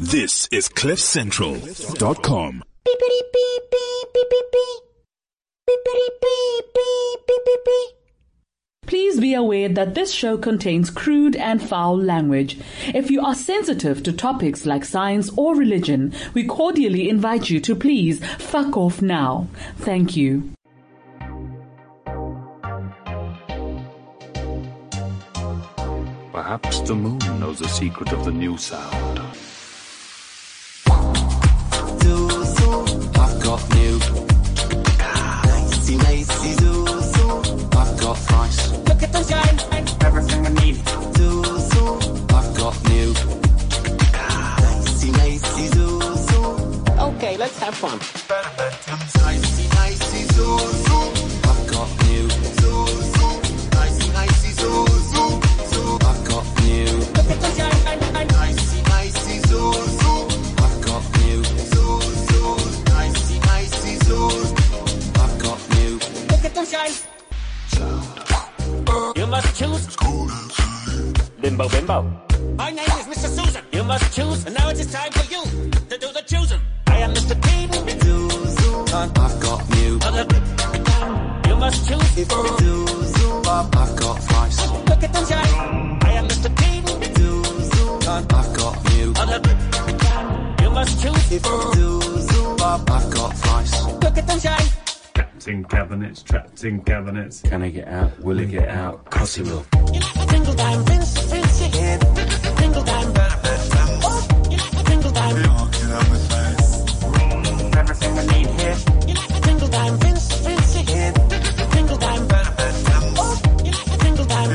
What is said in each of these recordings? This is CliffCentral.com. Please be aware that this show contains crude and foul language. If you are sensitive to topics like science or religion, we cordially invite you to please fuck off now. Thank you. Perhaps the moon knows the secret of the new sound. Doozle, I've got new. Lazy, lazy doozle, I've got nice. Look at the shine, everything we need. Doozle, I've got new. Lazy, lazy doozle. Okay, let's have fun. Lazy, lazy doozle, I've got new. Doozle, lazy, lazy doozle, doozle, I've got new. Look at the shine, lazy, lazy doozle, I've got new. Doozle, lazy, lazy doozle, I've got new. Look at the shine. You must choose. Bimbo, bimbo. My name is Mr. Susan. You must choose, and now it is time for you to do the choosing. I am Mr. Bean. Doozle, I've got new. You must choose. If we doozle up, I've got price. Look at them shine. I am Mr. Bean. Doozle up, I've got new. You must choose. If we doozle up, I've got price. Look at them shine. Trapped in cabinets, trapped in cabinets. Can I get out? Will it get out? Cause it will. You like a tingle dime, rinse, rinse your head. Tingle dime, oh, you like a tingle dime. Everything we need here. You like a tingle dime, rinse, rinse your head. Tingle dime, oh, you like a tingle dime.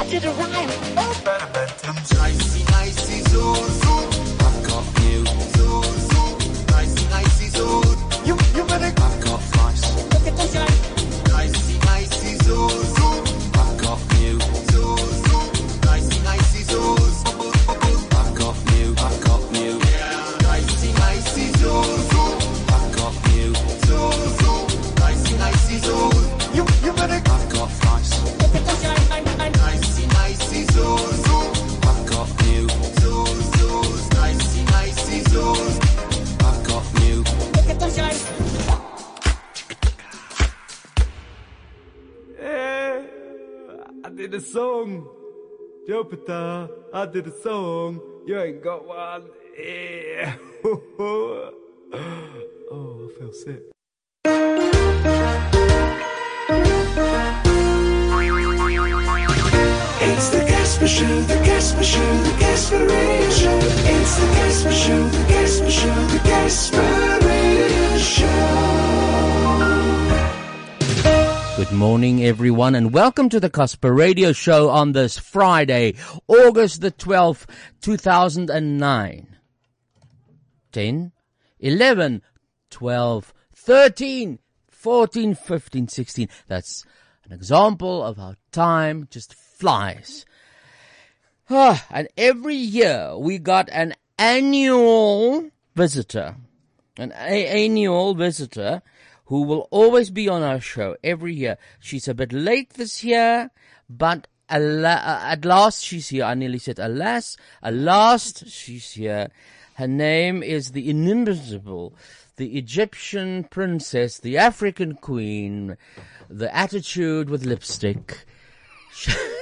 I did a rhyme, oh, Nicey, nicey, zoom, zoom. I've got you. Zoom, zoom. Nicey, nicey, zoom. You, you better. I've got flies. look at them shine. Nicey, nicey, zoom, zoom. I've got you. Zoom, zoom. Nicey, nicey, zoom, zoom. I've got you. I've got you. Nicey, nicey, zoom, zoom. I've got you. Zoom, zoom. Nicey, nicey, zoom. You, you better. I've got flies. Look at them shine, shine, shine. Nicey, nicey, zoom, zoom. I've got you. Zoom, zoom. Nicey, nicey, zoom. I've got you. Look at them shine. Eh, I did a song. Jupiter, I did a song. You ain't got one. Yeah. oh, I feel sick. It's the Casper Show, the Casper Show, the Casper Radio Show. It's the Casper Show, the Casper Show, the Casper Radio Show. Good morning, everyone, and welcome to the Cosper Radio Show on this Friday, August the 12th, 2009. 10, 11, 12, 13, 14, 15, 16. That's an example of how time just flies. Ah, and every year we got an annual visitor, an a- annual visitor who will always be on our show every year. She's a bit late this year, but ala- uh, at last she's here. I nearly said alas, at last she's here. Her name is the inimitable, the Egyptian princess, the African queen, the attitude with lipstick.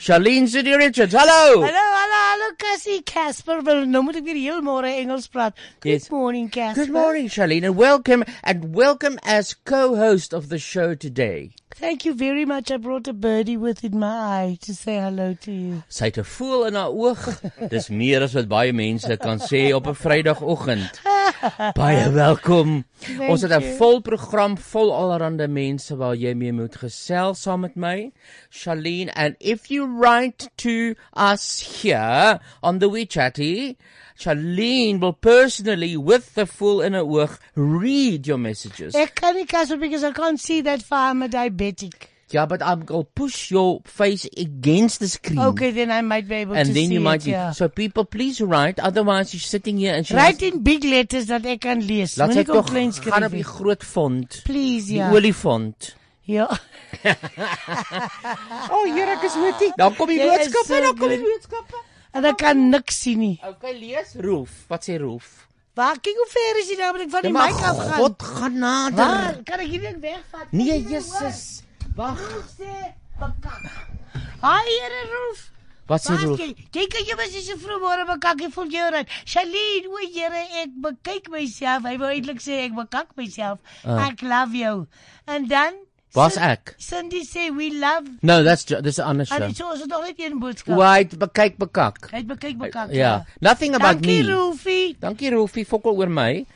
Charlene City Richards, hello! Hallo, hallo, hallo Cassie. Casper wil nou moet ek weer heel môre Engels praat. Good Yes. morning Casper. Good morning, Charlene, and welcome, and welcome as co-host of the show today. Thank you very much. I brought a birdie with in my eye to say hello to you. Sy het 'n voël in haar oog. Dis meer as wat baie mense kan sê op 'n Vrydagoggend. Baie welkom. Ons het 'n you. vol program vol allerlei mense waar jy mee moet gesels saam met my, Charlene, and if you write to us here on the WeChatty, Charlene will personally with the full in her oog read your messages. Ek kan nie Casper because I can't see that far I'm a diabetic. Yeah, Ja, but I'm gonna push your face against the screen. Okay, then I might be able And to then see you might it, be. yeah. So people, please write. Otherwise, you're sitting here and she Write in big letters dat ek kan lees. Laat Moenie sy kom toch klein gaan op die skryf. nie. groot font. Please, Die ja. olifant. Ja. O, oh, Here, ek is wettig. Dan kom die Jy is boodskappe, so dan kom die good. boodskappe. en ek kan niks sien nie. Okay, lees Rolf. Wat sê Rolf? Waar kyk hoe ver is jy nou met van die Ja, maar mic af gaan? God genade. Waar? Kan ek hierdie ding wegvat? Nee, Jesus. Wag. sê bekak. Haai, Here Rolf. Wat sê Rolf? Kyk jy mos as jy vroegmôre bekak jy voel jy reg. Shaline, o Here, ek bekyk myself. Hy wou eintlik sê ek bekak myself. Ah. Ek love jou. En dan Was ek? Cindy sê we love. No, that's ju- this is ja. an En issue. dit is nog net een boodskap. Wait, bekyk bekak. Hy het bekyk bekak. Ja, Uh, nothing about Dankie, me. Rolfie. Dankie Rolfie, fokol oor my.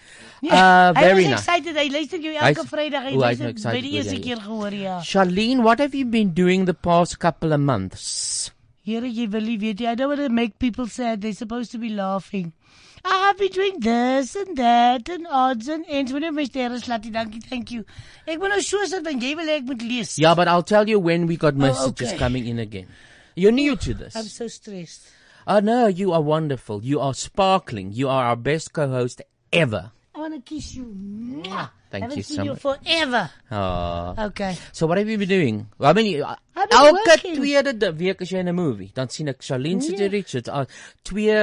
Nee, Uh very hy nice. was excited. Hy luister jou Hy elke is- Vrydag. Hy Hoe hy is luister nou excited by die oor eerste jou, keer gehoor, ja. Charlene, what have you been doing the past couple of months? Here, jy wil nie weet nie. I don't want to make people sad. They're supposed to be laughing. I have been doing this and that and odds and ends. Wanneer my sterre slaat, die dankie, thank you. Ek moet nou so sit want jy wil hê ek moet lees. Yeah, but I'll tell you when we got messages Oh, okay. coming in again. You're new to this. I'm so stressed. Oh no, you are wonderful. You are sparkling. You are our best co-host ever. I want to kiss you. Mwah. Thank Haven't you seen so you much. forever. Oh. Okay. So what have you been doing? I mean uh, I've been elke working. Oh, tweede di- week as jy in 'n movie, dan sien ek Charlene Nee. se yeah. Richards uh, twee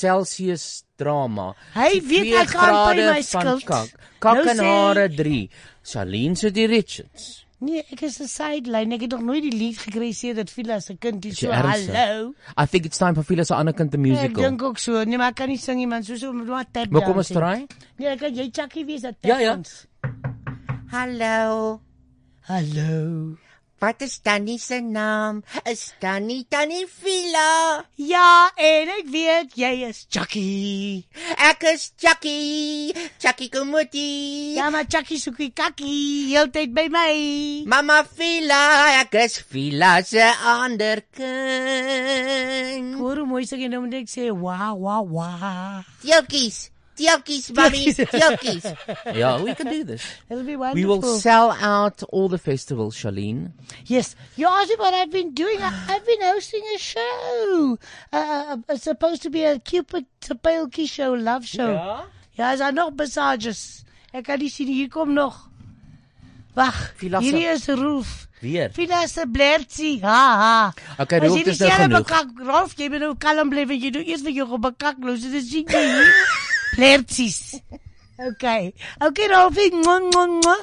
Celsius drama. Hy weet Twee ek gaan by grade my van skuld. Kak, kak Nou en sê- hare 3. Charlene se Richards. Nee, ek is 'n sideline. Ek het nog nooit die lied gekry sê dat Vila se kind hier Is so jy ernstig? hallo. I think it's time for Phyllis se ander kind the Ek musical. dink ook so. Nee, maar ek kan nie sing nie man, soos om wat tap. Maar kom ons dancing. draai. Nee, ek kan jy Chucky wees dat tap. Ja, ja. dans. Hallo. Hallo. Wat is Tannie se naam? Is Tannie Tannie Vila? Ja, en ek weet jy is Chucky. Ek is Chucky. Chucky Komuti. Ja, maar Chucky soekie kakkie, heeltyd by my. Mamma Vila, ek is Vila se ander kind. Hoor hoe mooi sing jy nou moet ek sê wa wa wa. Teeltjies, teeltjies, mami, teeltjies. Yeah, we can do this. It'll We be wonderful. will sell out all the festivals, Charlene. Yes, you asked what I've been doing. I, I've been hosting a show. Uh, it's supposed to be a Cupid Tapelki show, love show. Ja? Ja, is daar nog massages? Ek kan nie sien hier kom nog. Wag, Vila se- hierdie is Rolf. Weer. Vila se blertsie. Ha ha. Okay, Was Rolf, hierdie dis nou sewe genoeg. Bekak, Rolf, jy moet nou kalm bly want jy doen eers wat jy gaan bekak los. Dit is sien jy hier. Blertsies. Okay. Okay, Rolf, mwah, mwah, mwah.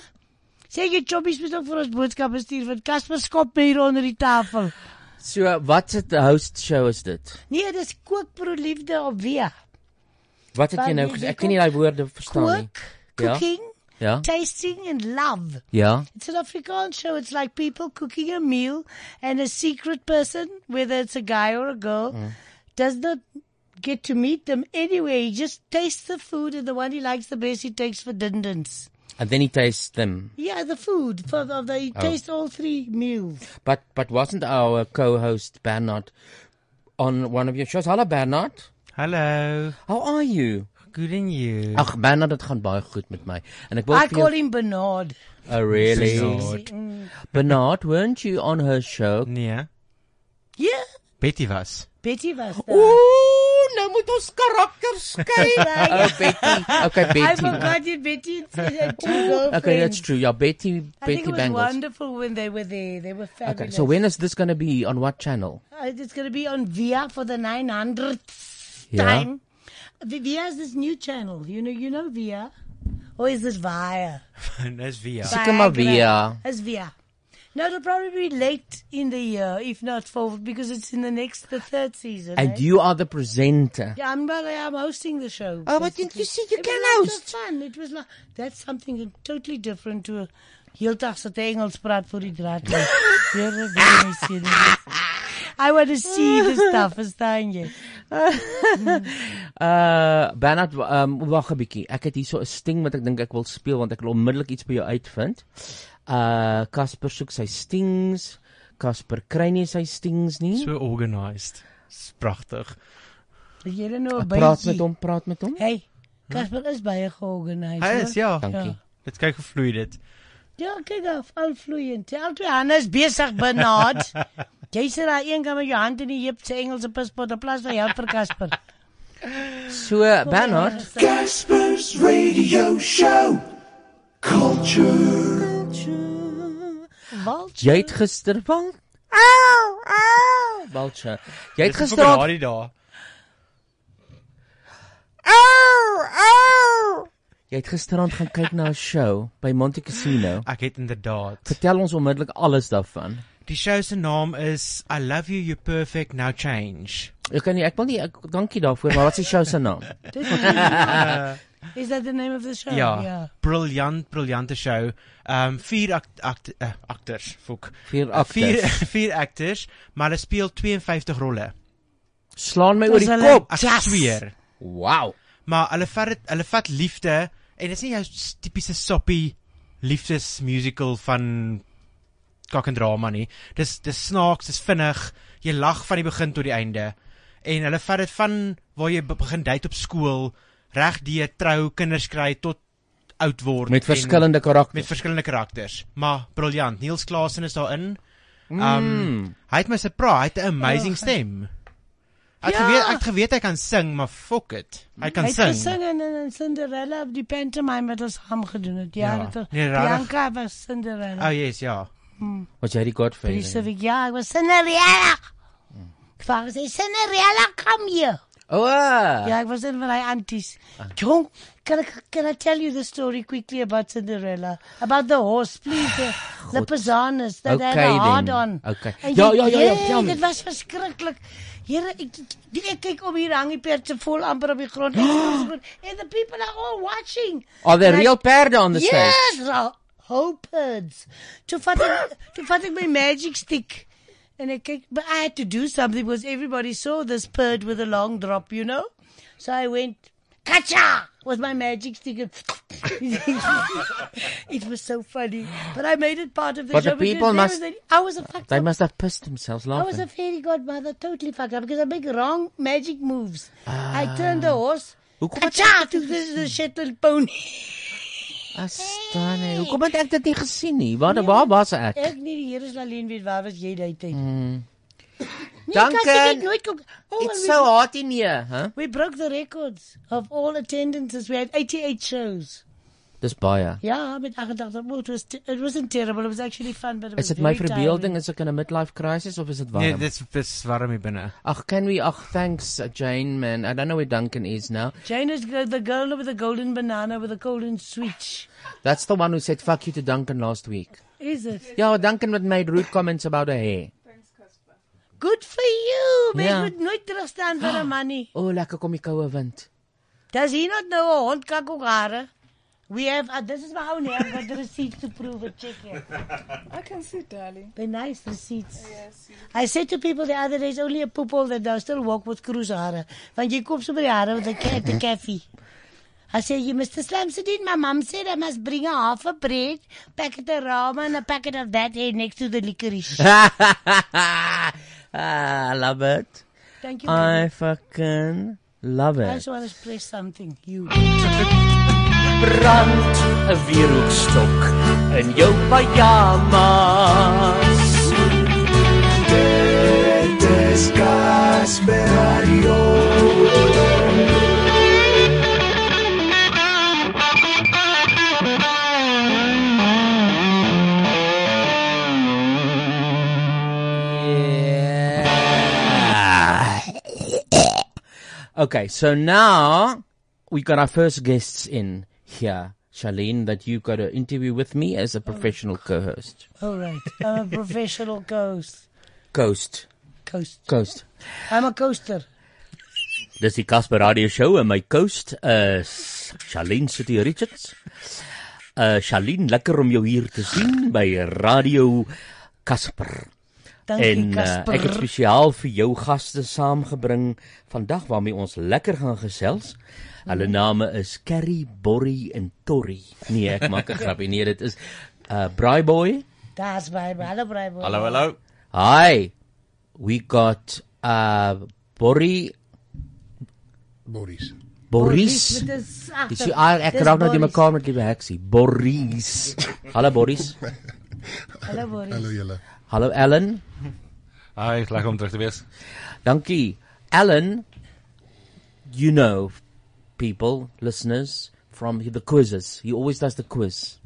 Sê jy choppies moet nog vir ons boodskappe stuur want Casper skop my hier onder die tafel. So uh, wat het host show is dit? Nee, dis kook pro liefde op weer. Wat het jy Want nou jy- gesê? jy Ek kan nie daai woorde verstaan nie. Ja? Cooking, Ja. tasting and love. Ja. It's an Afrikaans show. It's like people cooking a meal and a secret person, whether it's a guy or a girl, Mm. does not get to meet them anyway. He just tastes the food and the one he likes the best he takes for dindins. And then he tastes them. Yeah, the food. For the, the, he Oh. tastes all three meals. But but wasn't our co-host Bernard on one of your shows? Hallo Bernard. Hello. How are you? Good and you? Ag Bernard, dit gaan baie goed met my. En ek wil I vir jou- call him Bernard. Oh really? Bernard. Bernard, weren't you on her show? Nee. Yeah. Betty was. Betty was daar. Ooh, nou moet ons karakters skei. Oh, Betty. Okay, I Betty. forgot you, Betty. It's, uh, two girlfriends. Okay, that's true. Yeah, Betty I think Betty it was Bangles. wonderful when they were there. They were fabulous. Okay, so when is this going to be on what channel? Uh, it's going to be on Via for the 900th Yeah. time. V- Via is this new channel. You know, you know Via, or is this Via? Dis via. Seker maar Via. It's Via. No, it'll probably be late in the year, if not forward, because it's in the next, the third season. eh? And you are the presenter. Yeah, I'm, well, I'm hosting the show. Oh, but didn't you see you it can was host? Lots of fun. It was like that's something totally different to a heeltagse Engels praat vir die draad. Here we sien. I want to see the stuff, verstaan jy? Uh Bernard, um wag 'n bietjie. Ek het hierso 'n sting wat ek dink ek wil speel want ek wil onmiddellik iets by jou uitvind. Uh Casper soek sy stings. Casper kry nie sy stings nie. So organized. Dis pragtig. Dat jy nou 'n Ek praat bietjie. met hom, praat met hom. Hey, Casper is baie georganiseer. Hy is ja. Ja, Let's kyk hoe vloei dit. ja kyk af, al vloeiend. Al twee hande is besig benad. jy sit daar een kant met jou hand in die heup se Engelse paspoort op plaas van jou vir Casper. So uh, Bernard, Casper's radio show. Culture. Walt, jy het gister wel Au, au. Balcha. Jy het Dis gister die daar. Jy het gisterand gaan kyk na 'n show by Monte Cassino. Ek het inderdaad. Vertel ons onmiddellik alles daarvan. Die show se naam is I Love You You Perfect Now Change. Ek kan nie ek wil nie ek dankie daarvoor, maar wat is die show se naam? Eh, Is that the name of the show? ja, briljant, briljante show. Ehm um, vier act, act, uh, acteurs, fok. Vier Eh, Vier acteurs. vier acteurs, maar hulle speel 52 rolle. Slaan my oor die kop. Ek Yes. sweer. Wow. Maar hulle vat dit- hulle vat liefde en dit is nie jou s- tipiese soppy liefdesmusical van kak en drama nie. Dis dis snaaks, dis vinnig. Jy lag van die begin tot die einde. En hulle vat dit van waar jy be- begin date op skool, reg deur trou, kinders kry tot oud word Met en- verskillende karakters. Met verskillende karakters. Maar briljant. Niels Klaasen is daarin. Um, Mm. Hy het my surprise, hy het 'n amazing Ja. stem. Ek Ja. ja. geweet ek het geweet hy kan sing, maar fuck it. Hy kan Hy sing. het gesing in, in Cinderella op die pantomime wat ons hom gedoen het. Ja, Ja. het er- Nee, rarig. Bianca was Cinderella. Oh yes, ja. Hmm. Wat jy die Godfather. Specific, ja, ek was Cinderella. Ek wou gesê Cinderella kom hier. Oh. ah. Ja, ek was een van daai aunties. Jong, can I, can I tell you the story quickly about Cinderella? About the horse, please. The, the Pizzanas that okay, had Okay a hard then. on. Okay. En Ja, jy- ja, ja, ja, jee, tell me. Dit was verskriklik. Here, ek, ek, ek kyk om hier hang die perde vol amper op die grond. Ek sê, "Wat is goed?" And the people are all watching. Are there And I- real perde on the stage? Yes, ra- whole birds. Toe vat ek toe vat ek my magic stick. And I kicked, but I had to do something because everybody saw this bird with a long drop, you know? So I went, kacha! With my magic stick. and it was so funny. But I made it part of the But show. the because people there must- was a- I was a fucked They up. must have pissed themselves I was laughing. a fairy godmother, totally fucked up because I make wrong magic moves. Ah. I turned the horse, kacha! To the, the Shetland pony. Astane. Nee, Hoekom het ek dit nie gesien nie? Waar Nee, waar was ek? Ek nie die Here sal alleen weet waar was jy daai tyd. Mm. Nee, Dankie. Kas, ek het nooit kom. Oh, It's and we- so hot in here, huh? We broke the records of all attendances. We had 88 shows. Dis baie. Ja, met 88. Oh, it was te- it wasn't terrible. It was actually fun, but it Is was dit my very verbeelding is ek in 'n midlife crisis of is dit warm? Nee, dis dis warm hier binne. Ag, can we ag thanks uh, Jane man. I don't know where Duncan is now. tiring. Jane is go- the girl with the golden banana with the golden switch. That's the one who said fuck you to Duncan last week. Is it? Ja, Duncan had made rude comments about her hair. Good for you. Mens Ja. moet nooit terugstaan vir 'n man nie. O, oh, lekker kom die koue wind. Does he not know a hond kan ook hare? We have uh, this is my own hair. I've got the receipts to prove it. Check it. I can see, darling. They're nice receipts. Yes. you- I said to people the other day, it's only a poophole that does still walk with cruise hare. Want jy koop sommer die hare met 'n ca- at the cafe. I said, you Mr. Slamsuddin, my mum said I must bring a half a bread, packet of ramen, and a packet of that here next to the licorice. ah, I love it. Thank you, I baby. fucking love I it. just want to express something. You. Brand 'n wierooksstok in jou pyjamas. Dit is Casper Radio. okay, so now we got our first guests in here, Charlene, that you got an interview with me as a Oh professional co-host. All right. I'm a professional ghost. Coast. Coast. Coast. I'm a coaster. Dis die Casper Radio Show en my coast is Charlene City Richards. Uh Charlene, lekker om jou hier te sien by Radio Casper. Dankie, en, eh, Casper. ek het spesiaal vir jou gaste saamgebring vandag waarmee ons lekker gaan gesels. Hulle name is Carrie, Borrie en Torrie. Nee, ek maak 'n grapie. Nee, dit is uh Braaiboy. That's my Hello, bravo. Hi. We got uh Borrie Boris. Boris. Boris, dit is ag, Dis jy ah, ek dis raak nou die Boris. mekaar met die heksie. Boris. Hallo Boris. Hallo, Boris. Hallo, julle. Hallo Ellen. Hi, lekker om terug te wees. Dankie. Ellen, you know people, listeners from the quizzes. He always does the quiz.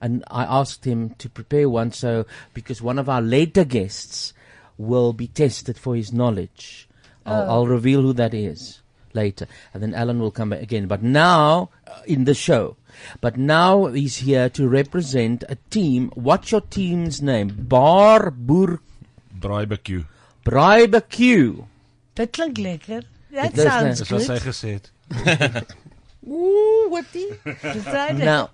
And I asked him to prepare one so because one of our later guests will be tested for his knowledge. I'll, Oh. I'll reveal who that is later, and then Alan will come back again. But now uh, in the show, but now he's here to represent a team. What's your team's name? Barboer Braaibecue. Braaibecue. Dit klink lekker. That Dit is sounds net- good. Dis Sy gesê het. Ooh, whoopie. Decided. Now,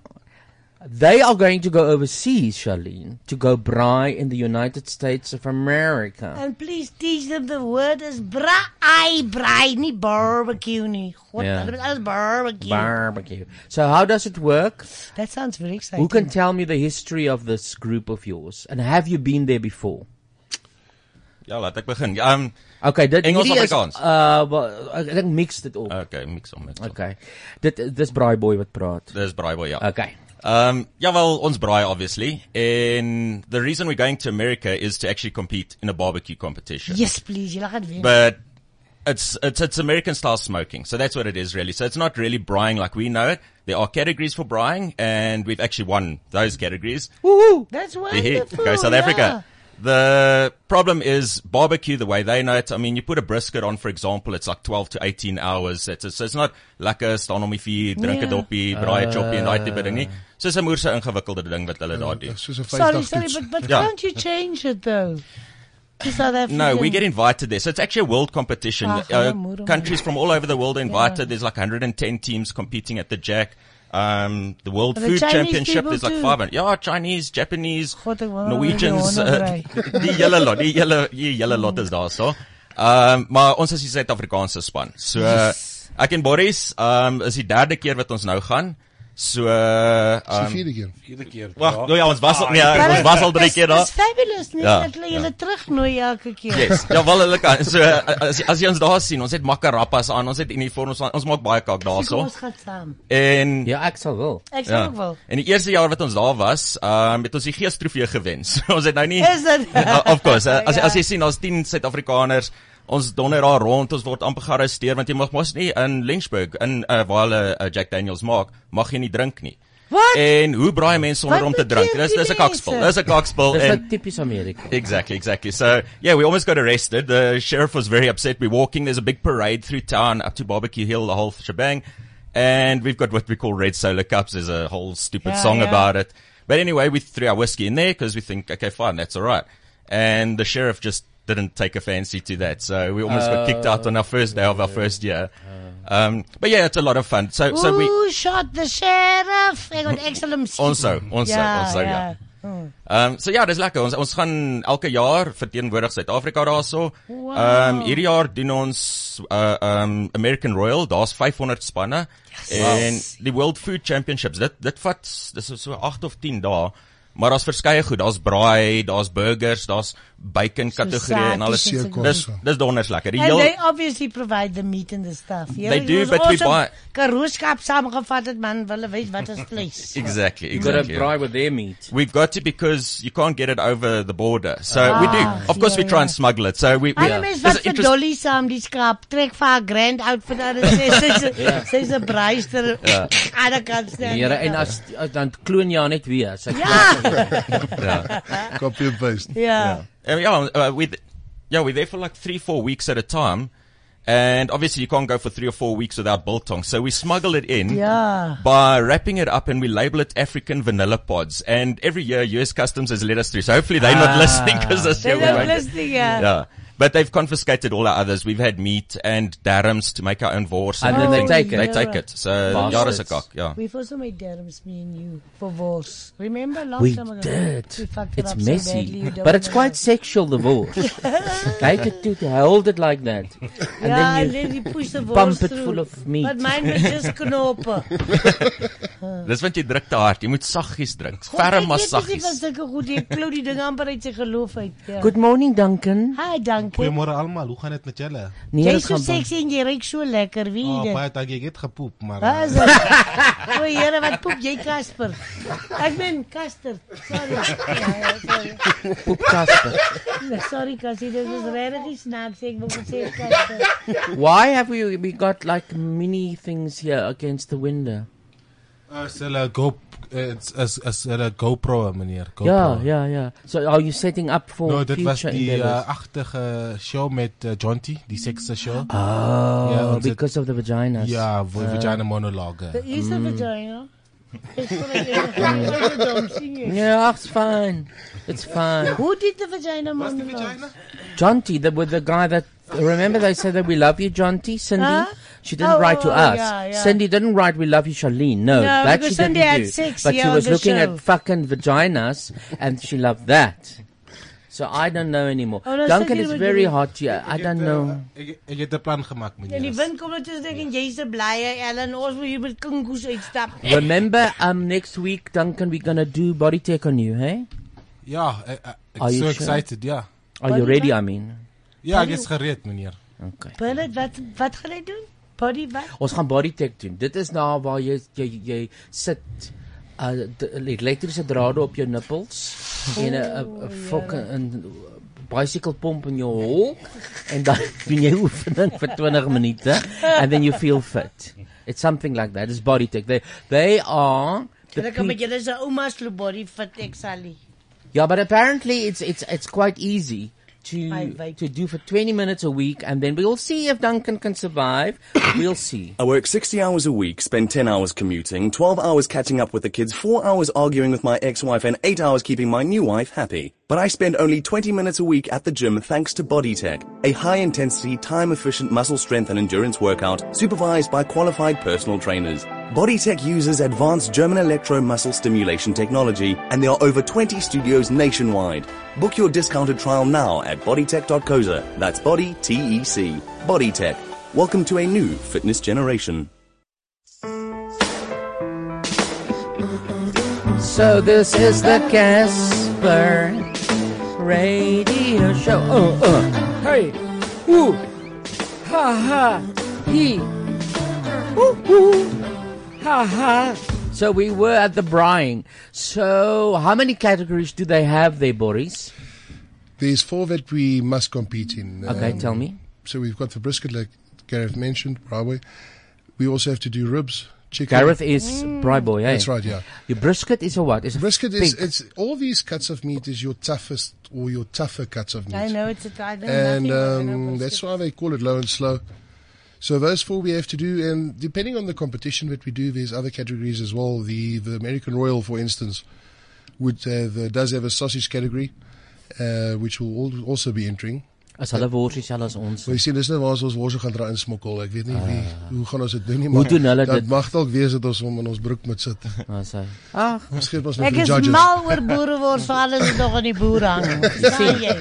they are going to go overseas, Charlene, to go braai in the United States of America. And please teach them the word is braai, braai, nie barbecue nie. God, Yeah. hulle moet alles barbecue. Barbecue. So, how does it work? That sounds very exciting. Who can tell me the history of this group of yours? And have you been there before? Ja, laat ek begin. Ja, Um Okay, dit Engels hierdie is, Afrikaans. Uh, wel, ek ek dink mix dit op. Okay, mix hom met. Okay. Dit dis braai boy wat praat. Dis braai boy, ja. Okay. Um ja wel, ons braai obviously. And the reason we're going to America is to actually compete in a barbecue competition. Yes, please. Jy gaan wen. But it's it's it's American style smoking. So that's what it is really. So it's not really braaiing like we know it. There are categories for braaiing and we've actually won those categories. Woohoo! That's They're here. wonderful. Go South yeah. Africa. The problem is barbecue the way they know it. I mean, you put a brisket on, for example, it's like 12 to 18 hours. It's, it's, it's not lekker, staan om die vuur, drink 'n Ja. doppie, braai 'n choppie en daai tipe ding nie. Ah. Soos 'n moerse ingewikkelde ding wat hulle daar doen. Soos 'n Sorry, sorry, but, but Ja. can't you change it though? To South Africa. No, we get invited there. So it's actually a world competition. Ah, Ja. Uh, Moerman. countries from all over the world are invited. There's like 110 teams competing at the Jack. Um, the World Are the Food Chinese Championship, people there's like too? 500. Yeah, Chinese, Japanese, wou Norwegians, nou uh, die honderd die hele lot, die hele die hele lot is daar so. Um, maar ons is die Suid-Afrikaanse span. So Yes. ek en Boris, um, is die derde keer wat ons nou gaan. So um, Dis die vierde keer. Vierde keer. Wag, nou ja, ons was al, nee, Maar ons dit- was al drie dis- keer daar. Dis fabulous, nee, Ja, dat hulle julle terugnooi elke keer. Yes. Ja, wel hulle kan. So uh, as as jy ons daar sien, ons het makarappas aan, ons het uniforms aan, ons maak baie kak daarso. Kom ons gaan saam. En Ja, ek sal wil. Ek sal ook wil. En die eerste jaar wat ons daar was, ehm het ons die geestrofee gewen. So ons het nou nie Is dit? Ja, Of course, uh, as Ja. as jy sien, ons 10 Suid-Afrikaners Ons donder daar rond, ons word amper gearresteer want jy mag mos nie in Lynchburg in uh, waar hulle uh, Jack Daniels maak, mag jy nie drink nie. Wat? En hoe braai mense sonder Wat om te beteken drink? Dis die dis 'n kakspel. mense? Dis 'n kakspel. Dis en- like typies America. Exactly, exactly. So yeah, we almost got arrested. The sheriff was very upset. We're walking. There's a big parade through town up to Barbecue Hill, the whole shebang, and we've got what we call red solar cups. There's a whole Yeah, stupid song yeah. about it. But anyway, we threw our whiskey in there because we think, okay, fine, that's all right. And the sheriff just didn't take a fancy to that, so we almost got kicked out on our first day of our first year. Oh. Um, but yeah, it's a lot of fun. So, so Eh, we Who shot the sheriff? Ek want ek sal hom skiet. Onso, onso, onso, ja. Hmm. Ehm um, so ja, dis lekker. Ons ons gaan elke jaar verteenwoordig Suid-Afrika daarso. Ehm Wow. hierdie jaar doen ons uh ehm American Royal. Daar's 500 spanne en die World Food Championships. Dit dit vat s- dis so 8 of 10 dae. Maar daar's verskeie goed. Daar's braai, daar's burgers, daar's bacon kategorie en alles. saaties en so. Dis dis donders lekker. Die And they heel obviously provide the meat and the stuff. Ja, They jy do, ons- but we ons het buy- Karooskap saamgevat het man, hulle weet wat is vleis. Exactly, You gotta exactly. braai with their meat. We've got to because you can't get it over the border. So we Ah, do. Of course, we yeah, try yeah. and smuggle it. So we. we Alle mense wat Dis vir interest- Dolly saam die skaap trek vir haar grand outfit aan en sê sy Ja. sy- sy's 'n braaister. Ja. Aan die kant staan. Here en as as- dan kloon jy haar net weer. as ek- Yeah. Copy and paste. Yeah. Um, yeah, uh, we th- yeah, we're there for like three, four weeks at a time. And obviously you can't go for three or four weeks without biltong. So we smuggle it in Yeah. by wrapping it up and we label it African vanilla pods. And every year US Customs has let us through. So hopefully they're Ah. not listening because this They're year we not won't get- listening, yeah. yeah. But they've confiscated all our others. We've had meat and darums to make our own wors. Oh, And then they everything. take it. They take it. So, Bastards. Jaris a cock, yeah. We've also made derms, me and you, for wars. Remember last We time ago? did. We fucked it It's up so badly, messy, you don't but it's know. quite sexual the divorce. Like it to to hold it like that, and yeah, then and you then you push the wars pump it through. full of meat. But mine was just knopen. Dis want jy druk te hard. Jy moet saggies druk. Ferm maar Dit saggies. was sulke goed, jy klou die ding amper uit sy geloof uit. Ja. Good morning Duncan. Hi, dankie. Goeiemôre almal, hoe gaan dit met julle? Nee, Jy dit is so gaan bang. sexy en jy ryk so lekker, wie Oh, oh, dit? baie dankie, ek het gepoep, maar eh, Wat Ah, is dit? O, Here, wat poep jy Casper? Ek meen Casper. Sorry. Ja, ja, sorry. Poep Casper. Nee, sorry Cassie, dit is regtig iets snaaks ek wou gesê het, Casper. Why have we we got like mini things here against the window? as hulle go It's as as 'n GoPro meneer, GoPro. Ja, ja, ja. So are you setting up for No, dit future was die endeavors? uh, agtige show met uh, Jonty, die sekse show. Oh, Oh, because of the vaginas. Ja, wo- Ah. vagina monologue. There is a vagina. It's for a uh, dumb thing. Yeah, it's fine. It's fine. Who did the vagina monologue? What's the vagina? Jonty, the, with the guy that remember they said that we love you, Jonty. Cindy, Huh? she didn't Oh, write to oh, us. yeah, yeah. Cindy didn't write "We love you, Charlene." No, No, that because she Cindy didn't had do. sex but here she on was the looking show. at fucking vaginas, and she loved that. So I don't know anymore. Oh, no, Duncan, Cindy it's would very do it. hot here. I don't know. Ek ek het 'n plan gemaak En die meneer. wind kom net tussen en jy's 'n blye Ellen ons moet hier met kinkoes uitstap. Remember, um, next week, Duncan, we're gonna do body check on you, hey? Ja, ek, ek, Are ek you sure? so excited, ja. Are you Body ready? check? I mean, Ja, ek is gereed meneer. okay. Bullet wat wat gaan hy doen? Body wat? Ons gaan body tech doen. Dit is nou waar jy jy jy sit uh d- elektriese drade op jou nippels en 'n- 'n 'n fucking 'n bicycle pomp in jou hol en dan doen jy oefening vir 20 minute and then you feel fit. It's something like that. It's body tech. They they are the Hulle kan peop- met julle se ouma se body fit ek sally. yeah, but apparently it's it's it's quite easy I to vape. to do for 20 minutes a week, and then we'll see if Duncan can survive. we'll see. I work 60 hours a week, spend 10 hours commuting, 12 hours catching up with the kids, 4 hours arguing with my ex-wife, and 8 hours keeping my new wife happy. But I spend only 20 minutes a week at the gym thanks to BodyTech, a high-intensity, time-efficient muscle strength and endurance workout supervised by qualified personal trainers. BodyTech uses advanced German electro-muscle stimulation technology, and there are over 20 studios nationwide. Book your discounted trial now at bodytech.coza. That's body, T-E-C. BodyTech. Welcome to a new fitness generation. So this is the Casper Radio Show. Oh, uh, hey, woo, ha ha, he, woo woo, ha ha. So we were at the brying. So how many categories do they have there, Boris? There's four that we must compete in. um, Okay, tell me. So we've got the brisket, like Gareth mentioned, Broadway. We also have to do ribs, chicken. Mm. Gareth is Bri Boy, eh? That's right, yeah. Your brisket is a what? It's a Brisket pig. is it's all these cuts of meat is your toughest or your tougher cuts of meat. I know it's a I don't and know nothing. um, that's why they call it low and slow. So those four we have to do, and depending on the competition that we do, there's other categories as well. The the American Royal, for instance, would have, uh, does have a sausage category, uh, which will al- also be entering. As hulle wors is hulle as ons. Ah. Jy sien dis nou waar ons worsie gaan dra insmokkel. Ek weet nie wie hoe gaan ons dit doen nie, Hoe maar doen hulle dit? dit mag dalk wees dat ons hom in ons broek moet sit. Ah, sy. Ag, Miskien was Ek nog die is judges. mal oor boere word vir alles wat nog aan die boer hang. Sien jy?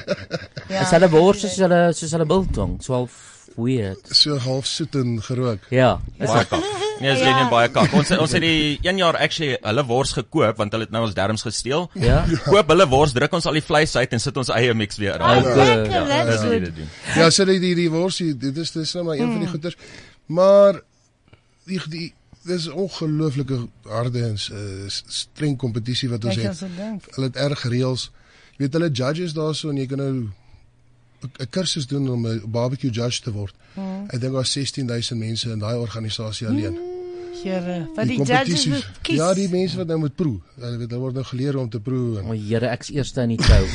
Ja. As hulle wors is hulle soos hulle biltong, 12 weird. So half soet en gerook. Ja. Baie kak. Nee, as Ja. Lenien baie kak. Ons ons het die een jaar actually hulle wors gekoop want hulle het nou ons derms gesteel. Ja. Koop hulle wors, druk ons al die vleis uit en sit ons eie mix weer in. Ah, Oh, lekker, Ja, dis lekker. nee, hoe jy dit doen. Ja, so die die, die worsie, dit is dis nou maar een van Mm. die goeters. Maar die die dis 'n ongelooflike harde en uh, streng kompetisie wat ons Ek kan het. so dink. Hulle het erg reëls. Jy weet hulle judges daarso en jy kan nou 'n- 'n kursus doen om 'n barbecue judge te word. Hmm. Ek dink daar's 16000 mense in daai organisasie alleen. Here, Mm, wat die judges kompetisie- moet kies. Ja, die mense wat nou moet proe. Hulle weet hulle word nou geleer om te proe. O, Here, ek's eerste in die tou.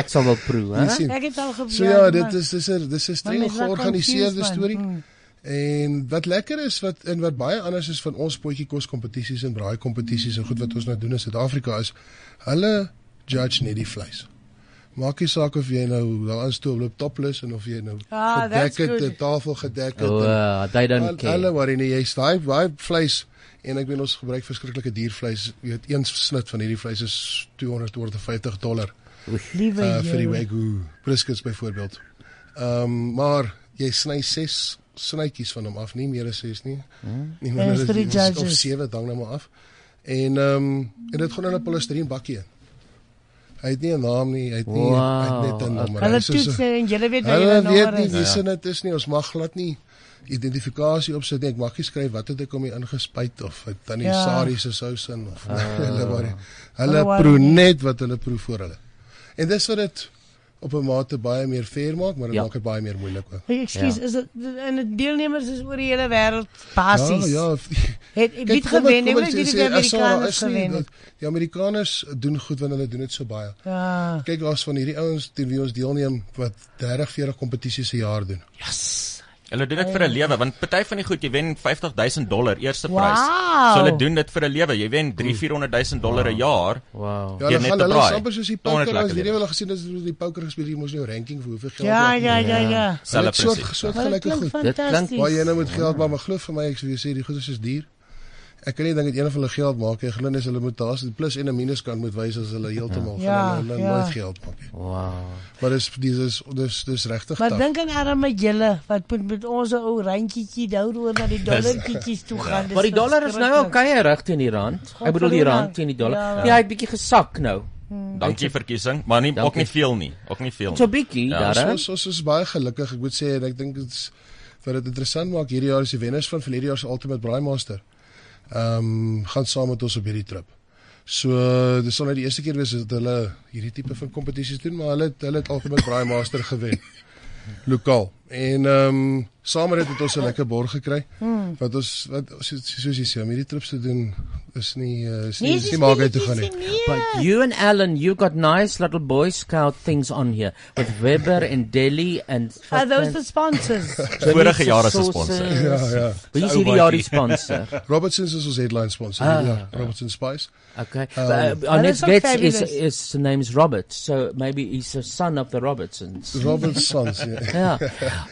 Ek sal wel proe, hè? Jy sien. Ek het al geproe, So ja, maar- dit is dis 'n dis 'n Maar streng mens raak georganiseerde confused, man. storie. Mm. En wat lekker is wat en wat baie anders is van ons potjie kos kompetisies en braai kompetisies en goed wat ons nou doen in Suid-Afrika is hulle judge net die vleis. Maak nie saak of jy nou daar aanstoel loop topless en of jy nou Ah, that's gedek het, good. die tafel gedek het. O, en- uh, they don't Al- care. Hulle worry nie jy is daai daai vleis en ek weet ons gebruik verskriklike diervleis. Jy weet een snit van hierdie vleis is 200 250 dollar. Liewe uh, vir die Here. wagyu briskets byvoorbeeld. Ehm um, maar jy sny 6 snytjies van hom af, nie meer as 6 nie. Hmm. Nie En minder vir die as of judges. 7 hang nou maar af. En ehm um, en dit gaan in 'n polistireen bakkie in. Hy het nie 'n naam nie, hy het nie hy het net 'n Wow, nommer. okay. Hulle Hy is soos 'n- toets en julle weet wat julle Hulle weet nommer nie is. wie Ja. se dit is nie. Ons mag glad nie identifikasie opsit nie. Ek mag nie skryf wat het ek hom hier ingespuit of het tannie Ja. ja. Sari se sous in of Ah. Oh, hulle waar. Hulle Hulle worry proe nie. net wat hulle proe voor hulle. En dis wat dit op 'n mate baie meer fair maak, maar dit Ja. maak dit baie meer moeilik ook. Ja. Hey, Excuse, is dit en die deelnemers is oor die hele wêreld basies. Ja, ja. Het Kyk, wie het kom ek- gewen, kom ek ek weet sê, die as daar Amerikaners is nie gewen. dat- Die Amerikaners doen goed want hulle doen dit so baie. Ja. Kyk, daar's van hierdie ouens teen wie ons deelneem wat 30, 40 kompetisies per jaar doen. Yes. Hulle doen dit vir 'n lewe want party van die goed jy wen 50000 dollar eerste Wow. prys. So hulle doen dit vir 'n lewe. Jy wen 3 400000 dollar 'n jaar. Wow. Ja, deur hulle net gaan te hulle braai. is amper soos die Ongelooflik poker. Ons lekker het ewig gesien dat hulle die poker gespeel het, jy moes nou ranking vir hoeveel geld. Ja, maak. ja, ja, ja. Ja. Hulle het Selfe soort prinsip. soort Maar dit gelyke klink goed. Dit klink- fantasties. baie jy nou met geld maar, maar glo vir my ek sê jy sê die goed is is duur. Ek kan nie dink dat een van hulle geld maak. Ek glo net hulle moet daar 'n plus en 'n minus kan moet wys as hulle heeltemal Ja, van hulle ja. nou nooit geld maak nie. Wow. Maar dis dis is dis dis regtig Maar taaf. dink aan arme julle wat moet met ons ou randjietjie daaroor na die dollartjietjies toe gaan. Dis Maar die dollar is nou verskriklik. okay reg teen die rand. Ek bedoel die rand teen die Ja. dollar. Ja, hy het bietjie gesak nou. Hmm. Dankie verkiesing, maar nie ook Dankie. nie veel nie. Ook nie veel. nie. So bietjie, Ja, ons ons is baie gelukkig. Ek moet sê en ek dink dit's wat dit interessant maak hierdie jaar is die wenners van verlede jaar se Ultimate Braaimaster. Ehm um, gaan saam met ons op hierdie trip. So dis sal nou die eerste keer wees dat hulle hierdie tipe van kompetisies doen, maar hulle het- hulle het Ultimate Braaimaster gewen. Lokaal. En ehm um, saam met dit het ons 'n lekker borg gekry. Hmm. Wat ons wat soos soos jy sê om hierdie trips te doen is nie uh, is nie, Nee, is dis nie maak uit te gaan nie. But you and Alan, you got nice little Boy Scout things on here with Weber and Delhi and Are Ah, Oh, those the sponsors? Vorige jaar is 'n sponsor. Ja, ja. Wie is hierdie jaar die sponsor? Robertsons is ons headline sponsor. Ah. Ah, ja, Robertsons Spice. Okay. Um, Uh, our next guest is his name's Robert, so maybe he's a son of the Robertsons. Robert's sons, yeah. yeah.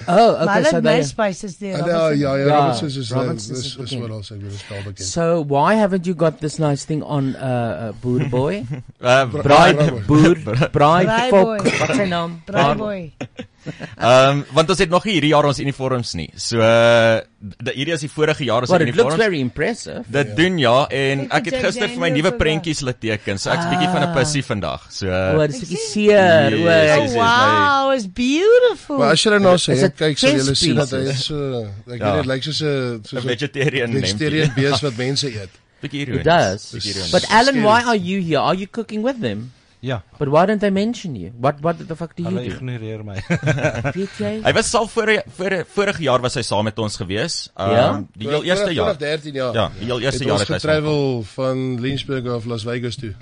Oh, okay. Maar hulle so het they- MySpace is die Ah, Robertsons. ja, ja, Ja, Robertsons is uh, Robertsons is is is bekend. wel ons ek weet dit wel bekend. So why haven't you got this nice thing on uh, uh Boer Boy? Uh, Bri- Braai- Bride Eh, Boer Bride Braai Fok. boy. Wat sy naam? Braai boy. Ehm um, want ons het nog nie hierdie jaar ons uniforms nie. So uh, d- hierdie is die vorige jaar se But it uniforms. looks very impressive. Dit yeah. doen ja en Kyk, ek die het Jack gister vir my Daniels nuwe is prentjies laat teken. So ek's Ah. bietjie van 'n pissie vandag. So Oh, uh, Oor is bietjie seer. Yes, Ja. Oor. yes, yes, Wow, it's Ah, beautiful. Nee. Maar as julle nou sê, Is het kyk sal julle chest sien dat hy pieces? is uh, so ek Ja. weet dit lyk soos 'n soos 'n vegetarian vegetarian lempie. bees wat mense eet. Bietjie It does. Bietjie ironies. But Alan, Scary. why are you here? Are you cooking with them? Yeah. But why don't they mention you? What what the fuck do you Ja. Hulle do? ignoreer my. Weet jy? Hy was al voor voor vorige jaar was hy saam met ons gewees. Ehm Ja? die heel eerste jaar. 2013 jaar. Ja, die heel eerste het jaar ons het hy saam. getravel van Lynchburg af Las Vegas toe.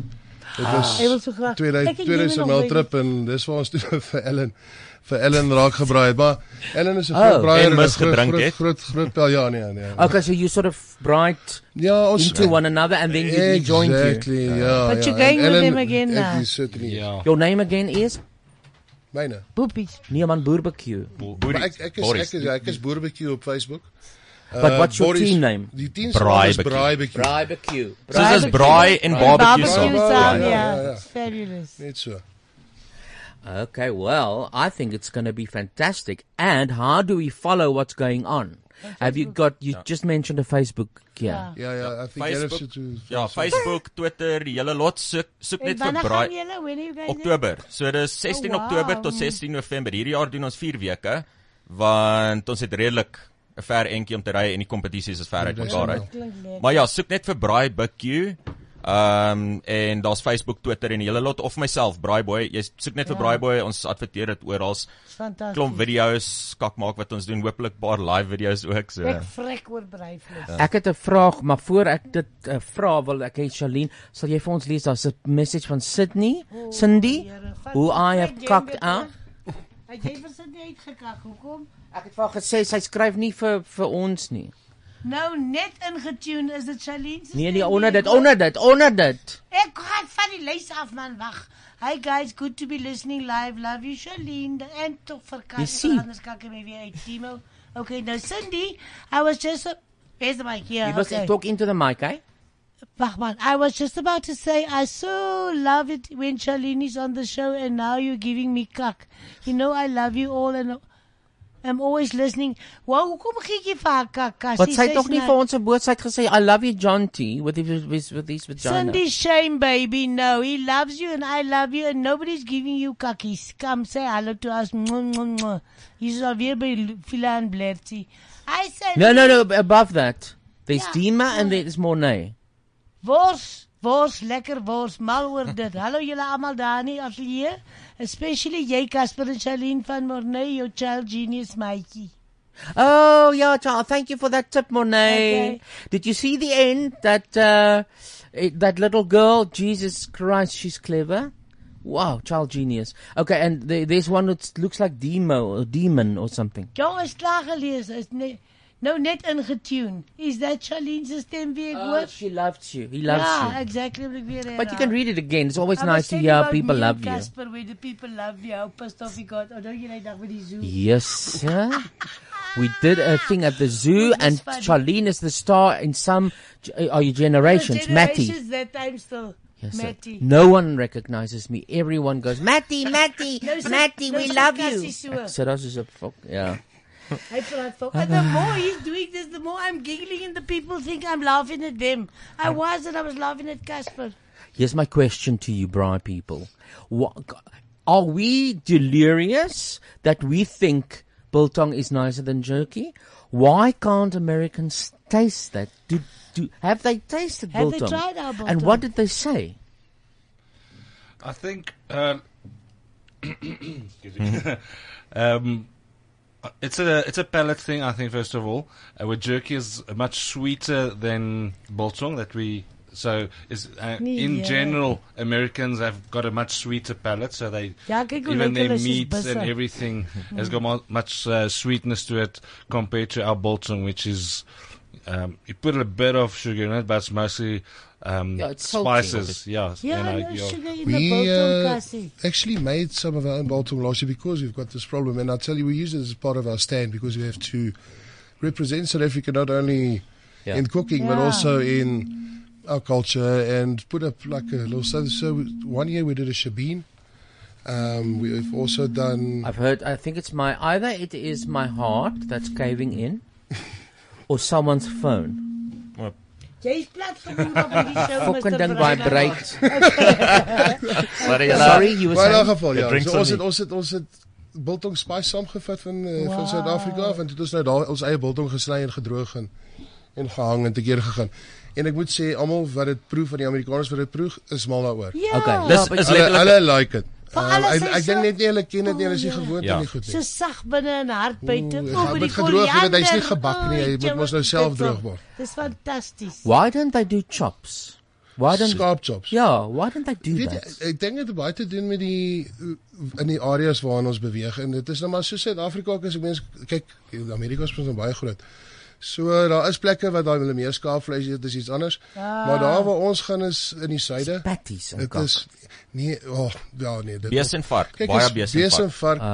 Dit Ah. was Hy wil so graag- Ek 2000 het nie 2000 nog mil Vegas- trip en dis waar ons toe vir Ellen vir Ellen raak gebraai het. Maar Ellen is 'n Oh. groot braaier En en 'n mis groot- gedrink groot- het. Groot groot wel ja nee nee. Okay, so you sort of bright ja, ons, into one another and then you you joined you. Exactly, ja. But ja. you're going with En Ellen- them again ek now. is certainly. Ja. Your name again is Myne. Boepies. Nee man Boerbecue. Maar ek ek is ek is ek is boerbecue op Facebook. But Uh, what's your Boris- team name? Die team se naam is Braaibecue. Braaibecue. Braaibecue. Soos is braai en barbecue saam. saam, ja. ja. Fabulous. Net so. Okay, well, I think it's going to be fantastic. And how do we follow what's going on? Have you got? You just mentioned a Facebook. Yeah. Ja ja, ek dink julle sit toe. Ja, Facebook, Twitter, die hele lot soek soek En net vir wanneer braai. gaan julle? When are you guys? Oktober. So dis 16 Oh, wow. Oktober tot 16 November. Hierdie jaar doen ons 4 weke want ons het redelik 'n ver entjie om te ry en die kompetisies is ver uit Dit is mekaar wel. Klink uit. lekker. Maar ja, soek net vir Braai BQ. Ehm um, en daar's Facebook, Twitter en die hele lot of myself Braai Boy. Jy soek net vir Ja. Braai Boy. Ons adverteer dit oral. Fantasties. Klomp video's, kak maak wat ons doen, hopelik paar live video's ook so. Ek vrek oor bryflis. Ja. Ek het 'n vraag, maar voor ek dit uh, vra wil ek hê Charlene, sal jy vir ons lees daar's 'n message van Sydney, Cindy, who I have cocked out. Het jy vir sit nie uitgekak hoekom? Ek het vir gesê sy skryf nie vir vir ons nie. Nou net ingetune is dit Charlene se. Nee, nee, onder dit, onder dit, onder dit. Ek gaan van die lys af man, wag. Hi guys, good to be listening live. Love you Charlene. En tog vir Jy Kak, sien. anders kan ek my weer uit Timo. Okay, now Cindy, I was just a- Where's the mic? Yeah, You must Ja, okay. talk into the mic, eh? Bachman, I was just about to say I so love it when Charlene is on the show and now you're giving me cuck. You know I love you all and I'm always listening. Wow, hoekom gee jy vir haar kak? Cassie? Wat sy Sy's tog nie nou- vir ons 'n boodskap gesê I love you John T with his with, with his vagina. Cindy Shame, baby. No, he loves you and I love you and nobody's giving you cockies. Come say hello to us. Mwah, mwah, mwah. He's alweer by Lu- Villa and Blerty. I said, No, no, no, above that. There's Dima and there's Mornay. Wors, Wors lekker, wors mal oor dit. Hallo julle almal daar in die ateljee, especially jy Casper en Charlene van Morney, your child genius matey. Oh, yeah, child. Thank you for that tip, Monet. Okay. Did you see the end? That uh, eh, that little girl, Jesus Christ, she's clever. Wow, child genius. Okay, and there, there's one that looks like demo or demon or something. Jong is klaar gelees, is net nou net ingetune. Is that Charlene se stem wie ek hoor? she loves you. He Ah, loves yeah, you. exactly what ek weer herhaal. But you can read it again. It's always I was nice to saying hear about people me love and you. Casper, where the people love you. How pissed off you got. Onthou jy daai dag by die zoo? Yes, sir. We did a thing at the zoo, and funny. Charlene is the star in some. eh, Are you generations? Matty. Generations that time still. Yes, sir. Matty. No one recognizes me. Everyone goes, Matty, Matty, Nou sit- Matty, nou we sit love Cassie you. so. Ek sê daar's so fuck, ja. I thought, fuck. Ah, And nee. the more he's doing this, the more I'm giggling, and the people think I'm laughing at them. Ah. I was, and I was laughing at Casper. Here's my question to you, Bri people. What, are we delirious that we think biltong is nicer than jerky? Why can't Americans taste that? Do, do, have they tasted Have they biltong? tried our And biltong? what did they say? I think um, excuse me. um, it's a it's a palate thing. I think first of all, uh, where jerky is much sweeter than biltong that we so is uh, in Yeah. general Americans have got a much sweeter palate. So they Ja, kyk hoe even lekker their is soos meats and busse. everything has Mm. got mu- much uh, sweetness to it compared to our biltong, which is. Um, you put a bit of sugar in it, but it's mostly um, Yeah, it's salty. spices. Yeah, Yeah, you know, no your- sugar in the We biltong, uh, Cassie. actually made some of our own Baltimore last year because we've got this problem. And I tell you, we use it as part of our stand because we have to represent South Africa not only Yeah. in cooking but Yeah. also in our culture and put up like a little. So, so one year we did a shabin. Um, we've also done. I've heard. I think it's my either it is my heart that's caving in, or someone's phone. Jy's plat genoeg op hierdie show, Mr. Fucking ding Brown. vibrate. Sorry, Sorry, you were Maar in saying. elk geval It ja, drinks so ons on het me. ons het ons het biltong spice saamgevat van eh, Wow. van Suid-Afrika af en toe het ons nou daar ons eie biltong gesny en gedroog en en gehang en te keer gegaan. En ek moet sê almal wat dit proe van die Amerikaners wat dit proe is mal daaroor. Ja. Okay, Dis dis- is hulle letterlik- hulle like it. Vir Um, alles is ek ek dink so- net nie hulle ken dit nie, hulle is nie gewoond Ja. aan die goed nie. So sag binne en hard buite. O, Oeh, ja, by met Oh, die gedroog, jy weet, koriander. hy's nie gebak nie, hy Oei, moet mos nou Jimmy, self dit is- droog word. Dis fantasties. Why don't they do chops? Why don't scarp chops? Yeah, why don't they do Weet that? jy, ek dink dit het baie te doen met die eh, in die areas waarin ons beweeg en dit is nou maar so Suid-Afrika ook as ek mens kyk Amerika is mos nou baie groot. So daar is plekke wat daai hulle meer skaapvleis eet, dis iets anders. Ah. Maar daar waar ons gaan is in die suide. Ja. Patties en Dit kak. is nee, oh, ja nee, dit Bees en vark, Kyk, baie is bees en bees vark. en vark. Ah.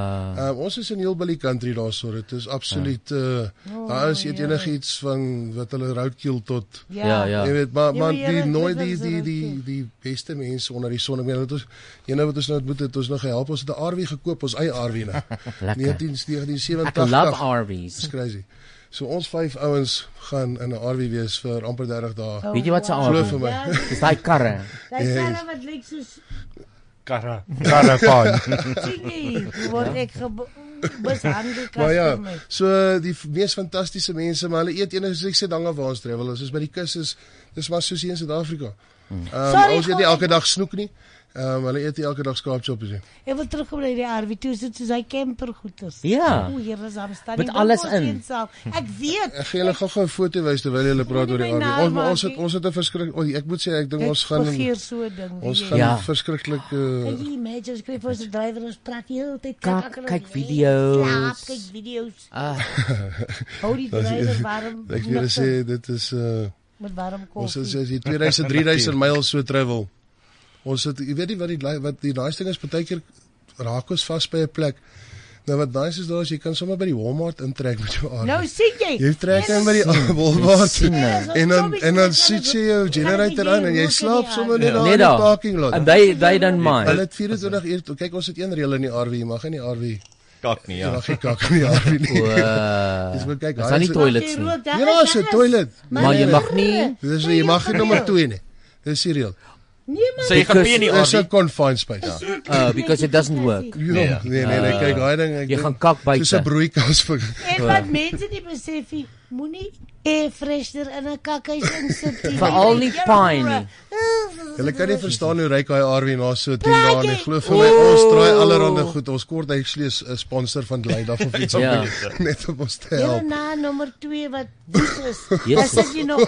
Ah. Uh, ons is in Hillbilly country daarso. Dit is absoluut uh, Ah. daar is eet enigiets van wat hulle roadkill tot Oh, Ja. Ja, ja. Jy weet, maar Ja, maar maar jy die weet, nooit dit die is die die die beste mense onder die son. Ek meen dit ons een nou wat ons nou moet het ons nog gehelp. Ons het 'n RV gekoop, ons eie RV nou. Lekker. 1987. Ek love RV's. Dis crazy. So ons vyf ouens gaan in 'n RV wees vir amper 30 dae. Weet jy wat se Glo RV? vir my. Ja, Ja. Dis Oh, daai karre. Daai sara wat lyk soos Karra. Karavaan. Sien jy, Nee, word ek gebo- mishandel Maar ja, Casper. so die f- mees fantastiese mense, maar hulle eet enige soos ek sê dan af waar ons travel is. Soos by die kus is dis maar soos hier in Suid-Afrika. Ehm Sorry, um, ons eet nie Gordon. elke dag snoek nie. Ehm um, hulle eet nie elke dag skaapchoppies nie. Ek wil terugkom na die RV toe sit soos hy camper goeters. Ja. O, hier is Amsterdam. Met alles in. Ek weet. Ek gee julle gou-gou 'n foto wys terwyl julle praat oor die my RV. naar Ons maar maak ons het ons het 'n verskrik oh, ek moet sê ek dink Ek ons gaan begeer so 'n ding, Ons weet gaan jy. Ja. ja. verskriklik Kan uh, jy imagine skryf vir ons drywer ons praat die hele tyd Kak, akkerig kyk weer, video's. Slaap, kyk video's. Ah. Hou die Dat is- drywer warm. Ek wil julle nigter, sê dit is uh met warm Ons koffie. is as jy 2000 3000 myl so travel. Ons het jy weet nie wat die li- wat die nice ding is baie keer raak ons vas by 'n plek. Nou wat nice is daar is jy kan sommer by die Walmart intrek met jou arm. Nou sien jy. Jy trek in by die nee. Yes. Walmart Yes. en dan en dan sit jy jou generator aan en jy slaap sommer net daar in die parking lot. And they they don't Hulle mind. het 24 uur toe. Kyk, ons het een reël in die RV, jy mag in die RV Kak nie, ja. Jy mag nie kak in die RV nie. Wow. Dis moet kyk. Is daar nie toilets nie? Ja, daar is 'n toilet. Maar nee. jy mag nie- Dis jy mag nie nommer 2 nie. Dis serieel. Nee maar- So jy gaan pee in die Dis RV? 'n confined space. Uh, because it doesn't work. Ah. Ja, nee nee nee, kyk, daai ding ek Jy dink- gaan kak buite. Dis 'n broeikas vir En wat mense nie besef nie, Moenie air freshener in 'n kakhuis insit nie. Veral Ja, nie pyn Hulle kan nie verstaan hoe ryk hy Arwin na so 10 dae en glo vir my ons traai allerlei goed. Ons kort actually is 'n sponsor van Glide af of iets Ja. om net om ons te Hier help. na nommer 2 wat woes is. Yes. Dan sit jy nog.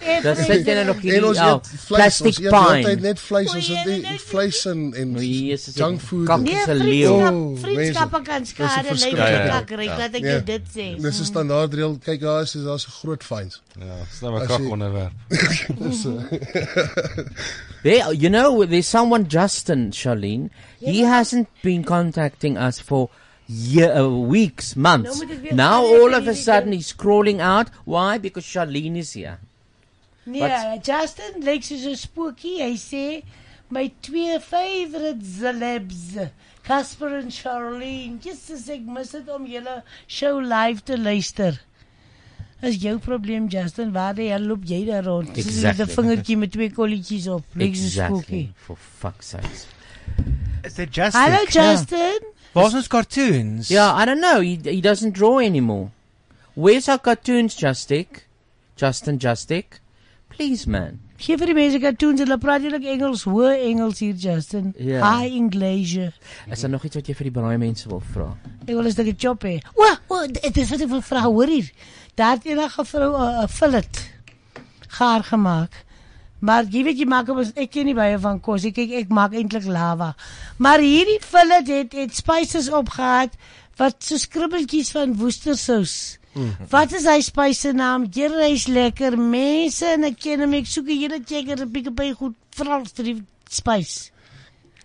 air Dan sit freshener jy nou nog in. oh, hier En ons Ja, eet vleis, ons plastic eet altyd pine. net vleis, ons eet nie vlees en en junk food. kak Nee, is 'n vriendskap, leeu. vriendskappe kan Dis 'n skade lei verskil. met kakryk, laat ek jou Ja. dit sê. Dis 'n standaard reël. Kyk daar is daar's 'n groot fines. Ja, dis nou 'n As kak jy- onderwerp. Dis eh, 'n- They, you know, there's someone, Justin Charlene. He hasn't been contacting us for year, uh, weeks, months. No, but we- now all of a sudden he's crawling out. Why? Because Charlene is here. Nee, Justin lyk soos 'n spookie. Hy sê my twee favourite celebs, Casper en Charlene. Jesus, ek mis dit om julle show live te luister. Is jou probleem Justin, waar die hel loop jy daar rond? Dis soos Exactly. 'n vingertjie met twee kolletjies op. Lyk soos 'n Exactly. spookie. For fuck's sake. Is dit Justin? Hallo Justin. Waar's ons cartoons? Yeah, I don't know. He, he doesn't draw anymore. Where's our cartoons, Justic? Justin, Justic? Please, man. Gee vir die mense cartoons, hulle praat eintlik Engels, hoë Engels hier Justin. Ja. High English. Is daar nog iets wat jy vir die braai mense wil vra? Ek wil 'n stukkie chop hê. O, o, dit is wat ek wil vra, hoor hier. Daar het enige vrou 'n uh, fillet gaar gemaak. Maar jy weet jy maak hom as- ek ken nie baie van kos. Ek kyk ek maak eintlik lava. Maar hierdie fillet het het spices opgehaat wat so skribbeltjies van woestersous. Mm. Wat is hy spyse naam? Here, hy's lekker. Mense en ek ken hom. Ek soek hierdie checker op Pick n Pay goed Frans vir die spys.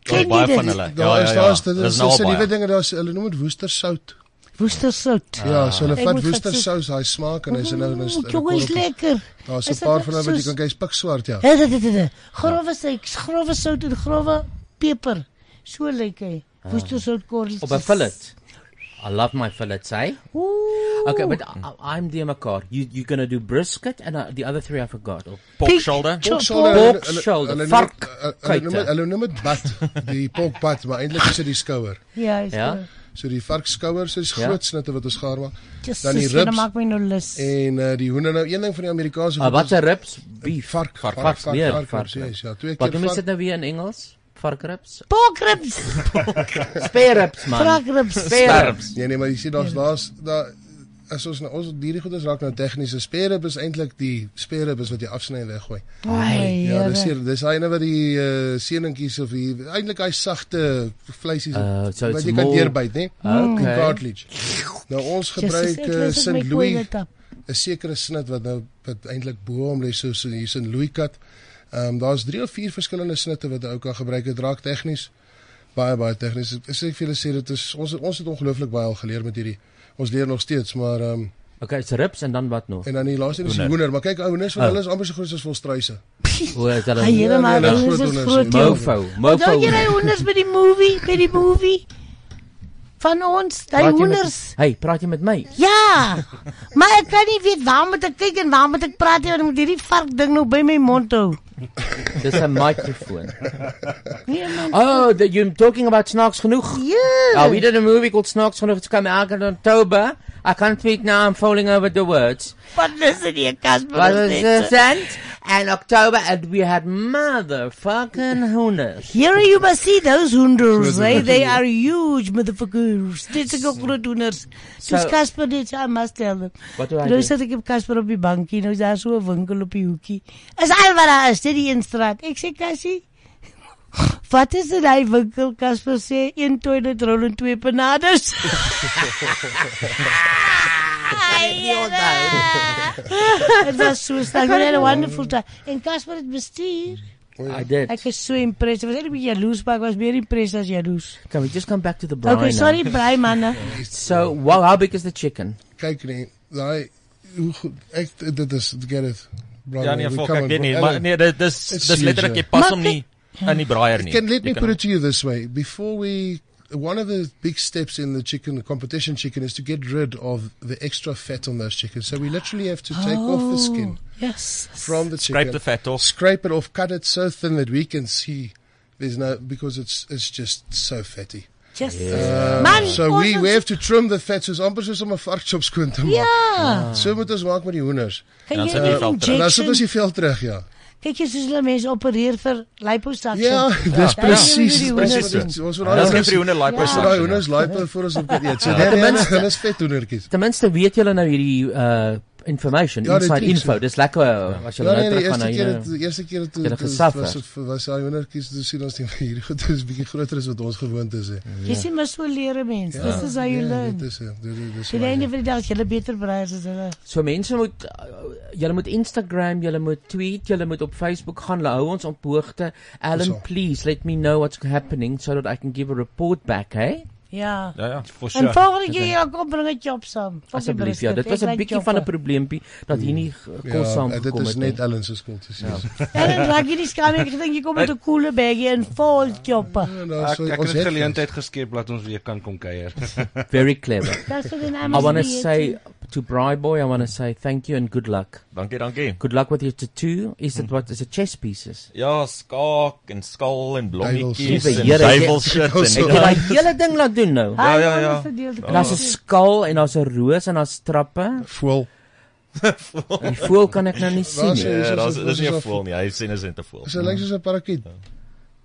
Ken jy dit? Ja, Daar is daar is dit Dis is nou al dis 'n nuwe baie. ding daar's hulle noem dit woestersout. Woestersout. Ja, so hulle Ek vat moet vat woestersous, hy smaak en hy's nou nou Oeh, jongen, is lekker. Daar's Is 'n dit paar van hulle wat jy soos- kan kyk, is pikswart ja. Hè, dit, dit, dit, dit. Grove sout, grove sout en grove peper. So lyk hy. Woestersout Ah. korrels. Op 'n fillet. I love my fillets, eh? Okay, but I, I'm the Amakar. You you're gonna do brisket and uh, the other three I forgot. Or pork Pig shoulder. Pork shoulder. hulle- Pork hulle- shoulder. hulle noem Vark eh? het- Hulle noem het- kuite. hulle noem dit bat, die pork bat, maar eintlik is dit die skouer. Ja, is Ja. dit. So die varkskouers so is Ja. groot snitte wat ons gaar maak. Jesus, Dan die julle ribs. maak my nou lus. En uh, die hoender nou een ding van die Amerikaanse Ah, wat is- 'n ribs? Beef. Vark, vark, Vark, vark, weer vark, vark. yes, ja, twee Wat keer noem ons vark. dit nou weer in Engels? Varkribs? Porkribs. Spare ribs man. Spare ribs. Nee nee, maar jy sien daar's daar's daar as ons nou ons hierdie goed ons raak nou tegnies. 'n Sperrib is eintlik die sperrib is wat jy afsny en weggooi. O, my ja, dis Here. hier, dis hyne wat die uh, seninkies of die eintlik hy sagte vleisies Uh, so wat it's jy kan more- deurbyt, né? Die Okay. cartilage. Nou ons Jesus, gebruik ek uh, lees dit my St. Louis koele tap. 'n sekere snit wat nou wat eintlik bo hom lê soos so hier St. Louis kat. Ehm um, daar's 3 of 4 verskillende snitte wat 'n ou kan gebruik. Dit raak tegnies baie baie tegnies. Ek sê ek vir julle sê dit is ons ons het ongelooflik baie al geleer met hierdie. Ons leer nog steeds, maar ehm um, Okay, it's ribs and dan wat nog? en dan die laaste een is die Hoender. hoender, maar kyk ou hoenders van Oh. hulle is amper so groot as volstruise. O, is hulle- Hy Here, maar Ja, nee, hulle is groot is hoenders, groot. ja. Mofo, Onthou jy daai hoenders by die movie, by die movie? Van ons, daai Praat jy met- hoenders. Hey, praat jy met my? Ja. Maar ek kan nie weet waar moet ek kyk en waar moet ek praat nie want ek moet hierdie vark ding nou by my mond hou. Dis 'n microphone. Ja, Nee man. Oh, that you're talking about snacks genoeg. Yeah. Oh, we did a movie called Snacks genoeg. It's coming out in October. I can't speak now. I'm falling over the words. Wat luister jy Casper? But ons net it's so- sent and October, and we had motherfucking hoenders. Here you must see those hoenders. eh? They are huge motherfuckers. Dit is ook groot hoenders. Soos So- Casper dit I must tell them. Wat doen hy Nou doen? sit ek op Casper op die bankie. Nou is daar so 'n winkel op die hoekie. Is al wat daar is, dit die een straat. Ek sê Cassie, wat is dit hy winkel Casper sê een toilet rol en twee penades. Dit was so sterk. We had a wonderful time. En Casper het bestuur. Oh, I did. Ek is so impressed. Ek was net 'n bietjie jaloers, maar ek was meer impressed as jaloers. Can we just come back to the brine? Okay, now? sorry braai manne. So, wow, how big is the chicken? Kyk nee, daai hoe goed ek dit is get it. Brother, Ja nee, we volk, come ek on, weet nie, Ellen. maar nee, dit dis It's dis letterlik jy huge, pas ja. hom nie in die braaier nie. Can let Jy me kan put hom- it to you this way: before we, one of the big steps in the chicken the competition chicken is to get rid of the extra fat on those chickens. So we literally have to take off the skin yes. from the chicken, Scrape the fat off. scrape it off, cut it so thin that we can see there's no because it's it's just so fatty. Just Uh, Man, so ons we ons- we have to trim the fat soos amper soos om 'n varkchop skoon te maak. Ja. Ah. So moet ons maak met die hoenders. Kan En dan jy sit die veld terug. Dan sit ons die veld terug, ja. Kyk jy soos hulle mense opereer vir liposuction. Ja, dis presies, dis presies. Ons wil daai hoenders- Ons wil daai hoenders lipo voor ons op kan eet. So Ja. daar is Tenminste- hulle vet hoendertjies. Ten minste weet julle nou hierdie uh information, Ja, dit inside klink info. so. Dis lekker uh, as julle Ja, nee, nou die terug gaan eerste na keer het- die eerste keer toe julle toe gesaf was het. dit was daai hoendertjies toe sien ons die hierdie goed is bietjie groter as wat ons gewoond is. hè. Jy sien maar so leer mense. Ja. Dis is how you Ja, learn. Dit is dit is- dis Jy waar, dink ja. jy vir die dag as jy beter braai as hulle. So mense moet uh, julle moet Instagram, julle moet tweet, julle moet op Facebook gaan. Hulle hou ons op hoogte. Alan, Dis al. please let me know what's happening so that I can give a report back, hey? Ja. Ja, ja, for En volgende keer ja, kom bring 'n job saam. Fuck die Asseblief ja, brisket, dit was ek 'n like bietjie van 'n joppe. probleempie dat hier nie uh, Ja, kos saam dit gekom het. is net nie. Ja. Alan se skuld, dis. En dan raak jy die skam ek dink jy kom met 'n koele baggie en vol joppe. Ek, ek het 'n geleentheid geskep dat ons weer kan kom kuier. Very clever. That's what the I name is want to weird, say too. to Bri Boy, I want to say thank you and good luck. Dankie, dankie. Good luck with your tattoo. Is it what is it chess pieces? Ja, skaak en skaal en blommetjies Liewe en Here, ek- duiwelshit Ek het en daai hele ding laat doen nou. Ja, ja, ja. En daar's 'n skaal en daar's 'n roos en daar's trappe. Voel. Die voel kan ek nou nie sien Waar sê nie. jy Ja, soos- daar's soos- dis nie soos 'n af- voel nie. Hy sê dis net 'n voel. Sy lyk soos 'n parakiet.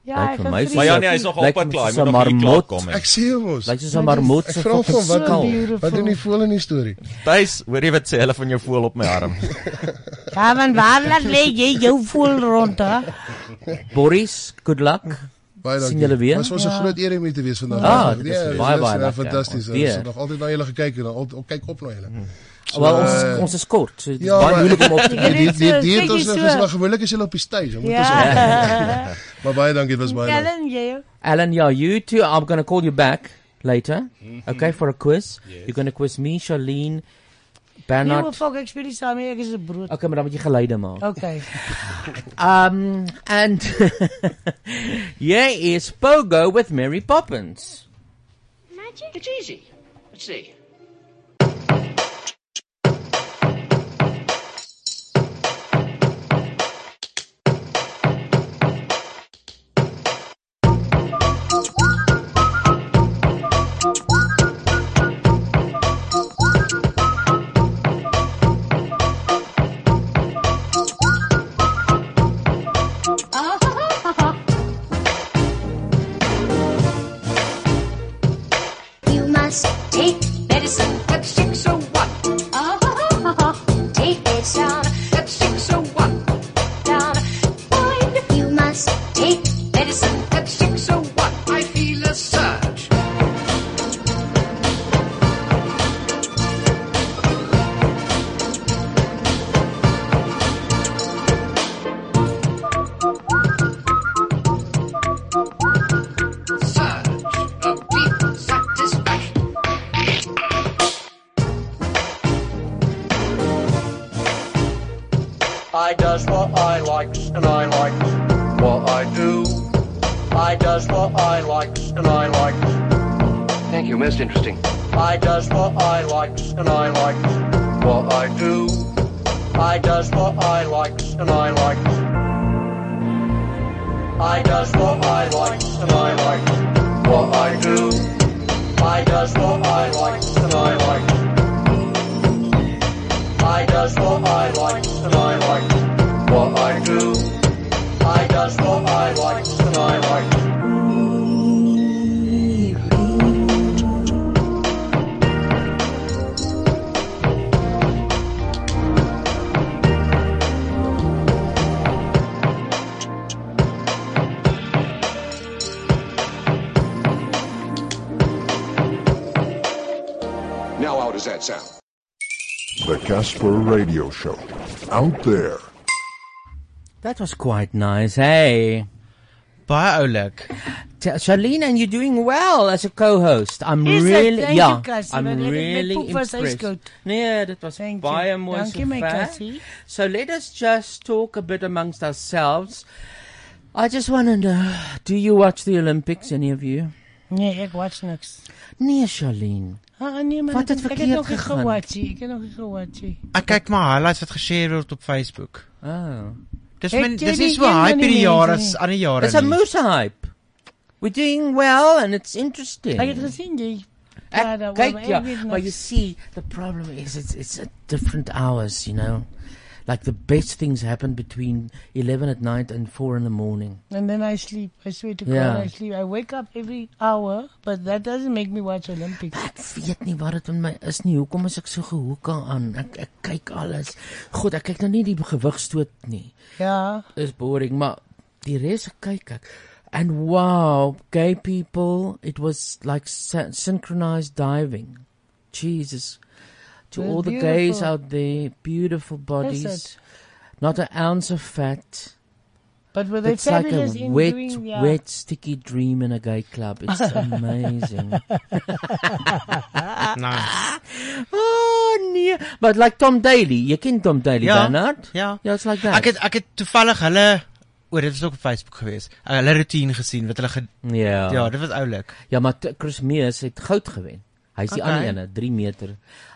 Ja, vir my Maar ja, nee, hy's nog lyk my op pad klaar. Hy soos moet 'n nog hier klaar marmot. kom. Ek sê hom ons. Lyk soos 'n marmot se Ek vra fucking hom wat skaal. doen wat doen die voël in die storie? Tuis, hoor jy wat sê hulle van jou voel op my arm? Ja, man, waar laat lê jy jou voel rond hè? Boris, good luck. Baie Sien julle weer? Was ons 'n groot eer om hier te wees vandag. Ah, dit is Ja, baie, dit baie is, ja, lekker. fantasties. Ons weer. Ons het nog altyd na julle gekyk en al- al- kyk op na julle. eh, Ja, Wel, ons is- ons is kort, so dit is baie maar- Nee, moeilik om op te die- die- die- Kyk Die hier het ons so. is maar gewoonlik as julle op die stage, dan moet Ja. ons. Maar baie dankie, dit was baie. lekker. Ellen jy. Alan, yeah, you too. I'm going to call you back later, Mhm. okay, for a quiz. You're going to quiz me, Charlene, Nee, maar Bernard. fuck ek speel nie saam nie, ek is 'n brood. Okay, maar dan moet jy geluide maak. Okay. Um, Ah, and yeah, is Pogo with Mary Poppins. Magic? It's easy. Let's see. You must take medicine that six oh one. Ah, ah, ah, ah. Take medicine that six oh one. Down. Find. You must take medicine that six oh one. I feel a surge. Surge of deep satisfaction. I does what I likes and I likes what I do. I does what I likes and I likes. Thank you, most interesting. I does what I likes and I likes what I do. I does what I likes and I likes. I does what I likes and I likes what I do. I does what I likes and I likes. I does what I likes and I likes what I do. I does what I likes and I likes. Now, how does that sound? The Casper Radio Show. Out there. That was quite nice, hey. Baie oulik. Charlene, and you're doing well as a co-host. I'm Is dit? really Thank yeah. you, Cassie, I'm want ek het met really poep was hy impressed. skoot. Nee, dit was baie mooi Dankie my sover. Cassie. So let us just talk a bit amongst ourselves. I just want to know, do you watch the Olympics any of you? Nee, ek watch niks. Nee, Charlene. Ah nee, maar Wat ek- het ek verkeerd nog nie gegaan? gewatch nie. Ek het nog nie gewatch nie. Ek kyk maar highlights wat geshare word op Facebook. Ah. Dis Het min jy dis die nie so een van hype die hierdie mense jaar nie? as ander jare Dis 'n nie. moose hype. We're doing well and it's interesting. Ek het gesien jy. Ek Ja, daar kyk, wou ja, ek weet maar niks. you see the problem is it's it's at different hours, you know. Like the best things happen between 11 at night and 4 in the morning. And then I sleep. I swear to Yeah. God, I sleep. I wake up every hour, but that doesn't make me watch Olympics. weet nie wat dit met my is nie. Hoekom is ek so gehoek aan? Ek ek kyk alles. God, ek kyk nou nie die gewigstoot nie. Ja. Is boring, maar die res kyk ek. And wow, gay people, it was like sy- synchronized diving. Jesus. To They're all the gays beautiful. out there, beautiful bodies. it? Not an ounce of fat. But were they it's like a fabulous in wet, doing- yeah. wet, sticky dream in a gay club. It's amazing. nice. Oh nee, but like Tom Daly, jy ken Tom Daly Ja, dan not? Ja. Ja, it's like that. Ek het ek het toevallig hulle oor dit is ook op Facebook gewees. Eh, Hulle routine gesien wat hulle ge, Ja. Ja, dit was oulik. Ja, maar t- Chris Mees het goud gewen. Hy's die Okay. ander ene, 3 meter.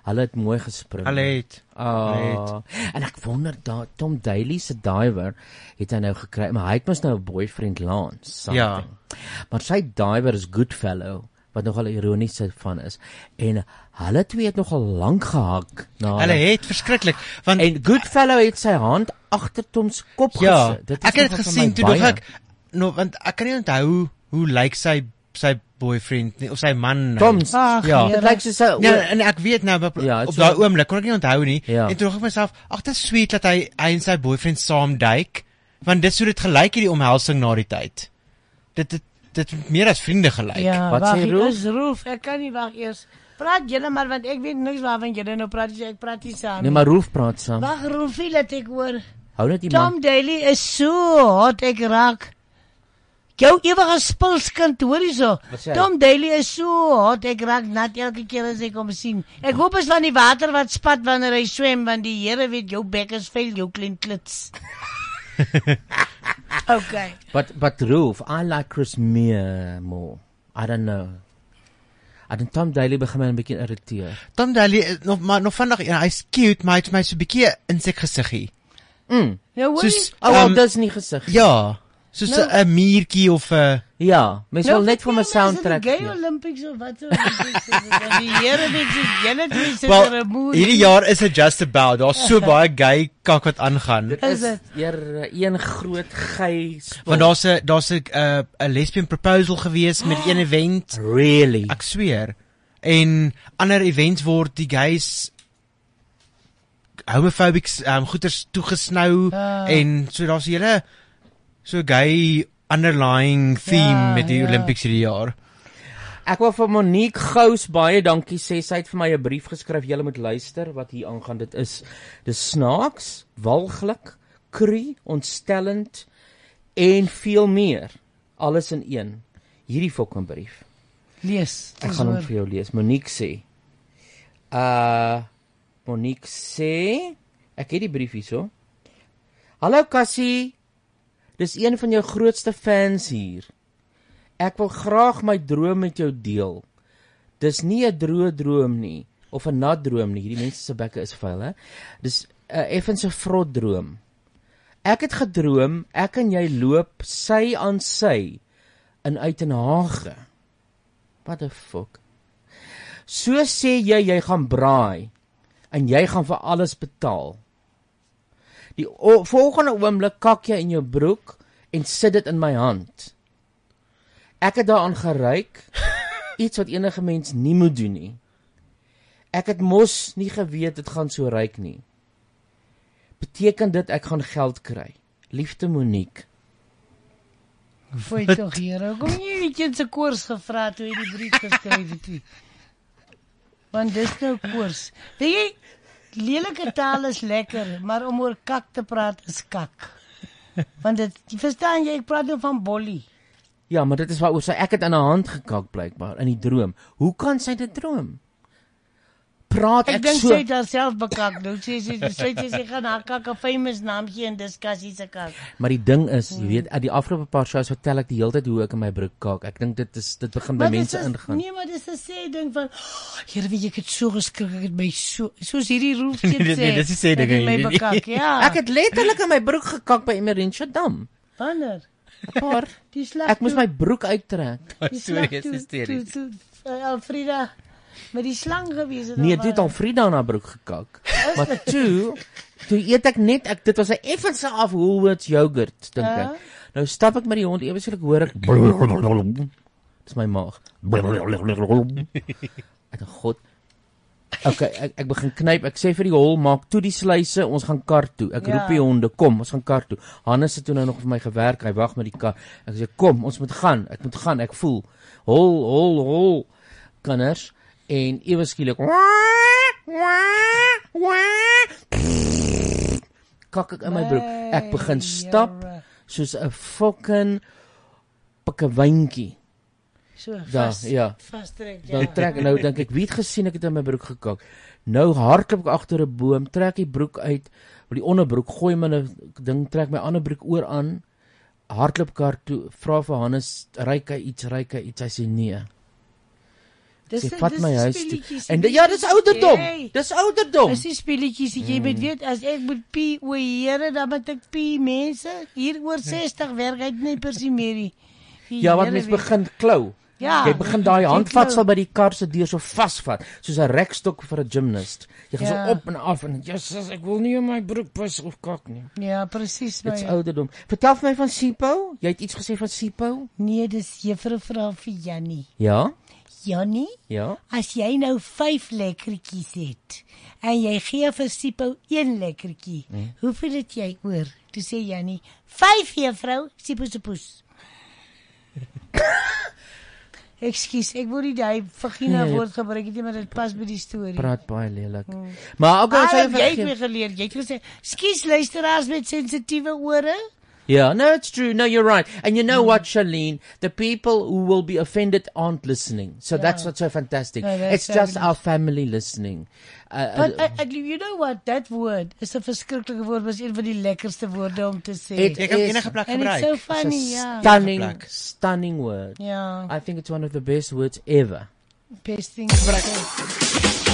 Hulle het mooi gespring. Hulle het. Ah. Hulle het. En ek wonder da Tom Daly se diver het hy nou gekry, maar hy het mos nou 'n boyfriend Lance something. Ja. Maar sy diver is Goodfellow wat nogal ironies van is en hulle twee het nogal lank gehak na Hulle het verskriklik want en Goodfellow het sy hand agter Tom se kop Ja, gesit. ek het dit nogal vir gesien my toe dog baie. ek no want ek kan nie onthou hoe lyk sy sy boyfriend nie, of sy man nou. Tom, Ag, Here. dit lyk soos 'n- Ja, en ek weet nou op, ja, op daai oomblik kon ek nie onthou nie. Ja. En toe dog ek myself, ag dit is sweet dat hy hy en sy boyfriend saam duik, want dis hoe dit gelyk hierdie omhelsing na die tyd. Dit dit dit het meer as vriende gelyk. Ja, wag, hier is Roof. Ek kan nie wag eers. Praat julle maar want ek weet niks waarvan julle nou praat, so ek praat nie saam. Nee, maar Roof praat saam. Wag, Roofie, laat ek hoor. Hou net die Tom man. Daly is so hot ek raak. Jou ewige spulskind, hoor hierso. Wat sê hy? Tom Daly is so hot ek raak nat elke keer as ek hom sien. Ek hoop is van die water wat spat wanneer hy swem want die Here weet jou bek is vuil, jou klein klits. okay. But but Roof, I like Chris Meer more. I don't know. I don't Tom Daly begin my 'n bietjie irriteer. Tom Daly is eh, nog maar nog vandag en hy's cute, maar hy het vir my so 'n bietjie insek gesiggie. Mm. Nou Soos Oh, wel, ehm, dis nie gesig. Ja, soos 'n Nou- nou, muurtjie of 'n Ja, mens Nou, wil net vir my Is soundtrack. ja. dit die gee. Gay Olympics of wat ook al. Die Here weet jy, julle twee sit Wel, er 'n moer. hierdie jaar is dit just about. Daar's so baie gay kak wat Ja. aangaan. Dit is eer een groot gey. spul. Want daar's 'n daar's 'n uh, 'n lesbian proposal gewees met een event. Really? Ek sweer. En ander events word die gays homophobic um, goeters toegesnou Ah. Ja. en so daar's 'n hele so gay underlying theme Ja, ja, met die ja. ja. Olympics hierdie jaar. Ek wil vir Monique Gous baie dankie sê. Sy het vir my 'n brief geskryf. Julle moet luister wat hier aangaan. Dit is dis snaaks, walglik, kru, ontstellend en veel meer. Alles in een. Hierdie fucking brief. Lees. Ek dis gaan hom hoor. vir jou lees. Monique sê. Uh Monique sê ek het die brief hierso. Hallo Cassie. Dis een van jou grootste fans hier. Ek wil graag my droom met jou deel. Dis nie 'n droë droom nie of 'n nat droom nie. Hierdie mense se bekke is vuil, hè. Dis 'n uh, effense vrot droom. Ek het gedroom ek en jy loop sy aan sy in Uitenhage. What the fuck? So sê jy jy gaan braai en jy gaan vir alles betaal. Die o- volgende oomblik kak jy in jou broek en sit dit in my hand. Ek het daaraan geruik, iets wat enige mens nie moet doen nie. Ek het mos nie geweet dit gaan so ryk nie. Beteken dit ek gaan geld kry? Liefde Monique. Fooi tog hier. Kom jy net eens 'n koers gevra toe jy die brief geskryf het nie. Want dis nou koers. Weet jy, lelike taal is lekker, maar om oor kak te praat is kak. Want dit jy verstaan jy, ek praat nou van Bolly. Ja, maar dit is waaroor sy ek het aan haar hand gekak blykbaar in die droom. Hoe kan sy dit droom? Praat Ek ek, dink so sy het haarself bekak. Nou sê sy sy sê sy gaan haar kak 'n famous naamgee in diskussie se kak. Maar die ding is, Hmm. jy weet, uit die afgelope paar shows vertel ek die hele tyd hoe ek in my broek kaak. Ek dink dit is dit begin by dit mense is, ingaan. Nee, maar dis 'n sê ding van "Oh, Here, weet jy ek het so geskrik, ek het my so soos hierdie roep Nee, sê. dit- nee, dis die sê ding Ek het my hierdie nie. bekak, ja. Ek het letterlik in my broek gekak by Emerentia Dam. Wanneer? Paar. Die slag. Ek moes toe- my broek uittrek. die slag toe- Toe toe eh, Alfrida met die slang gewees het. Nee, dit het Alfrida na broek gekak. Maar toe, toe eet ek net ek dit was 'n effense af Woolworths yogurt, dink ek. Ja. Nou stap ek met die hond ewe skielik hoor ek Dis my maag. Ek dink god. Okay, ek ek begin knyp. Ek sê vir die hol maak toe die sluise, ons gaan kar toe. Ek Ja. roep die honde, kom, ons gaan kar toe. Hannes het toe nou nog vir my gewerk. Hy wag met die kar. Ek sê kom, ons moet gaan. Ek moet gaan. Ek voel hol hol hol kinders en ewe skielik kak ek in my broek. Ek Nee, begin stap soos 'n fucking pikkewyntjie. So, Da, vas- ja. vastrek, ja. Dan trek nou dink ek, wie het gesien ek het in my broek gekak. Nou hardloop ek agter 'n boom, trek die broek uit, wil die onderbroek gooi my 'n ding, trek my ander broek oor aan. Hardloop kar toe, vra vir Hannes, "Ryk hy iets, ryk hy iets?" Hy sê nee. Dis- Dis sê, vat dis my die huis toe. speletjies, En die- dit- ja, dis ouderdom. Hey. Dis ouderdom. Hmm. Dis die speletjies wat jy moet weet as ek moet pie o Here dan moet ek pie mense hier oor 60 werk uit net persie Mary. Die Nee. Ja, want Here mens weet. begin klou. Ja, jy begin daai jy handvatsel klou. by die kar se deur so vasvat, soos 'n rekstok vir 'n gymnast. Jy gaan Ja. so op en af en Jesus, ek wil nie in my broek pas of kak nie. Ja, presies Dit's my- ouderdom. Vertel vir my van Sipho? Jy het iets gesê van Sipho? Nee, dis juffrou vra vir Jannie. Ja? Jannie, Ja. as jy nou 5 lekkertjies het en jy gee vir Sipho 1 lekkertjie, Mm. hoeveel het jy oor? Toe sê Jannie, 5 juffrou, Sipho se poes. Ekskuus, ek wou nie daai vagina Nee, woord gebruik het nie, maar dit pas by die storie. Praat baie lelik. Hmm. Maar okay, Ah, ons jy het vergeet- weer geleer. Jy het gesê, "Skus luisteraars met sensitiewe ore." Yeah, Ja, no, it's true. No, you're right. And you know what, Charlene? The people who will be offended aren't listening. So that's what's so fantastic. Ja. No, that's it's just fabulous. our family listening. Uh, uh, But uh, you know what that word is 'n verskriklike woord, was een van die lekkerste woorde om te sê. It Jy kan is- enige plek And it's so gebruik. funny, It's a ja. stunning, stunning word. Yeah. I think it's one of the best words ever. Best thing. Gebruik.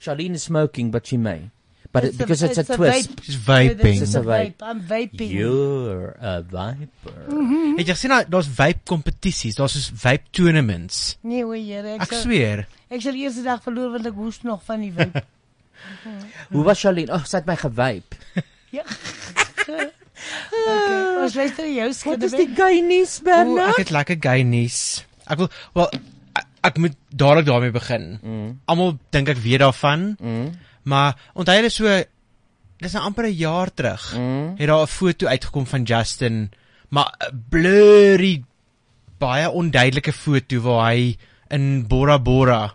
Charlene is smoking, but she may. But it, because it's, a, twist. vape. It's It's a a vape. vape. I'm vaping. You're a uh, viper. Mhm. Het jy gesien daar- daar's vape kompetisies, daar's soos vape tournaments. Nee, o Here, ek Ek sal- sweer. Ek sal die eerste dag verloor want ek hoes nog van die Hmm. vape. Hoe was Charlene? Oh, sy het my gewyp. okay, ons luister na jou skinde. Wat is die gay nuus, Ooh, ek het lekker gay nuus. Ek wil wel ek, ek moet dadelik daarmee begin. Mm. Almal dink ek weet daarvan. Mm. Maar onthou jy so dis nou amper 'n jaar terug mm. het daar 'n foto uitgekom van Justin, maar 'n blurry baie onduidelike foto waar hy in Bora Bora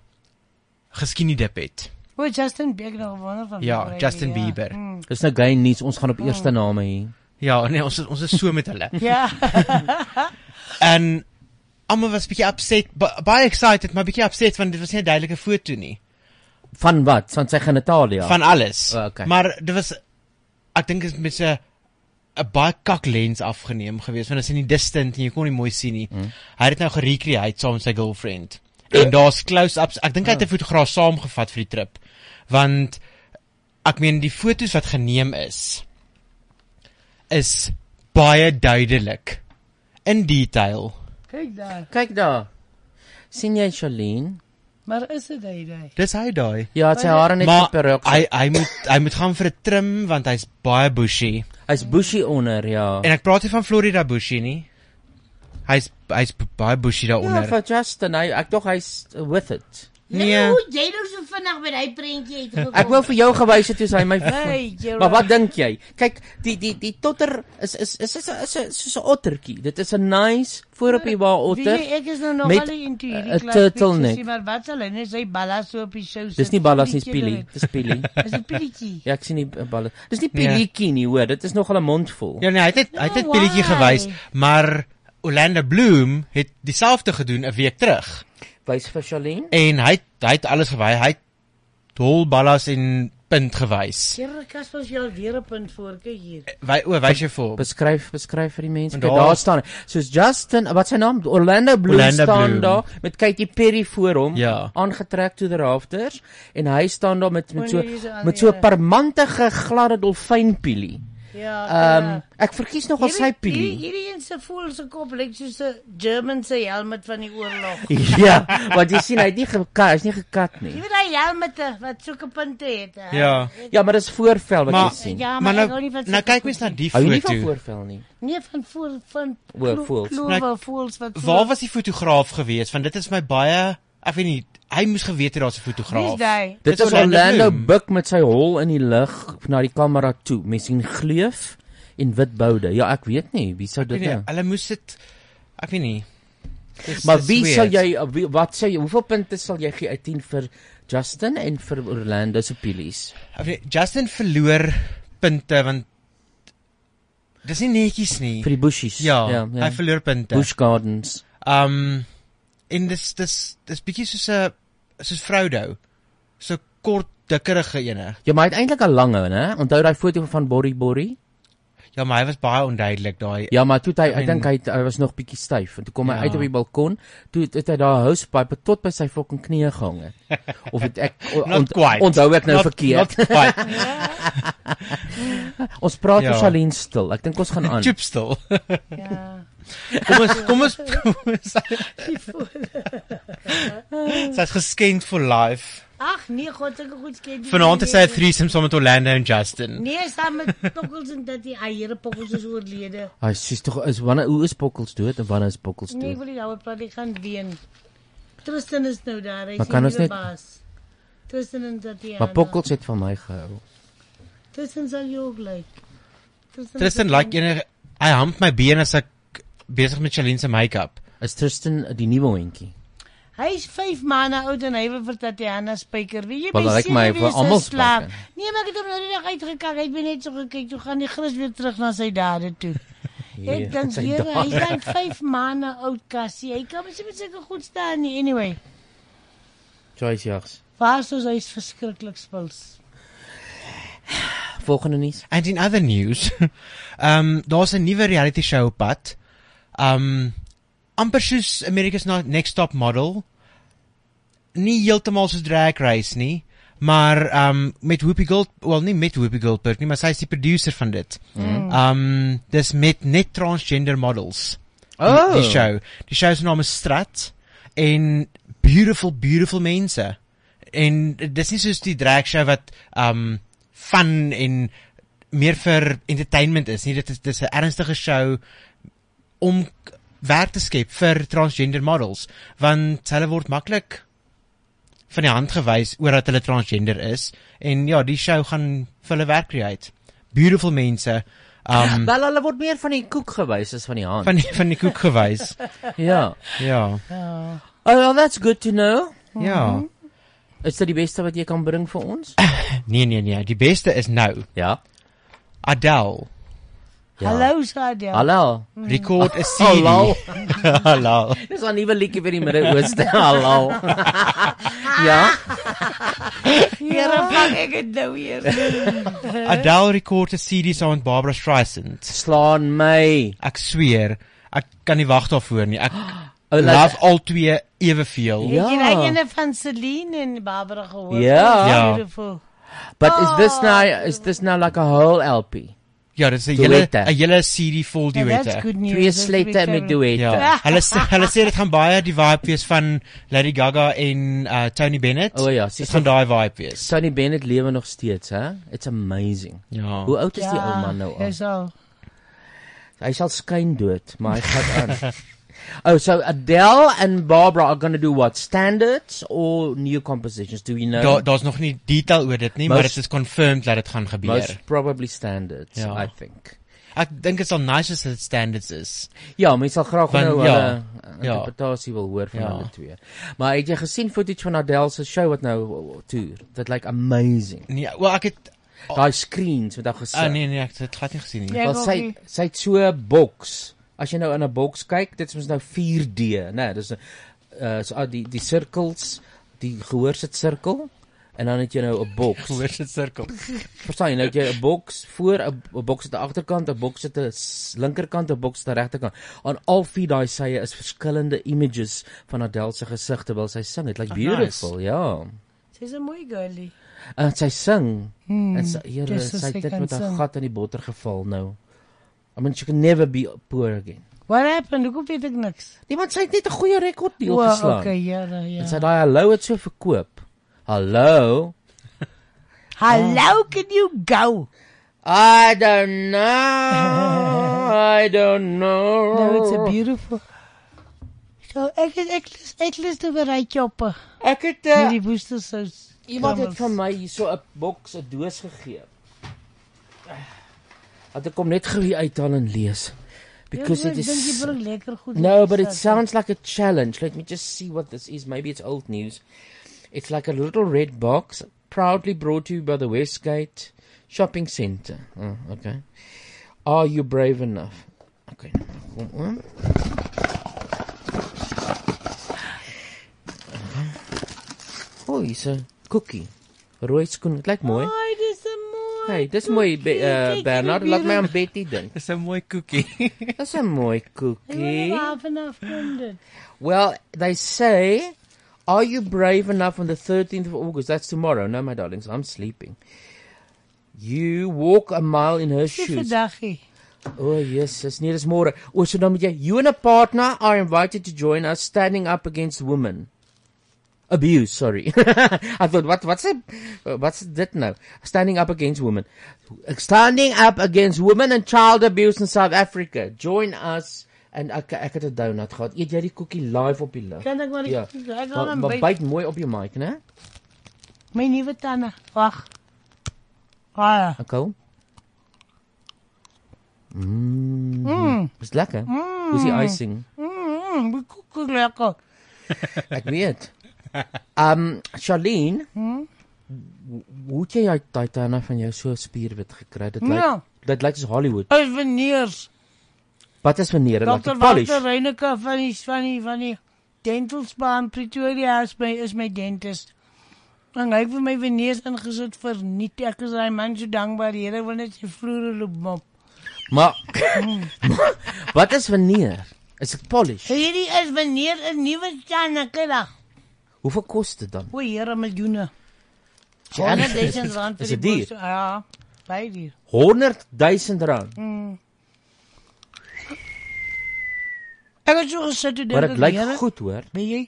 geskinny dip het. O, Justin Bieber nog wonder van. Ja, Justin Bieber. Mm. Dis nou gay nuus. Ons gaan op eerste name hier. Ja, nee, ons is, ons is so met hulle. Ja. En almal was bietjie upset, ba baie excited, maar bietjie upset want dit was nie 'n duidelike foto nie. Van wat? Van sy genitalia. Van alles. Oh, okay. Maar dit was ek dink dit is met 'n 'n baie kak lens afgeneem gewees want dit is in die distant en jy kon nie mooi sien nie. Mm. Hy het dit nou gerecreate saam met sy girlfriend. En daar's close-ups. Ek dink hy het Ah. 'n fotograaf saamgevat vir die trip. Want ek meen die fotos wat geneem is is baie duidelik in detail. Kyk daar. Kyk daar. sien jy Charlene? Maar is dit hy daai? Dis hy daai. Ja, het sy hare net Maar met peruk. Hy hy moet hy moet gaan vir 'n trim want hy's baie bushy. Hy's bushy onder, ja. En ek praat nie van Florida bushy nie. Hy's hy's b- baie bushy Ja, daaronder. vir Justin, hy ek dog hy's with it. nee. Hoe jy nou so vinnig by daai prentjie uitgekom. Ja. Ek wou vir jou gewys het hoe hy my Hey, Nee, Gerard. Maar wat dink jy? Kyk, die die die totter is is is is is is soos 'n ottertjie. Dit is 'n nice voorop hier waar otter. Weet jy, ek is nou nog met al into hierdie 'n klas turtleneck. Maar wat sal hulle sy ballas so op die show sit? Dis nie ballas nie, Pilletjie spielie. doen. Dis spielie. nee. Is dit pilletjie? Ja, ek sien nie eh, ballas. Dis nie Nee. pilletjie nie, hoor. Dit is nogal 'n mondvol. Ja nee, hy het net hy het net No, pilletjie why? gewys, maar Orlando Bloom het dieselfde gedoen 'n week terug. Wys vir Charlene. En hy het- hy het alles gewy. Hy het hol ballas en punt gewys. Here Casper is jou weer 'n punt voor kyk hier. Wy o, wys jy vir Beskryf, beskryf vir die mense. En Kyk, daar- daar staan. Soos Justin, wat sy naam Orlando Bloom Orlando staan Bloom. daar met Katy Perry voor hom, Ja. aangetrek to the rafters en hy staan daar met met O, so nee, hier's 'n ander met so een. parmantige gladde dolfynpielie. Ja. Ehm ja. ek verkies nogal sy Hierdie- hierdie- pielie. Hierdie een se voel se kop lyk soos 'n German se helm met van die oorlog. ja, want jy sien hy het nie gekat, hy's nie gekat Jy nie. weet daai helmete wat sulke punte het. hè? Ja. Ja, maar dis voorvel wat Maar- jy sien. Ja, Maar maar nou- ek hou nie van nou sulke kyk mens goed na nie. die Hou jy nie van foto. voorvel nie. Nee, van voor van Oor klo- voels. Klowe Nou, voels wat Waar was die fotograaf gewees? Want dit is my baie, ek weet nie, hy moes geweet het daar's 'n fotograaf. Dis hy. Dit is Orlando Bloom. Buck met sy hol in die lug na die kamera toe. Mens sien gleuf en wit boude. Ja, ek weet nie wie sou Ek weet dit nie, nou. Nee, Hulle moes dit ek weet nie. Dis- Maar dis wie weird. sal jy wie- wat sou jy hoeveel punte sal jy gee uit 10 vir Justin en vir Orlando se pilies? Ek weet nie, Justin verloor punte want dis nie netjies nie. Vir die bushies. Ja, Ja, ja, ja. hy verloor punte. Bush gardens. Um en dis dis dis bietjie soos 'n soos Frodo. So kort dikkerige ene. Ja, maar uiteindelik 'n lange, né? Onthou daai foto van Borrie Borrie? Ja, maar hy was baie onduidelik daai. Ja, maar toe het hy I ek mean- dink hy het- hy was nog bietjie styf en toe kom hy Ja. uit op die balkon, toe het- het hy daar 'n housepipe tot by sy fucking knieë gehang. Of het ek o- Not ont- quite. onthou ek nou Not- verkeerd. not quite. ons praat ja. Ja. oor Shalien stil. Ek dink ons gaan aan. Chip stil. Ja. Kom ons kom ons Sy's geskenk vir life. Ag nee, God, sulke goed skep. Vanaand het sy 'n threesome saam met Orlando en Justin. Nee, saam met Pokkels en dat die eiere Pokkels is oorlede. Hy sies tog is wanneer hoe is Pokkels dood en wanneer is Pokkels dood? Nee, ek wil nie daaroor praat, ek gaan ween. Tristan is nou daar, hy Maar is kan nie ons meer net- baas. Tristan en Tatiana. maar Pokkels het van my gehou. Tristan sal jou ook lyk. Tristan, Tristan like enige hy hamp my been as ek besig met Charlene se make-up. Is Tristan die nuwe hondjie? Hy is 5 maande oud en hy wil vir Tatiana spyker. Weet jy, Wel, my lyk seun my hy wees wil so almal slaap. Nee, maar ek het hom nou net uitgekak. Hy het my net so gekyk. Toe gaan die grys weer terug na sy dade toe. Hier, Ek dink Ja, sy hier hy dade. is 5 maande oud Cassie. Hy kan mos nie met sulke goed staan nie. Anyway, Joyce Jags. waar sou hy is verskriklik spils. Ja. Volgende nuus. And in other news, um daar's 'n nuwe reality show op pad. Um amper soos America's Na- Next Top Model. Nie heeltemal soos Drag Race nie, maar um met Whoopi Gold, wel nie met Whoopi Goldberg nie, maar sy is die producer van dit. Mm. Um dis met net transgender models. die- Oh. Die show. Die show se naam is Strat en beautiful beautiful mense. En dis nie soos die drag show wat um fun en meer vir entertainment is nie. Dit is dis 'n ernstige show om k- werk te skep vir transgender models want hulle word maklik van die hand gewys oor dat hulle transgender is en ja, die show gaan vir hulle werk create. Beautiful mense. Um Wel hulle word meer van die koek gewys as van die hand. van die, van die koek gewys. Ja. Ja. Oh, well, that's good to know. Ja. Mhm. Is dit die beste wat jy kan bring vir ons? Nee nee nee, die beste is nou. Ja. Adele. Mm. Ja. Hallo Sadia. Hallo. Rekord 'n CD. Hallo. Hallo. Dis 'n nuwe liedjie vir die Midde-Ooste. Hallo. ja. Here, vang ek dit nou Ja. weer. Adele rekord 'n CD saam met Barbra Streisand. Slaan my. Ek sweer, ek kan nie wag daarvoor nie. Ek Oh, laat- love al twee eweveel. Ja. Jy het ene van Celine en Barbara gehoor. Ja. Ja. Beautiful. Oh. But is this now is this now like a whole LP? Ja, dit is 'n hele Duette. 'n hele CD vol Yeah, duette. Ja, that's good news. Twee That's slette pretty met fabulous. duette. Ja. hulle sê- hulle sê dit gaan baie die vibe wees van Lady Gaga en uh, Tony Bennett. O ja, dit gaan daai vibe wees. Sonny Bennett lewe nog steeds, hè? It's amazing. Ja. Hoe oud is die Ja, ou man nou al? hy is al- Hy sal skyn dood, maar hy gaan aan. Oh, so Adele and Barbara are going to do what? Standards or new compositions? Do we know? Daar daar's nog nie detail oor dit nie, maar Most- dit is confirmed dat dit gaan gebeur. Most probably standards, Ja. I think. Ek dink dit sal nice as dit standards is. Ja, mense sal graag Want, nou ja, hulle ja. interpretasie wil hoor van Ja. hulle twee. Maar het jy gesien footage van Adele se show wat nou toer? Dit lyk amazing. Nee, wel ek het daai screens met haar gesig. Ah nee nee, ek het dit glad nie gesien nie. Want sy sy het so 'n boks. As jy nou in 'n boks kyk, dit is mos nou 4D, eh, né? Nee, dis 'n uh so ah, die die sirkels, die gehoor sit sirkel en dan het jy nou 'n boks. Hoe is dit sirkel? Verstaan jy nou het jy 'n boks voor 'n 'n boks aan die agterkant, 'n boks aan die s- linkerkant, 'n boks aan die regterkant. Aan al vier daai sye is verskillende images van Adele se gesig terwyl sy sing. It like Oh, beautiful, nice. ja. Sy's 'n mooi girlie. En Ah, sy sing. Hmm, en sy here, dis hoe sy sy het dit kan met 'n sing. gat in die botter geval nou. I mean she can never be poor again. What happened? Hoekom weet ek niks? Nee, want sy het net 'n goeie rekord deal geslaan. Okay, ja, nou, ja. En sy het daai hallo het so verkoop. Hallo. Hallo, can you go? Ah. I don't know. I don't know. No, Nou, it's a beautiful. So ek is ek is ek is te berei choppe. Ek het eh, uh, die woestersous. Iemand het van my hierso 'n boks, 'n doos gegee. Laat ek kom net gou hier uithaal en lees. Because it Ja, Dink jy is bring lekker goed. No, but it sounds like a challenge. Let me just see what this is. Maybe it's old news. It's like a little red box proudly brought to you by the Westgate Shopping Centre. Oh, okay. Are you brave enough? Okay. nou, Kom aan. O, oh, hier's 'n cookie. Rooi skoen. Dit lyk mooi. Ai, dis 'n mooi. Hey, dis mooi Be- eh, Bernard, laat my aan Betty dink. Dis 'n mooi koekie. Dis 'n mooi koekie. Waar vanaf kom dit? Well, they say, are you brave enough on the 13th of August? That's tomorrow. No, my darlings, I'm sleeping. You walk a mile in her Dis shoes. vandagie. Oh, yes, dis nie dis môre. O, so dan moet jy you and a partner are invited to join us standing up against women. Abuse, sorry. I thought what what's it what's that now? Standing up against women. Standing up against women and child abuse in South Africa. Join us and ek ek het 'n donut gehad. Eet jy die koekie live op die lig? Kan ek maar die Ja. koekie- ek wil Maar, hom maar byt. byt mooi op jou mic, né? My nuwe tande. Wag. Ah. Okay. Mm. Mm. Is lekker. Hoe is die icing? Mm, die koekie lekker. Ek weet. Um Charlene, Hmm? w- hoe het jy jou Titana van jou so spierwit gekry? Dit lyk Ja. dit lyk soos Hollywood. As veneers. Wat is wanneer dit Dr. lyk polish? Walter Reyneke van die van die van die dental spa in Pretoria is my is my dentist. En hy het vir my veneers ingesit vir niet. Ek is daai man so dankbaar. Die Here wil net sy vloere loop mop. Maar wat is wanneer? Is dit polish? Hierdie is veneer 'n nuwe tande kry. Hoeveel kos dit dan? O, Here miljoene. Is jy erg? 100 000 rand vir Is die dit duur? borst. Ja, baie duur. 100 000 rand. Mm. Ek het so gesit toe dink Maar dit ek, lyk Here, goed, hoor. Weet jy?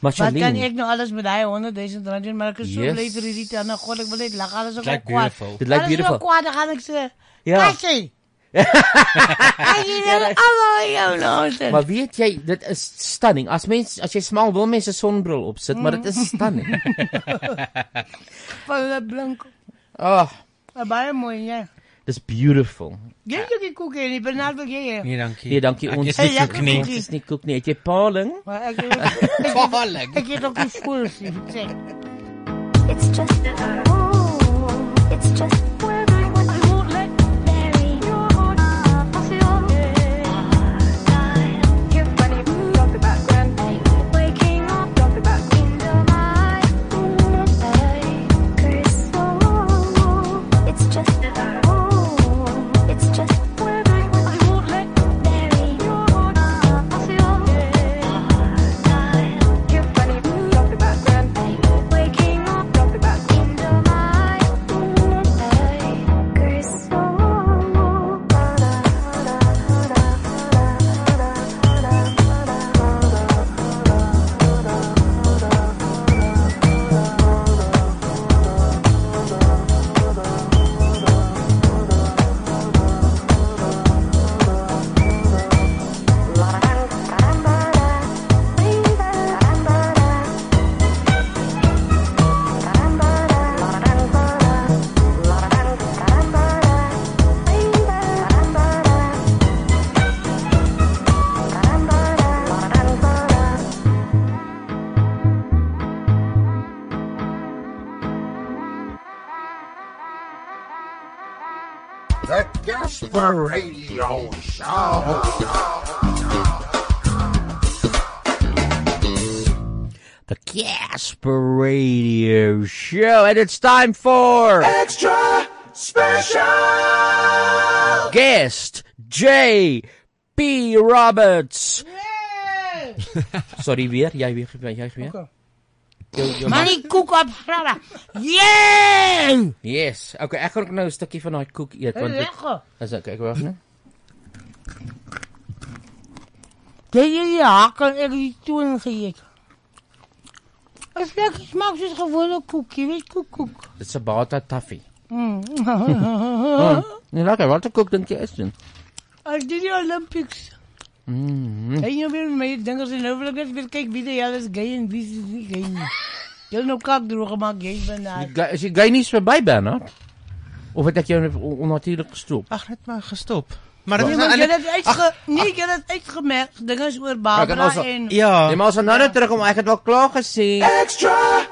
Maar Wat kan Charlene, ek nou alles met daai 100 000 rand doen? Maar ek is so Yes. bly vir hierdie tande. God, ek wil net lag alles op Dit lyk kwaad. beautiful. Dit lyk beautiful. Alles op kwaad dan gaan ek sê. Ja. Kassie. Ai, jy nou almal jou nou. maar weet jy, dit is stunning. As mens as jy smal wil mense sonbril opsit, maar dit is stunning. Van hulle blink. Ag, oh, Maar Baie mooi, ja. dis beautiful. Jy het die koekie en die banaat wil jy hê. dankie. Nee, dankie. Ek Ons eet nie koek nie. Ons is nie koek nie. Het jy paling? Maar ek ek ek het ook nie skool sien. It's just It's just where I want I won't let bury your heart off your mind. You're funny, talk about grand waking up, talk about into my curse. It's just oh, it's just where I want I won't let bury your heart off your mind. You're funny, talk about grand waking up, talk about into my The Casper Radio Show. The Casper Casper Radio Show, and it's time for Extra Special guest J. P. Roberts. Sorry weer, jij weer, jij weer. Jou- jou- Maar die koek op grada. Yeah! Yes. Okay, ek gaan ook nou 'n stukkie van daai koek eet want dit Lekker. is ek ek wag net. Dit jy die hak en ek die toon geëet. As lekker smaak soos gewone koek, jy weet koek koek. Dit's 'n bata taffy. Mm. Mm. Nee, lekker. Wat 'n koek dink jy is dit? As dit die Olympics. Mm. Hey, nou weer met my dingers en nou wil ek net weer kyk wie die hel is gay en wie is nie gay nie. Jy nou kak droog gemaak jy van daai. Ga- Is jy gay nie verby Bernard? Of het ek jou net on- onnatuurlik gestop? Ag, net maar gestop. Maar dit nou Nee, maar jy het uitge nee, jy het uitgemerk dinges oor Barbara en Ja. Nee, maar ons gaan nou net terugkom. Ek het al klaar gesê. Extra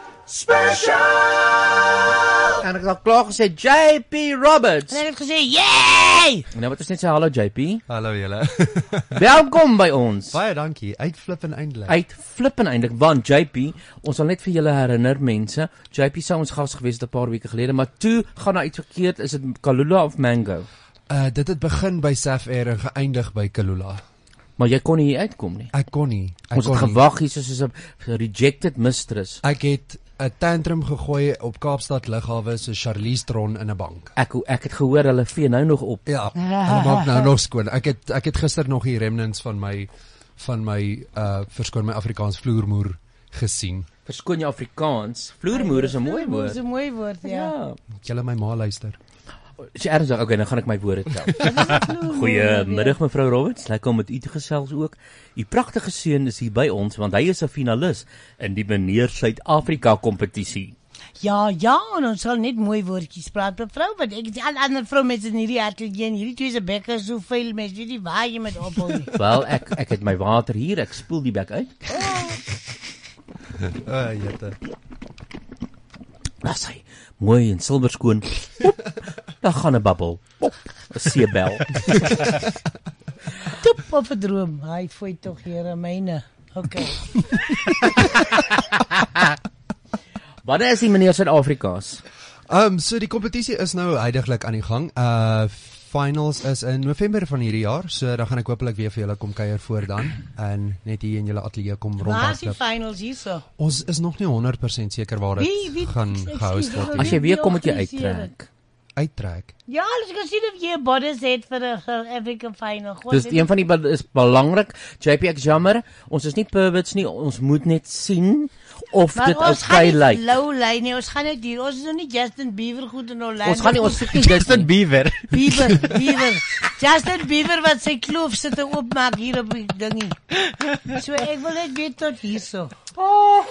Special. En ek het al klaar gesê JP Roberts. En ek het gesê, "Yay!" En nou wat is net sê hallo JP. Hallo julle. Welkom by ons. Baie dankie. Uitflip en eindelik. Uit flippen eintlik want JP, ons sal net vir julle herinner mense, JP sou ons gas gewees het 'n paar weke gelede, maar toe gaan daar iets verkeerd, is dit Kalula of Mango? Uh dit het begin by Saf Air en geëindig by Kalula. Maar jy kon nie hier uitkom nie. Ek kon nie. Ek Ons het kon nie. gewag hier soos 'n rejected mistress. Ek het 'n tantrum gegooi op Kaapstad Lughawe so Charlize Tron in 'n bank. Ek ek het gehoor hulle vee nou nog op. Ja. Hulle maak nou nog skoon. Ek het ek het gister nog die remnants van my van my uh verskoon my Afrikaans vloermoer gesien. Verskoon jou Afrikaans. Vloermoer is 'n mooi Dis woord. 'n mooi woord, ja. Moet julle my ma luister. Is jy ernstig? Okay, dan gaan ek my woorde tel. Goeiemiddag mevrou Roberts. Lekker om met u te gesels ook. U pragtige seun is hier by ons want hy is 'n finalis in die meneer Suid-Afrika kompetisie. Ja, ja, en ons sal net mooi woordjies praat met vrou, want ek die al ander vroumense in hierdie atelier en hierdie twee se bekke so vuil mense, weet nie waar jy met ophou nie. Wel, ek ek het my water hier. Ek spoel die bek uit. Ah, uh, jette. Laat hy mooi en silberskoon. Oep, Daar gaan 'n bubbel. Oep, 'n seebel. Toep op 'n droom. Hy fooi tog Here myne. Okay. Wanneer is die meneer Suid-Afrika's? Ehm um, so die kompetisie is nou heidaglik aan die gang. Uh finals is in November van hierdie jaar, so dan gaan ek hopelik weer vir julle kom kuier voor dan en net hier in julle ateljee kom Waar is die rondhardloop. finals hierso? Ons is nog nie 100% seker waar Wie- wie- dit gaan excuse, gehou wie- word. As jy wie weer kom, moet jy organiseer dit? Uittrek. Ja, ons kan sien of jy 'n bodies het vir 'n South African final. God, Dis een van die be- is belangrik. JP ek jammer, ons is nie perverts nie. Ons moet net sien of Maar dit ons gaan okay nie lyk. Low lei nie, ons gaan net hier. Ons is nog nie Justin Bieber goed in Orlando. Ons gaan nie ons soek nie dit Justin Bieber. Bieber, Bieber. Justin Bieber wat sy kloof sit en oopmaak hier op die dingie. So ek wil net weet tot hierso.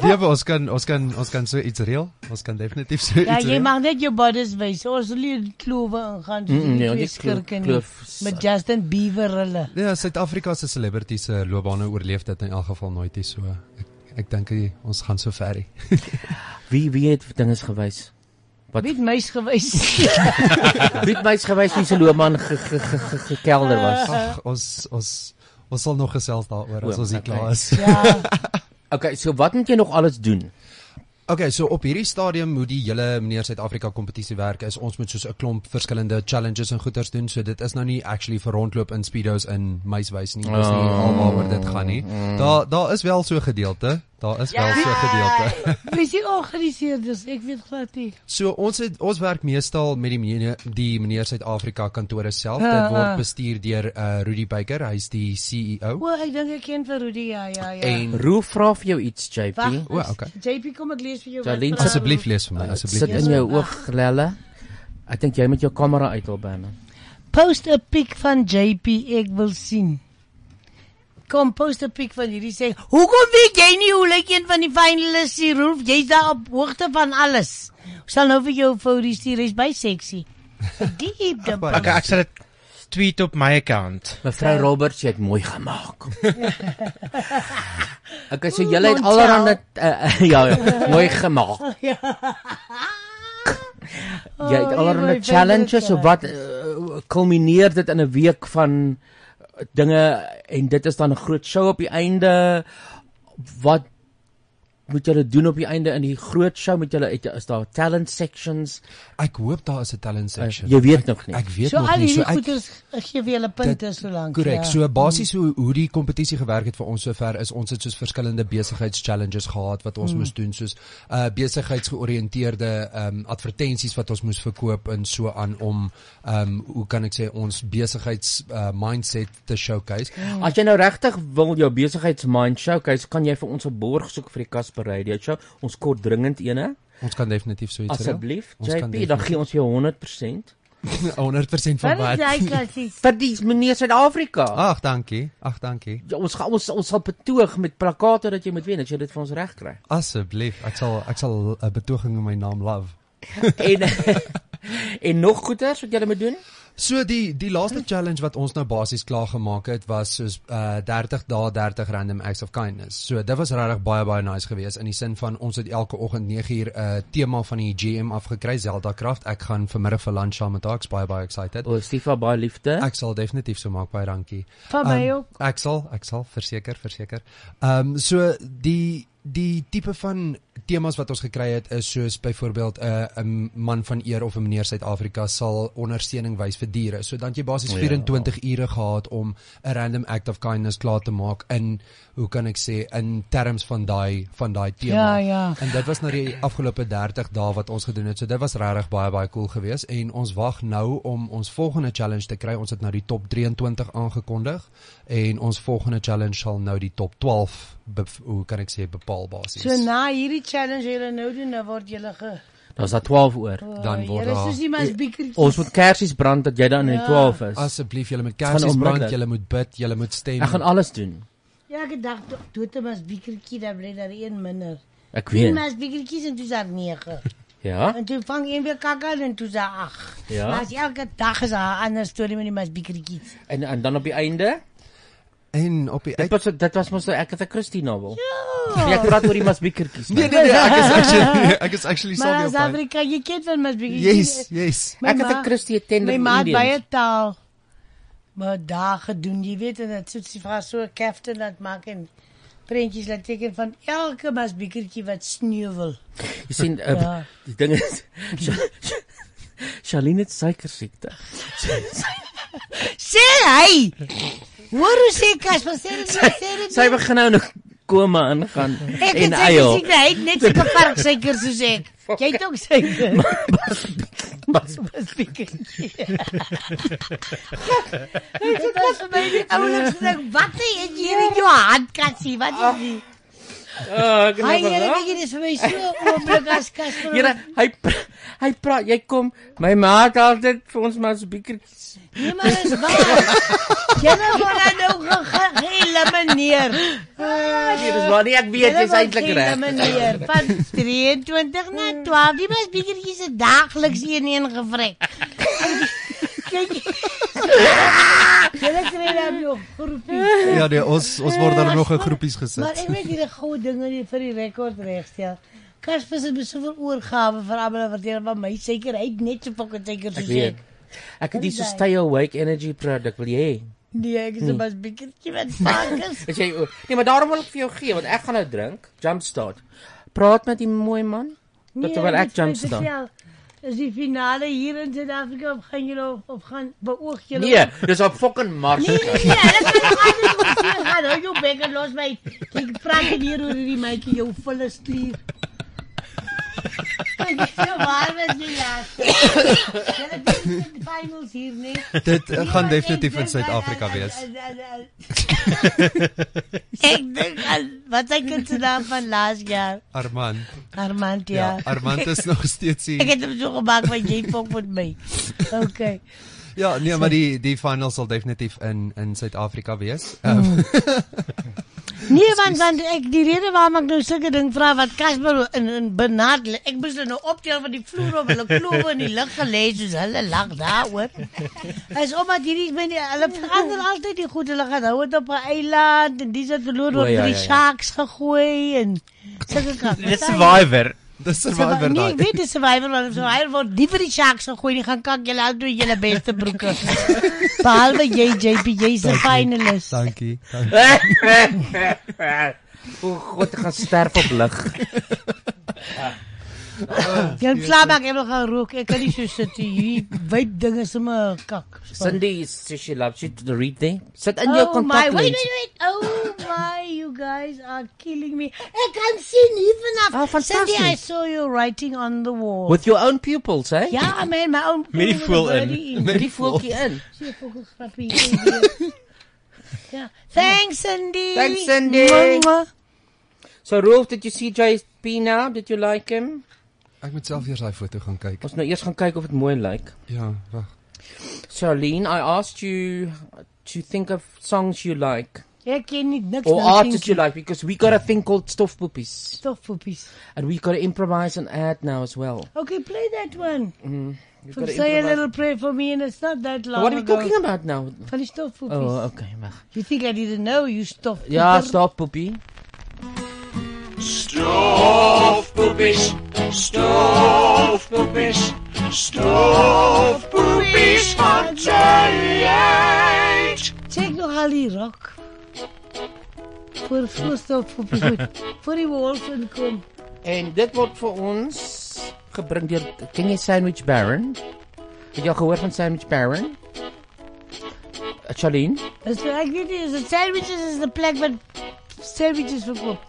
Ja, ons kan ons kan ons kan so iets reël. Ons kan definitief so Ja, iets jy reël. mag net jou bodies wys. Ons wil nie in klowe ingaan soos Mm, mm, die nee, ja, twee nie kloof- skurke nie. kloof- Met Justin Bieber hulle. Ja, Suid-Afrika se celebrities se loopbane oorleef dit in elk geval nooit nie, so ek ek dink hy- ons gaan so ver. wie wie het dinges gewys? Wat Wie het muis gewys? Wie het mys gewys wie se loopman ge- ge- ge- ge- gekelder was? Ag, ons ons ons sal nog gesels daaroor as Oom, ons hier okay. klaar is. Okay, so wat moet jy nog alles doen? Okay, so op hierdie stadium hoe die hele meneer Suid-Afrika kompetisie werk is ons moet soos 'n klomp verskillende challenges en goeters doen. So dit is nou nie actually vir rondloop in speedos in meiswys nie. Dis nie Oh. alwaaroor dit gaan nie. Mm. Daar daar is wel so 'n gedeelte. Daar is wel so 'n gedeelte. Wie se organiseerders? Ek weet glad nie. So ons het ons werk meestal met die meneer die meneer Suid-Afrika kantore self. Ah, Dit ah. word bestuur deur uh, Rudy Baker. Hy's die E CEO. O, ek dink ek ken vir Rudy. Ja, ja, ja. Roo vra vir jou iets JP. Wag, O, okay. JP kom ek lees vir jou. Jolien, wat vra asseblief Rudy. lees vir my, Uh, asseblief Sit lees in vir jou my. oog lelle. Ek dink jy met jou kamera uit al binne. Post 'n pic van JP, ek wil sien. Kom post 'n pic van hierdie sê. Hoekom weet jy nie hoe lyk een van die finalists hier, Rolf? Jy's daar op hoogte van alles. Ek sal nou vir jou 'n foto stuur, hy's baie sexy. Diep diep. Okay, ek sal dit tweet op my account. Mevrou Roberts, jy het mooi gemaak. Okay, so julle het allerhande uh, ja, ja, mooi gemaak. Ja. Oh, Jy het allerlei my challenges of favourite wat uh, kulmineer dit in 'n week van uh, dinge en dit is dan 'n groot show op die einde wat moet julle doen op die einde in die groot show met julle is daar talent sections? Ek hoop daar is 'n talent section. Uh, jy weet nog nie. Ek weet So nog al nie. hierdie So ek goeders gee vir julle punte so lank. Korrek. ja. So basies hoe hoe die kompetisie gewerk het vir ons sover is ons het soos verskillende besigheidschallenges gehad wat ons Mm. mm. moes doen soos uh besigheidsgeoriënteerde ehm um, advertensies wat ons moes verkoop en so aan om ehm um, hoe kan ek sê ons besigheids uh, mindset te showcase. As jy nou regtig wil jou besigheidsmind showcase, kan jy vir ons 'n borg soek vir die Casper Radio Show. Ons kort dringend eene. Ons kan definitief so iets Asseblief, reël. Ons kan JP, dan definitief- gee ons jou 100%. 100% van Wat is wat? jy, Cassie? Vir die meneer Suid-Afrika. Ag, dankie. Ag, dankie. Ja, ons gaan ons ons sal betoog met plakate dat jy moet wen, dat jy dit vir ons reg kry. Asseblief, ek sal ek sal 'n betoging in my naam love. en en nog goeders wat jy moet doen? So die die laaste challenge wat ons nou basies klaar gemaak het was soos uh 30 dae 30 random acts of kindness. So dit was regtig baie baie nice geweest in die sin van ons het elke oggend 9uur 'n uh, tema van die GM afgekry Zelda Kraft. Ek gaan vanmiddag vir lunch saam met haar. Ek's baie baie excited. O, Stifa baie liefde. Ek sal definitief so maak baie dankie. Van my Um, ook. Ek sal ek sal verseker verseker. Ehm um, so die die tipe van temas wat ons gekry het is soos byvoorbeeld 'n 'n man van eer of 'n meneer Suid-Afrika sal ondersteuning wys vir diere. So dan het jy basies Ja. 24 ure gehad om 'n random act of kindness klaar te maak in hoe kan ek sê in terms van daai van daai tema. Ja, ja. En dit was nou die afgelope 30 dae wat ons gedoen het. So dit was regtig baie baie cool geweest en ons wag nou om ons volgende challenge te kry. Ons het nou die top 23 aangekondig en ons volgende challenge sal nou die top 12 bev- hoe kan ek sê bepaal basies. So na hierdie challenge wat julle nou doen, dan word julle ge Daar's daar 12 oor. O, Dan word Here, daar- soos die mens biekertjies. Ons moet kersies brand dat jy dan in die Ja. 12 is. Asseblief, julle moet Dit gaan kersies brand, onmiddellik. julle moet bid, julle moet stem. Ek gaan alles doen. Ja, ek dacht dood te mas biekertjie dan bly daar een minder. Ek weet. euh. Mas biekertjies en dis daar 9. Ja. En toe vang een weer kakkel en toe daar 8. Ja. Maar as elke dag is daar 'n ander storie met die mas biekertjies. En en dan op die einde en op die Dit was dit was mos nou ek het 'n Christie novel. Ja. Nee, ek praat oor die masbiekertjies. Nee, nee, nee, ek is actually- ek is actually Maar as Afrika, jy ken van mas Yes, biekertjies. yes. My Ek het ma- 'n Christie tender My ma het Indians. baie taal maar daar gedoen, jy weet en dit soet sy vra so 'n kaftan laat maak en prentjies laat teken van elke mas biekertjie wat sneuwel. Jy sien uh, Ja. die ding is Sha- Sha- Shaline het suikersiekte. Sê hy. Hoor hoe sê Kasper sê dit, nie, sê dit. Sy begin nou in 'n koma ingaan nie. Ek en het sy eil. gesien hy het net so 'n park suiker soos ek. Jy het ook suiker. Mas- Mas biekertjie. Dit was Oh, vir my die oulikste ding. Wat het jy in jou hand kassie? Wat is dit? Ah, ek het Hy nou Here, gelag. kyk hier, dis vir my so oomblik as Casper. Here, hy pra- hy praat, jy kom, my ma het altyd vir ons masbiekertjies. Nee, maar dis waar. Julle word dan nou ge- ge- geëlimineer. Nee, dis waar nie, ek weet, jy's eintlik reg. Geëlimineer van 23 na 12. Die mens biekertjies se daagliks een een gevrek. Kyk. Julle kry dan nog groepie. Ja nee, ons ons word daar nog in groepies Maar gesit. ek weet hierdie goue dinge nie vir die rekord regstel. Kasper se besoveel oorgawe vir almal wat deel van my seker hy het net so fucking seker Ek soos weet. ek. Ek het hier so Wat is hy? stay awake energy produk wil jy hê? Nee, ek is Nee. maar bietjie wat varkens. As jy Nee, maar daarom wil ek vir jou gee want ek gaan nou drink. Jumpstart. Praat met die mooi man. Nee, Dat terwyl ek dit is jumpstart. wel- Is die finale hier in Suid-Afrika of gaan julle op, op gaan beoog julle? Nee, op? dis op fucking mars. Nee, nee, nee, hulle kan nog anders kom sien gaan. Hou nou jou bek en los my. Ek praat nie hier oor hierdie maatjie jou volle stuur. Ek is so waar was die laaste. Julle doen die finals hier, nee. Dit eh, Nee, gaan maar ek definitief in dink aan- Suid-Afrika aan- wees. aan- aan- aan- Ek dink aan wat ek het gedaan van laas jaar. Armand. Armand ja. Ja, Armand is nog steeds hier. Ek het hom so gemaak want jy pop met my. Okay. Ja, nee, maar die die final sal definitief in in Suid-Afrika wees. Hmm. Um, Nee want want ek die rede waarom ek nou sulke ding vra wat Casper in in benad lê. ek moes hulle nou optel van die vloer op hulle klowe in die lug gelê soos hulle lag daaroor. Is omdat hierdie men hulle verander altyd die goed. Hulle gaan hou dit op 'n eiland en dis het verloor O, word ja, drie ja, ja. sharks gegooi en sulke kan. Dis Survivor. Dis survivor Nee, ek daai. weet dis survivor want survivor word nie vir die sharks gegooi nie, gaan kak julle uit doen julle beste broeke. Behalwe jy JP, jy's 'n finalist. Dankie. O god, ek gaan sterf op lig. Ja, Jou slaapbak het nog gerook. Ek kan nie so sit hier. Hierdie Wyd dinge is sommer kak. Cindy says she loves you to read there. Sit in jou oh my, kontak wait, lens. wait, wait. Oh my, you guys are killing me. I can't see even up. Ah, Oh, Cindy, I fantastic. saw you writing on the wall. With your own pupils, eh? Ja, man, my own Met die voel in. Met Met die die voeltjie voeltjie in. in. Sien vogel skrap hier. Ja, thanks Cindy. Thanks, Cindy. Mwah, mwah. So Rolf, did you see JP now? Did you like him? Ek moet self eers daai foto gaan kyk. Ons nou eers gaan kyk of dit mooi lyk. Ja, wag. Charlene, I asked you to think of songs you like Ek ken nie niks or van artists Oh, you Cindy. like because we got a thing called Stofpoopies. Stofpoopies. And we got to improvise and add now as well. Okay, play that one. Mm. We've From gotta say a improvise. little prayer for me and it's not that long what are you ago. talking about now? Van die stofpoopies. Oh, okay, wag. You think I didn't know you stofpooper? Ja, Stofpoopie. Stoofpoppies, stoofpoppies, stoofpoppies van Jolliet. Check nog al die rock. Voor voorstofpoopies goed. Voor die wolf inkom. En dit word vir ons gebring deur Ken jy Sandwich Baron? Het jy al gehoor van Sandwich Baron? Uh, Charlene? Dis ek weet nie, is dit sandwiches is die plek wat sandwiches verkoop.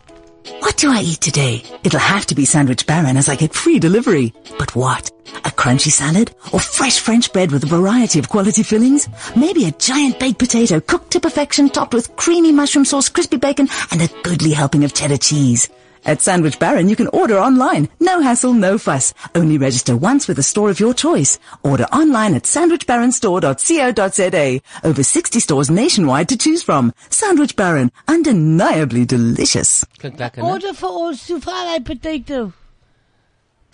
What do I eat today? It'll have to be Sandwich Baron as I get free delivery. But what? A crunchy salad? Or fresh French bread with a variety of quality fillings? Maybe a giant baked potato cooked to perfection topped with creamy mushroom sauce, crispy bacon, and a goodly helping of cheddar cheese. At Sandwich Baron, you can order online. No hassle, no fuss. Only register once with a store of your choice. Order online at sandwichbaronstore.co.za. Over 60 stores nationwide to choose from. Sandwich Baron, undeniably delicious. Klink lekker, né? Order vir ons soufalai potato.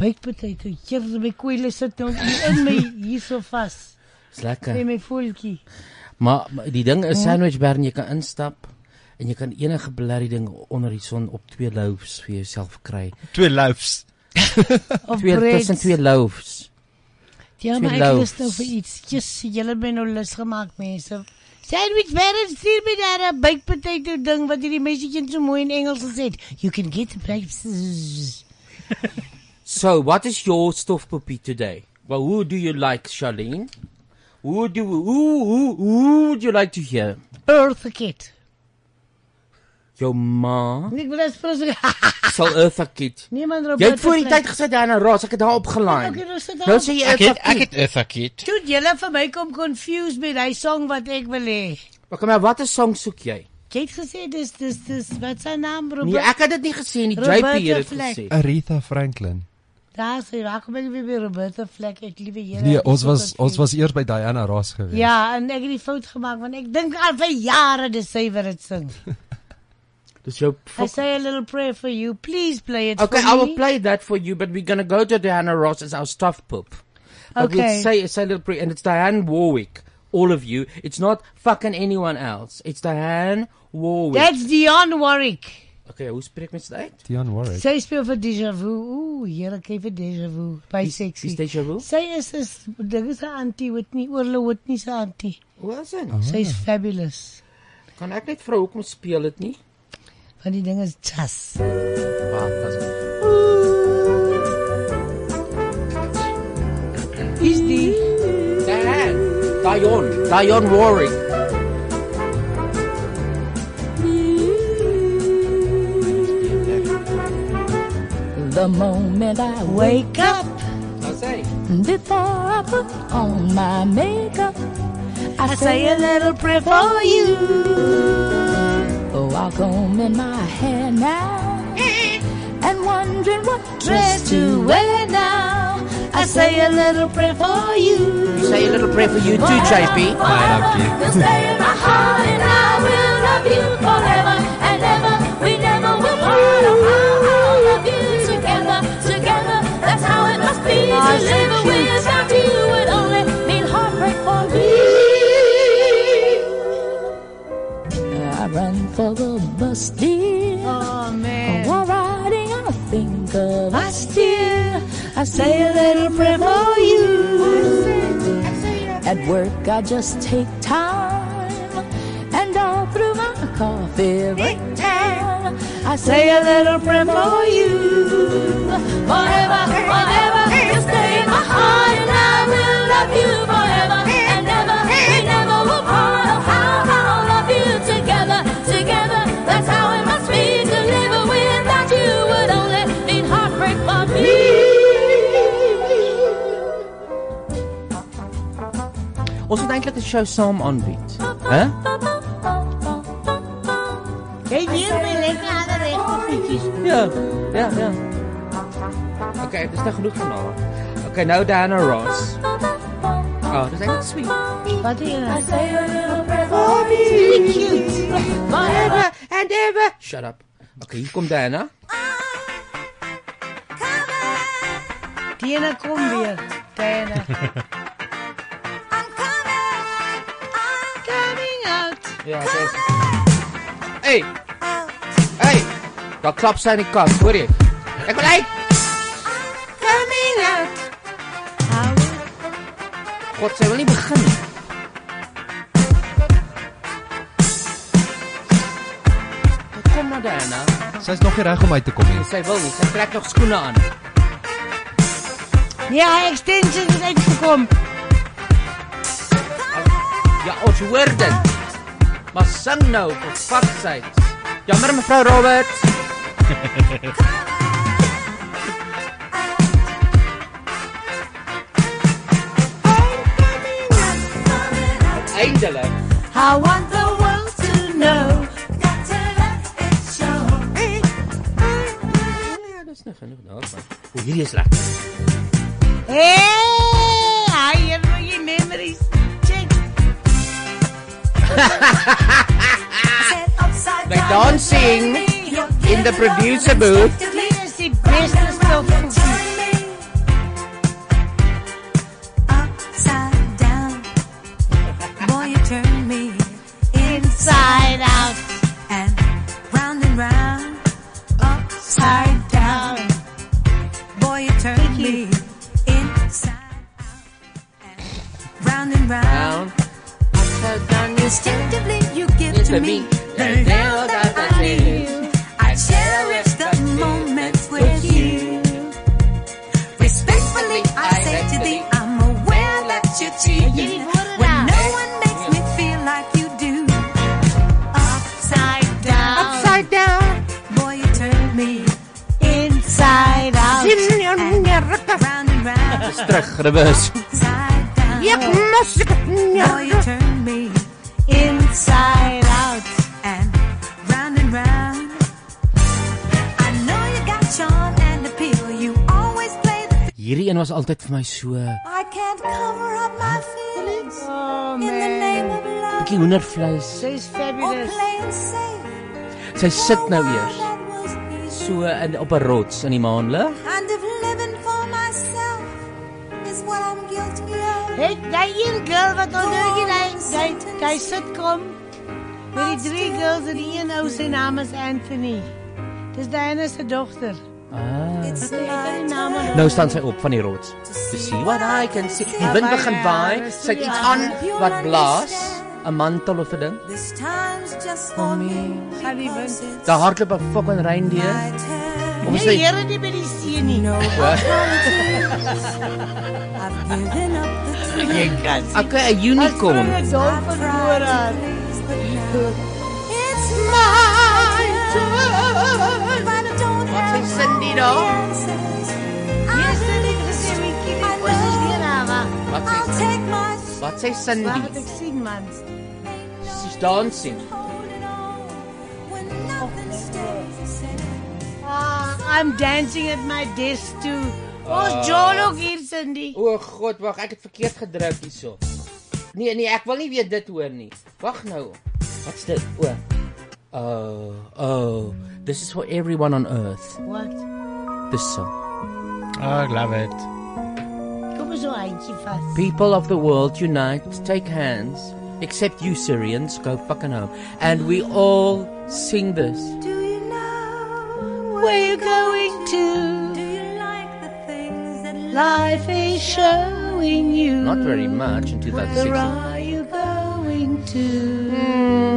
Baked potato. Hier my kwele sit nou hier in my hierso vas. Dis lekker. In my voeltjie. Maar maar die ding is Hmm. Sandwich Baron, jy kan instap en jy kan enige blerrie ding onder die son op twee loaves vir jouself kry. Twee loaves. Of Twee bread. tussen twee loaves. Ja, Twee maar ek loaves. lus nou vir iets. Jess, julle het my nou lus gemaak, mense. Sandwich Baron stuur my daar 'n baked potato ding wat hierdie meisietjie so mooi in Engels gesê het. You can get the breakfast. So, what is your stofpoopie today? Well, who do you like, Charlene? Who do who who who would you like to hear? Eartha Kitt. Jou ma Ek wil as vir ons sal Eartha Kitt. Niemand Jy het voor die tyd gesê Diana Ross, ek het haar opgelaai. Okay, nou sit daar. Nou sê jy Ek het- Eartha ek Kitt. het Eartha Kitt. Toe julle vir my kom confused met hy song wat ek wil hê. Okay, maar watter song soek jy? Jy het gesê dis dis dis wat sy naam Robert. Nee, ek het dit nie gesê nie. JP het dit gesê. Aretha Franklin. Daar sê raak my weer by Roberta Fleck ek liewe Here. Nee, ek ons Ja, is so was ons was eers by Diana Ross gewees. Ja, en ek het die fout gemaak want ek dink al vir jare dis sy wat dit sing. Dis jou I say a little prayer for you. Please play it Okay, for me. I will play that for you, but we're going to go to Diana Ross as our stuff poop. But Okay. We'll say a little pre- and it's Diane Warwick, all of you. It's not fucking anyone else. It's Diane Warwick. That's Dion Warwick. Okay, hoe spreek mens dit uit? Dion Warwick. Sy speel vir Deja Vu. Ooh, Here kyk vir Deja Vu. Baie sexy. wie's Deja Vu? Sy is is dink is 'n antie Whitney, oorle Whitney se antie. Hoe is dit? Sy's fabulous. Kan ek net vra hoekom speel dit nie? Want die ding is jazz. Wow, that's Is die Diane, Dion, Diane Warwick. The moment I wake up, before I put on my makeup, I, I say a little prayer for you. Oh, I'll comb in my hair now, and wondering what dress to wear now. I say a little prayer for you. You say a little prayer for you too, JP. I You'll stay in my heart, and I will love you forever and ever. We never will part. I'll love you together, together. That's how it must be to live without you. It only mean heartbreak for me. I run for the bus, dear. Oh man. While riding on I think of us dear, I say a little prayer for you. At work, I just take time and all through my coffee Eh? break time. I say a little prayer for you. Forever, forever, you stay in my heart, and I will love you forever and ever. We never will part. Oh, how I'll love you together, together. That's how it must be to live without you. Would only mean heartbreak for me. Ons moet eintlik 'n show saam aanbied. Hæ? Jy leer my lekker ander regte voetjies. Ja, ja, ja. Okay, dis nou genoeg van haar. Okay, nou Diana Ross. Oh, dis eintlik sweet. Wat doen jy? I say a little prayer for Oh, me. really cute. Forever and ever. Shut up. Okay, hier kom Diana. Diana kom weer. Diana. Coming out. Ja, dis. Hey. Hey. Daar klap sy in die kas, hoor jy? Ek wil uit. Coming out. God, sy wil nie begin nie. Kom maar nou. Diana. Sy's nog nie reg om uit te kom nie. Sy wil nie. Sy trek nog skoene aan. Ja, extensions is uitgekom. Ja, ons hoor dit. Maar sing nou vir fuck sakes. Jammer mevrou Roberts. Eindelik. I want the world to know. Got to let it show. Ja, dis nou genoeg daarvan. O, hierdie is lekker. Hey, I have my memories. Check. By dancing in the producer booth. Dit is die beste stof. Upside down. Boy, you turn me inside out. And round and round. Upside down. Boy, you turn me inside out. Round and round. Upside down. Instinctively, you give Give to me the love that I need. I cherish the moments with you. Respectfully, I say to thee, I'm aware that you're cheating when no one makes me feel like you do. Upside down, upside down, boy, you turn me inside out. And round and round, Terug reverse. upside down, boy, you turn me inside out and round and round. I know you got charm and appeal. You always play the Hierdie een was altyd vir my so I can't cover up my feelings in the name of love. bietjie hoendervleis. Sy's fabulous. Sy sit nou eers so in op 'n rots in die maanlig. Kind of living for myself is what I'm guilty of. Hey, daai een girl wat onthou jy daai daai daai sitkom met die drie girls en die een ou sy naam is Anthony. Dis Diana se dogter. Ah. It's my naam. Nou staan sy op van die rots. To see what I can see. Die wind begin waai, sy het iets aan wat blaas, 'n mantel of 'n ding. This time's just for me. because it's Daar hardloop 'n fucking reindeer. my turn. Kom ons sê- Here die by die see nie. No. I've given up the Jy kan. Okay, 'n unicorn. Ek dol verloor haar. It's my turn. But I don't have Cindy all daar? the answers. Yes, dit is gesê my kind was is weer haar. wa? Wat sê I'll take my Wat sê Wag, het Cindy? ek sien man. Sy's dancing. Ah, I'm dancing at my desk too. Ons Ah. jol ook hier Cindy. O god, wag, ek het verkeerd gedruk hierso. Nee, nee, ek wil nie weer dit hoor nie. Wag nou. Wat's dit? O. Oh, oh. This is for everyone on earth. What? This song. Oh, I love it. Kom ons so eentjie vas. People of the world unite, take hands. Except you Syrians, go fucking home. And we all sing this. where you're going to. Life is showing you. Not very much in Where 2006. are you going to? Hmm.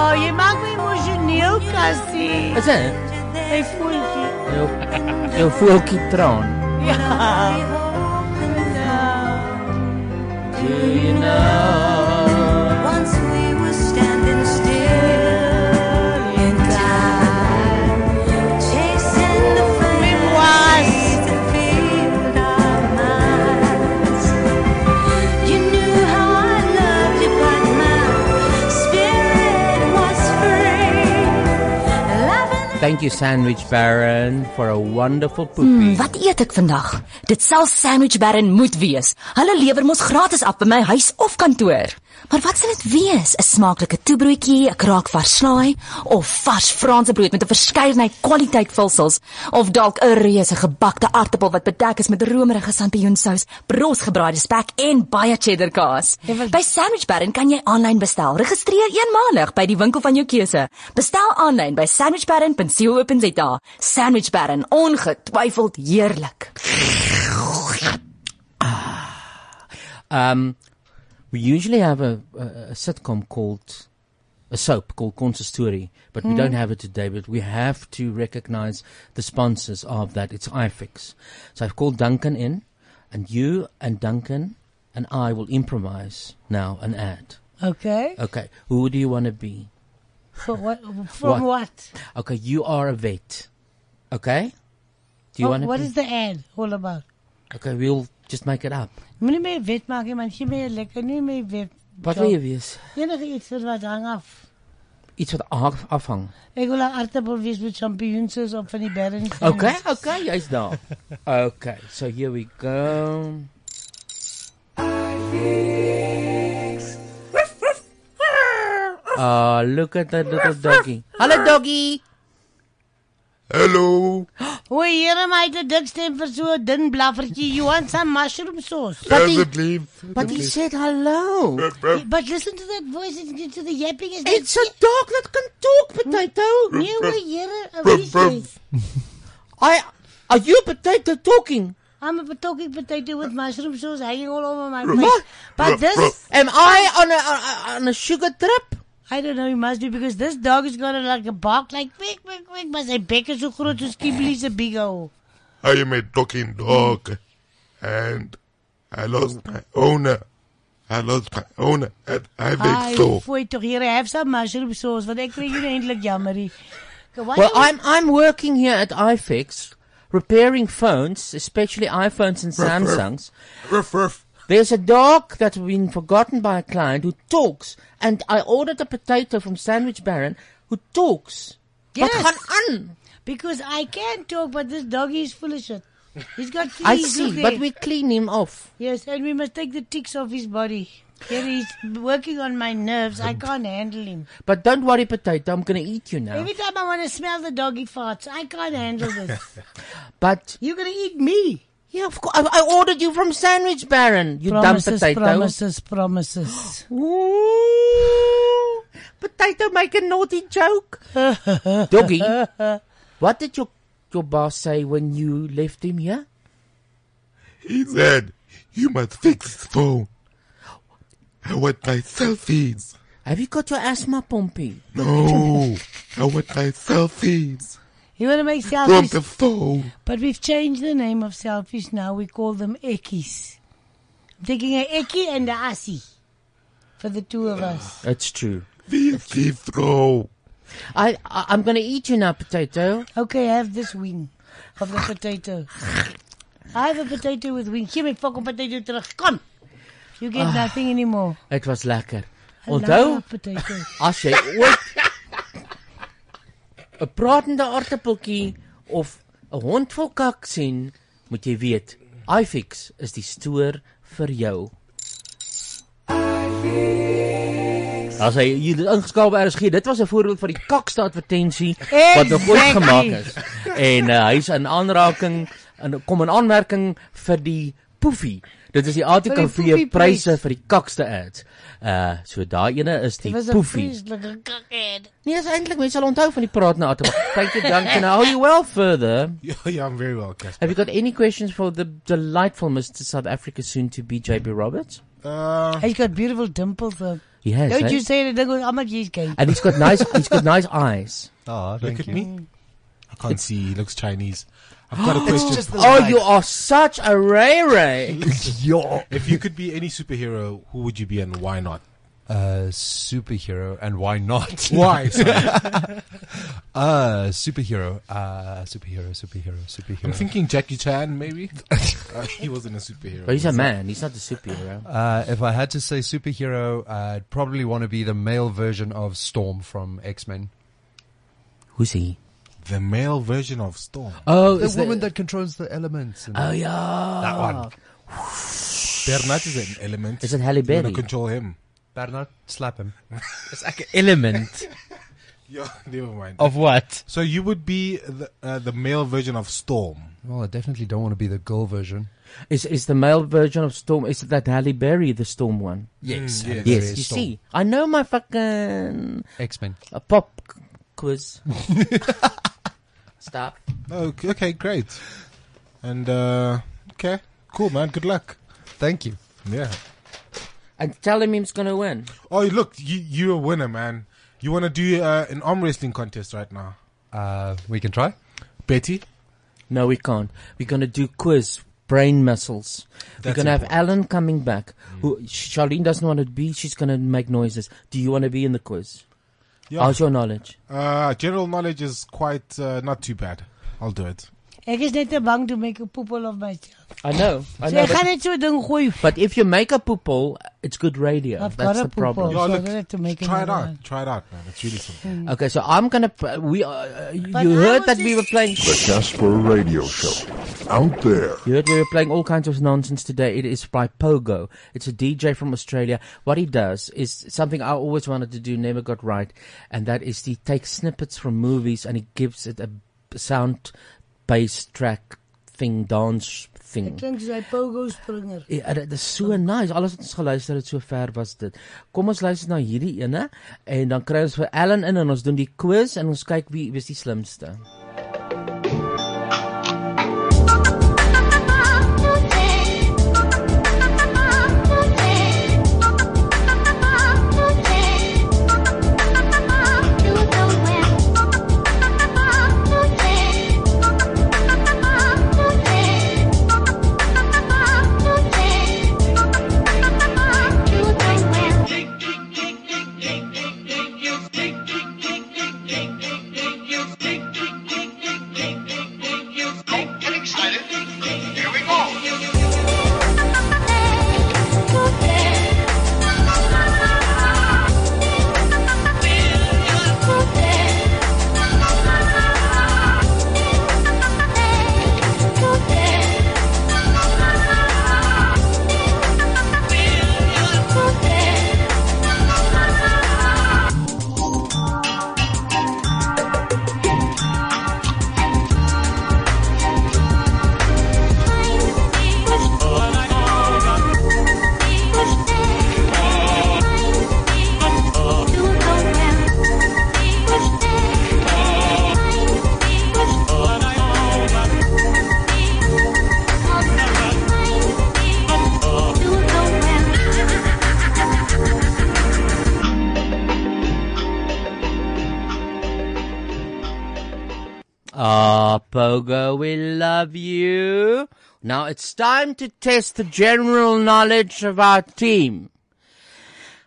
Oh, je maakt me emotioneel, Cassie. Is it? Hey, voeltje. Heel, heel voelkie troon. Mm-hmm. Ja. Do you know? Once we were standing still in time, chasing the fantasies that filled our minds. You knew how I loved you, but my spirit was free. Love Thank you, Sandwich Baron, for a wonderful Hmm, poopie. wat eet ek vandag? Dit sal sandwich baron moet wees. Hulle lewer mos gratis af by my huis of kantoor. Maar wat sal dit wees? 'n Smaaklike toebroodjie, 'n kraak vars slaai of vars Franse brood met 'n verskeidenheid kwaliteit vulsels of dalk 'n reuse gebakte aartappel wat bedek is met romerige sampioensous, brosgebraaide spek en baie cheddar kaas. By Sandwich Baron kan jy aanlyn bestel. Registreer eenmalig by die winkel van jou keuse. Bestel aanlyn by sandwichbaron.co.za. Sandwich Baron, ongetwyfeld heerlik. Um, we usually have a, a, a sitcom called a soap called Consistory, but we Hmm? Mm. don't have it today. But we have to recognize the sponsors of that. It's iFix, so I've called Duncan in, and you and Duncan and I will improvise now an ad. Okay. Okay, who do you want to be? For what? From what? Okay, you are a vet. Okay, do you What- want to? Oh, what be? is the ad all about? Okay, we'll just make it up. Moenie meer wet maak nie, man. Gee my 'n lekker, nie meer wet. Wat wil jy wees? Enige iets wat hang af. Iets wat af- afhang. Ek wil 'n aartappel wees met champignons op van die berries. Okay, okay, jy's daar. Okay, so here we go. Ah, look at that little doggy. Hallo doggy. Hello. O, here my te dik stem vir so 'n dun blaffertjie. You want some mushroom sauce? Presently. but he said hello. But listen to that voice and to the yapping. Is it's a dog that can talk, potato. Nee, we here. uh, we say- I are you potato talking? I'm a talking potato with mushroom sauce hanging all over my face. But this, am I on a on a sugar trip? I don't know. You must be because this dog is gonna like a bark like quick, quick, quick. Maar sy bek is so groot soos Kiblie's a big oh. hole. I am a talking dog, and I lost Mm. my owner. I lost my owner at Ai, Ibex. fooi tog hier. Have some mushroom sauce want ek kry hier eintlik jammerie. Well, I'm I'm working here at iFix, repairing phones, especially iPhones and Samsungs. There's a dog that's been forgotten by a client who talks, and I ordered a potato from Sandwich Baron who talks. Wat gaan on? Because I can talk, but this doggy is full of shit. He's got fleas. I see, look but there. we clean him off. Yes, and we must take the ticks off his body. Here he's working on my nerves. I can't handle him. But don't worry, potato. I'm going to eat you now. Every time I want to smell the doggy farts, I can't handle this. But you're going to eat me. Yeah, of course. I, I ordered you from Sandwich Baron. You dumb promises, potato. promises, promises. Ooh, potato make a naughty joke. Doggy, what did your your boss say when you left him here? He said, "You must fix his phone." I want my selfies. Have you got your asthma pumping? No, I want my selfies You want to make from the selfies? phone. But we've changed the name of selfies now. We call them eckies. I'm taking an eckie and a assie for the two of us. That's true. throw. I, I I'm gonna eat you now, potato. Okay, I have this wing of the potato. I have a potato with wing. Give me fucking potato terug. Come. You get Ah. nothing anymore. It was lekker. I Onthou, love potato. as jy ooit 'n pratende aartappeltjie of 'n hond vol kak sien, moet jy weet, iFix is die stoor vir jou. As hy hier ingeskaap by RSG, dit was 'n voorbeeld van die kakste advertensie wat nog ooit Exactly. gemaak is. eh, En uh, hy's in aanraking en kom in aanmerking vir die Poefie Dit is die Vir artikel die vir jou poepie pryse vir die kakste ads. Uh so daai ene is die Dit was 'n poefie. vreeslike kakhead. Nee, is eintlik mense sal onthou van die praat na Atta. Thank you, Duncan. How are you well further? Yeah, yeah, I'm very well, Casper. Have you got any questions for the delightful Mr. South Africa soon to be JB Roberts? Uh, he's got beautiful dimples though. He has, Don't eh? you say that? I'm not he's gay. And he's got nice he's got nice eyes. Oh, Look at me. I can't see. He looks Chinese. I've got a question. oh, you are such a ray ray. Yo. If you could be any superhero, who would you be and why not? Uh, superhero and why not? Why, sorry? uh, superhero. Uh, superhero. Superhero. Superhero. I'm thinking Jackie Chan, maybe. Uh, he wasn't a superhero. was he? He's not a superhero. Uh, if I had to say superhero, I'd probably want to be the male version of Storm from X Men. Who's he? The male version of Storm. Oh, the woman that controls the elements. and- Oh, yeah. that Ah. one. Bernard is an element. Is it Halle You're gonna Berry? control him. Bernard, slap him. It's like an element. yeah, never mind. Of what? So you would be the, uh, the male version of Storm. Well, I definitely don't want to be the girl version. Is is the male version of Storm? Is that Halle Berry, the Storm one? Mm, yes. Yes, Halle Berry is you Storm. see, I know my fucking X Men. A pop c- quiz. Stop. Okay, okay, great. And uh, okay, cool, man. Good luck. Thank you. Yeah. And tell him he's gonna win. Oh, look, you you're a winner, man. You want to do uh, an arm wrestling contest right now? Uh, we can try. Betty? No, we can't. We're gonna do quiz. Brain muscles. We're That's Mm. gonna have Alan coming back. Who Charlene doesn't want to be. She's gonna make noises. Do you want to be in the quiz? Yeah. How's your knowledge? Uh, general knowledge is quite uh, not too bad. I'll do it. Ek is net te bang to make a poop all of myself. I know. I So know. jy gaan but- net so 'n ding gooi. But if you make a poop hole, it's good radio. I've That's got a the poop problem. hole, so I'm gonna have to make Try it another out. one. Try it out, man. It's really simple. Mm. Okay, so I'm gonna. p- We uh, uh, But you I heard was that we were playing. The Casper Radio Show. Out there. You heard we were playing all kinds of nonsense today. It is by Pogo. It's a DJ from Australia. What he does is something I always wanted to do, never got right, and that is he takes snippets from movies and he gives it a sound based track thing, dance Ek thing. klink soos hy pogo springer. Ja, dit is so nice. Alles wat ons geluister het so ver was dit. Kom ons luister na hierdie ene en dan kry ons vir Allen in en ons doen die quiz en ons kyk wie wie is die slimste. Ah, Pogo, we love you. Now it's time to test the general knowledge of our team.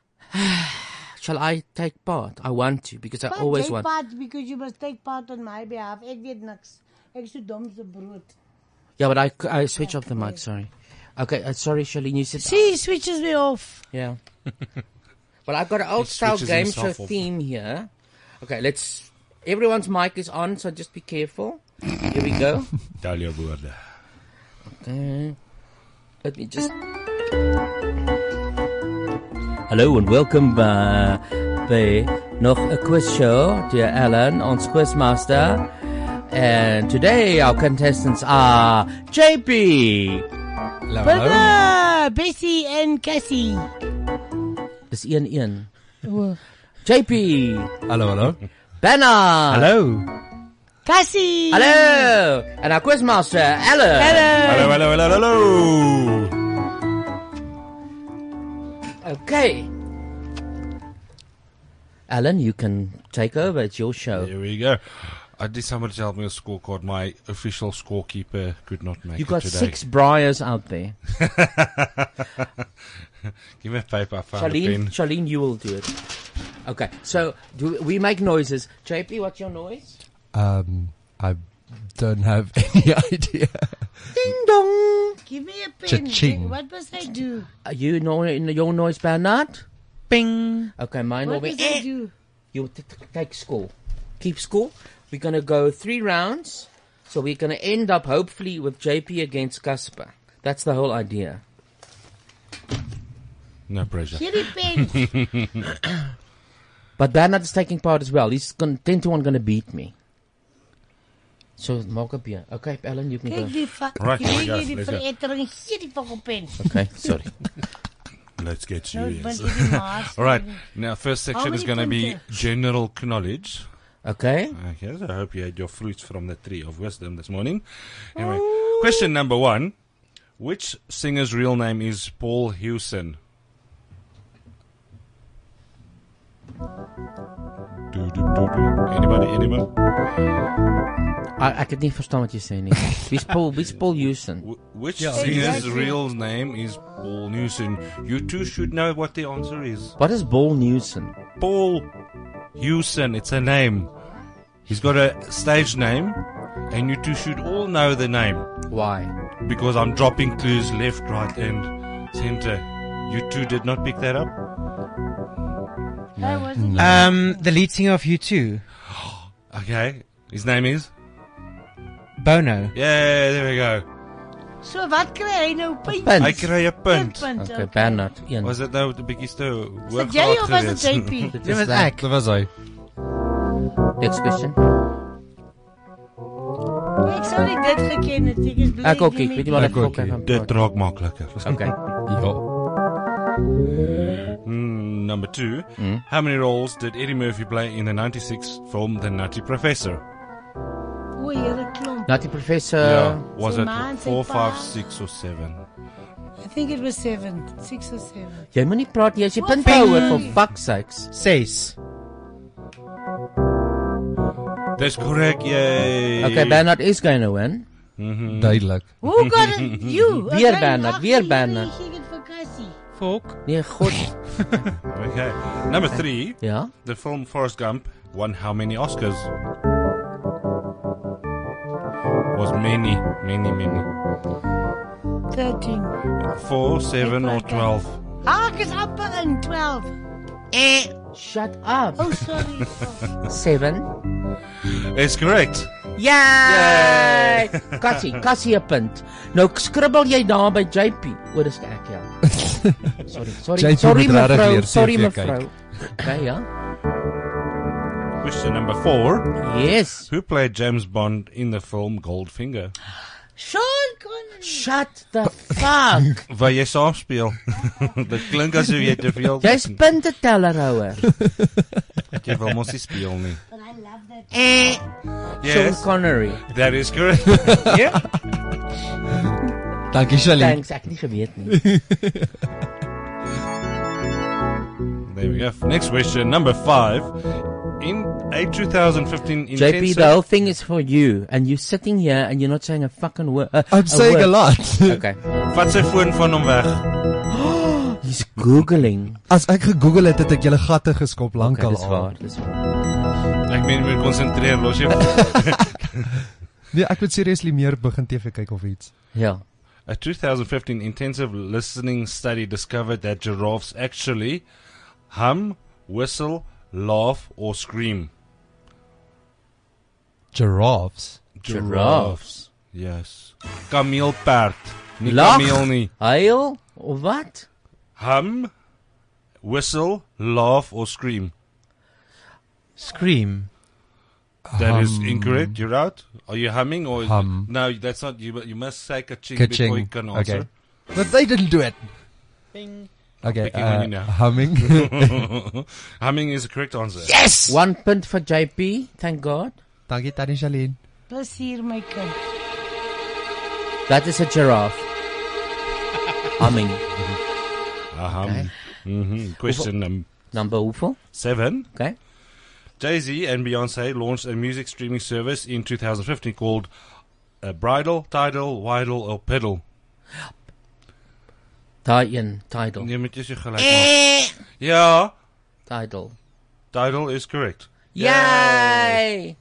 Shall I take part? I want to because I But always take want. part because you must take part on my behalf. Ek weet niks. Ek is so dom so brood. Yeah, but I, I switch off the mic. Sorry. Okay, uh, sorry, Charlene. You said See, he switches me off. yeah. well, I've got an old style switches game show himself off. theme here. Okay, let's. Everyone's mic is on, so just be careful. Here we go. Tel jou woorde. Okay. Mm-hmm. Let me just. Hallo en welkom by, by nog 'n quiz show deur Alan, ons quizmaster. And today our contestants are JP. Hello. Casper, Bessie en Cassie. Dis 1-1. O. JP. Hallo, hallo. Benna. Hallo. Cassie. Hallo. En haar quizmaster, Ellen. Hallo. Hallo, hallo, hallo, hallo. Okay. Alan, you can take over. It's your show. Here we go. I need somebody to help me with scorecard. My official scorekeeper could not make You it got today. six briars out there. Give me a paper. I found a Charlene, pen. Charlene, you will do it. Okay, so do we make noises. JP, what's your noise? Um I don't have any idea. Ding dong. Give me a pen. Cha-ching. What must I do? Are you know your noise, Bernard? Bing. Okay, mine will What be. must I do? You t- t- take score. Keep score. We're gonna go three rounds, so we're gonna end up hopefully with JP against Casper. That's the whole idea. No pressure. Kitty But Bernard is taking part as well. He's gonna, ten to one gonna beat me. So mark up here. Okay, Alan, you can Kijk go. die fuck. die verettering. Hier die fucking pen. Okay, sorry. Let's get No, it serious. won't even last. All right. Now, first How section is many going to be punten? general knowledge. Okay. Okay. So I hope you had your fruits from the tree of wisdom this morning. Anyway, question number one: Which singer's real name is Paul Hewson? Anybody? Anyone? I, I could not understand what you're saying. Wie's Paul? Wie's Paul Houston? Which Yeah, singer's exactly. real name is Paul Newson? You two should know what the answer is. What is Paul Newson? Paul Hewson, it's a name. He's got a stage name, and you two should all know the name. Why? Because I'm dropping clues left, right, and center. You two did not pick that up? Um, the lead singer of U2, Okay. His name is? Bono. Yeah, there we go. So wat kry hy nou? Punt. Hy kry 'n punt. Een punt, Okay, Bernard. Was dit nou 'n bietjie te hoog? jy of was geweest? dit JP? Dit was ek. Dit was hy. Next question. Ek sou nie dit geken het. Ek is bly. Ek ook, jy ek met- weet nie wat ek Ek ook ook nie. het. Dit raak makliker. Okay. Mm, number two. How many roles did Eddie Murphy play in the 96 film The Nutty Professor? O, Here klomp. Nutty Professor. Was Sy it ma en sy four, pa. five, six, or seven? I think it was 7, 6 or 7. Jy moenie praat nie, as jy Wat punt hou van- for fuck's sakes. Ses. That's correct, yay! Okay, Bernard is going to win. Mm-hmm. Duidelik. Who got it? You. Weer Bernard, weer Bernard. Ek het vakansie. Fok. Nee, god. Okay. Number three. Yeah. The film Forrest Gump won how many Oscars? Was many, many, many. 13. Four, seven, or twelve. Ah, ek is amper in 12. Eh, shut up. Oh, sorry. Seven. It's correct. Yay! Cassie, Cassie 'n punt. Nou skribbel jy daar by JP. O, dis ek ja. Sorry, sorry. JP sorry moet regtig mevrou, leer sorry TV mevrou. Okay, ja. Question number four. Yes. Who played James Bond in the film Goldfinger? Sean Connery. Shut the fuck. Waar jy saam speel. Dit klink asof jy te veel Jy's punte teller houer. jy wil mos nie speel nie. Eh. Sean Connery. That is correct. Ja. Dankie Shalien. Thanks, ek het nie geweet nie. There we go. Next question, number five. In a JP, 2015 intensive... the whole thing is for you, and you're sitting here and you're not saying a fucking word. Uh, I'm saying word. a lot. okay. Vat sy foon van hom weg. He's googling. As ek gegoogel het, het ek julle gatte geskop lankal dis al. waar, dis waar. Ek meen moet konsentreer, los jy. Nee, ek moet seriously meer begin TV kyk of iets. Ja. A 2015 intensive listening study discovered that giraffes actually hum, whistle, laugh or scream. Giraffes. Giraffes. Yes. Kameelperd. Nie Lag, kameel nie. Huil of wat? Hum, whistle, laugh or scream. Scream. That is Hum. incorrect. You're out. Are you humming or Hum. no? That's not. You you must say ka-ching, before you Ka-ching. can Okay. answer. But they didn't do it. Bing. Okay, Picking on uh, you now. humming. humming is the correct answer. One punt for JP. Thank God. Dankie tannie Shalien. Plezier my kind. That is a giraffe. Humming. Uh-huh. Mhm. Question num- number hoeveel? Seven. Okay. Jay Z and Beyonce launched a music streaming service in 2015 called uh, Bridal, Tidal, Widal or Pedal. Daai een title. Nee, moet jy so gelyk maak. Ja. Eh. Tidal. Tidal is correct. Yay!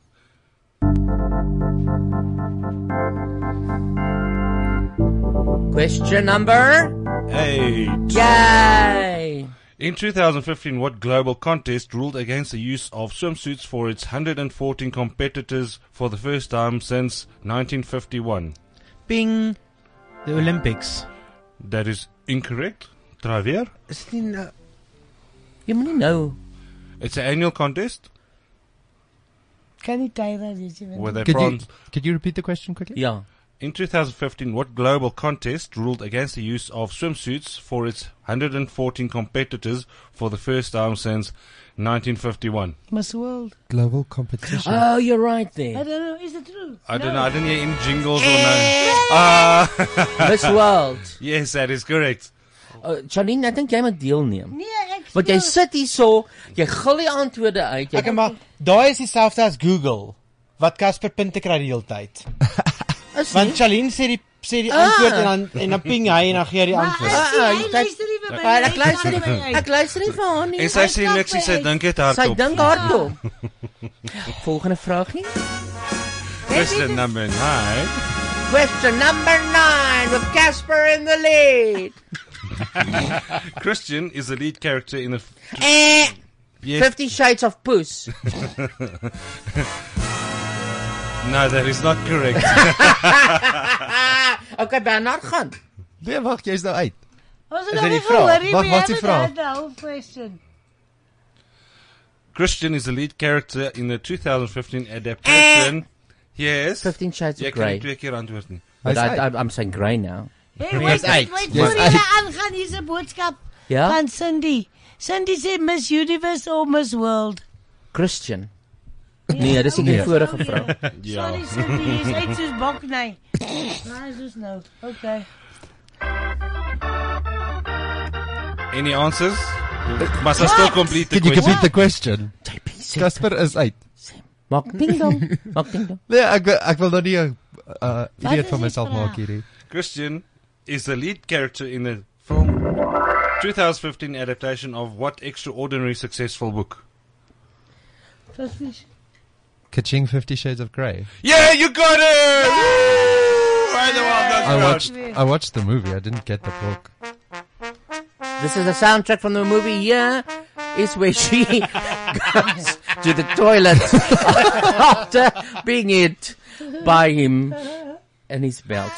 Question number Eight. Yay! In 2015, what global contest ruled against the use of swimsuits for its 114 competitors for the first time since 1951? Bing. The Olympics. That is incorrect. Try weer. Is uh, dit nie nou Jy moenie nou It's an annual contest Kan die tyd daar is. where they Could you, France- could you repeat the question quickly? In 2015, what global contest ruled against the use of swimsuits for its 114 competitors for the first time since 1951? Miss World. Global competition. Oh, you're right I there. don't know. Is it true? Eh, I don't know. I didn't hear any jingles or no. Ah. Miss World. yes, that is correct. Uh, Janine, ek dink jy moet deelneem. Nee, ek Want jy sit hier so, jy gil die antwoorde uit. Jy Ek maar daai is dieselfde as Google wat Casper punte kry die hele tyd. eh, Is Want Chaline sê die sê die Ah. antwoord en dan en dan ping hy en dan gee hy Ah, die antwoord. ah, jy- Ah, Ek luister nie. Ek luister nie vir haar Nee, nie. En sy sê niks, sy sê, dink dit hardop. Sy dink hardop. Ja. Volgende vraag nie. Question number nine. Question number 9 with Casper in the lead. Christian is the lead character in the. f- Eh, Yes. 50 Shades of Puss. no, that is not correct. okay, Bernard gaan. Nee, wag, jy's nou uit. Ons Is het nog dit nie die vraag? gehoor nie. Wat- we wat is die haven't vraag? had the whole question. Christian is the lead character in the 2015 adaptation. yes. 15 Shades Jy of kan nie Grey. twee keer antwoord nie. But I, I, I'm saying grey now. Hey, Nee, wait, wait, wait. Voor jy nou aangaan hier's 'n boodskap Ja? van Cindy. Cindy sê Miss Universe of Miss World. Christian. Nee, dis nie die Nee. vorige vrou. Ja. Sorry Cindy, jy's uit soos bok nee. Maar is dit nou? Okay. Any answers? Eh, Must I still complete the Can you question? complete the question? Casper uh, is uit. Maak ding dong. Maak ding dong. Nee, ek wil- ek wil nou nie 'n uh, Wat idee is van die myself vraag? maak hierdie. Christian is the lead character in the film 2015 adaptation of what extraordinary successful book? Presies. Kaching 50 Shades of Grey. Yeah, you got it! Woo! I know I'm I not proud. watched I watched the movie. I didn't get the book. This is the soundtrack from the movie Here is where she goes to the toilet after being hit by him and his belt.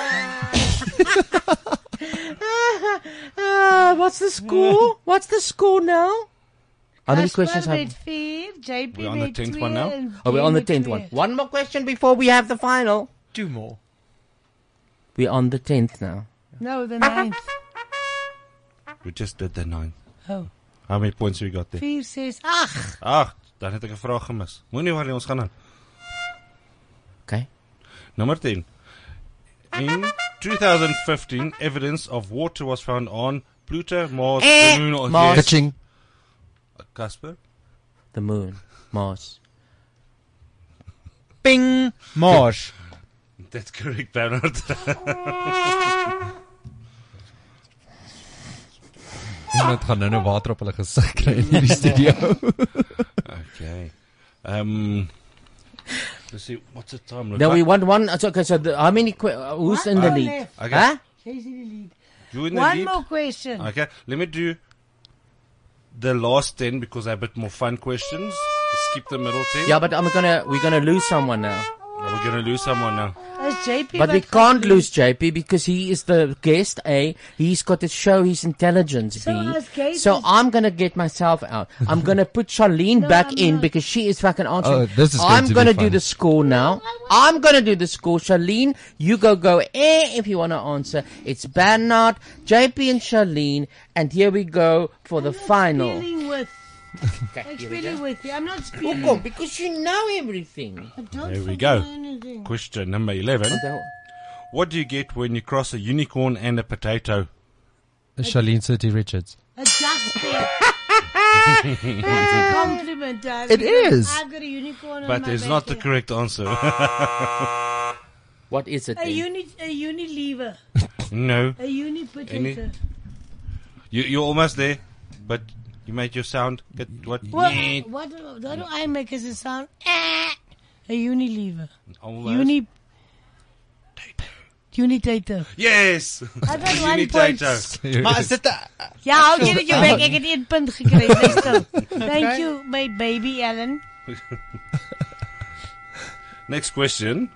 uh, what's the score? What's the score now? How many questions Casper have met vier, JP We're on the met tenth twee one now? en Are we Jay on the met tenth twee. one? One more question before we have the final. Two more. We're on the 10th now. No, the ninth. We just did the nine. Oh. How many points have we got there? 4 6 8. Ag, dan het ek 'n vraag gemis. Moenie worry, ons gaan aan. Okay. Number 10. In 2015, evidence of water was found on Pluto, Mars, Eh, the moon or Mars. Yes. Ka-ching. Casper? The moon, Mars. Bing. Mars. That's correct, Bernard. Iemand gaan nou nou water op hulle gesig kry in hierdie studio. okay. Um Let's see what's the time look Now we like? want one. It's okay, so the, how many? Que- uh, who's in the more lead? left. Okay. Huh? Jay's in the lead. You in the One lead? more question. Okay, let me do the last 10 because they're a bit more fun questions. Skip the middle 10. Yeah, but I'm gonna. We're gonna lose someone now. Are we going to lose someone now? Is JP But we like- can't lose JP because he is the guest A. He's got to show his intelligence as B. Kate So is- I'm gonna get myself out. I'm gonna put Charlene back in because she is fucking answering. Oh, this is going I'm to be gonna do fun. the score now. I'm gonna do the score. Charlene, you go go eh if you wanna answer. It's Bernard, JP, and Charlene, and here we go for the final. Dealing with. Okay, Like here we go. dealing with you. I'm not speaking. because you know everything. There we go. Question number 11. What do you get when you cross a unicorn and a potato? Charlene City Richards. Adjusting. That's a but compliment, darling. It is. I've got a unicorn on my it's back not the here. correct answer. what is it? A uni, a unilever, No. a uni potato. Any- You, you're almost there, but you made your sound. Get what? What, what, do- what do I make as a sound? Ah, a unilever. Almost. Uni. Unitator. Yes! I got one Unitator. point. Maar is dit Ja, hou je dat je weg. Ik heb één punt gekregen. luister. Thank Okay. you, my baby Ellen. Next question.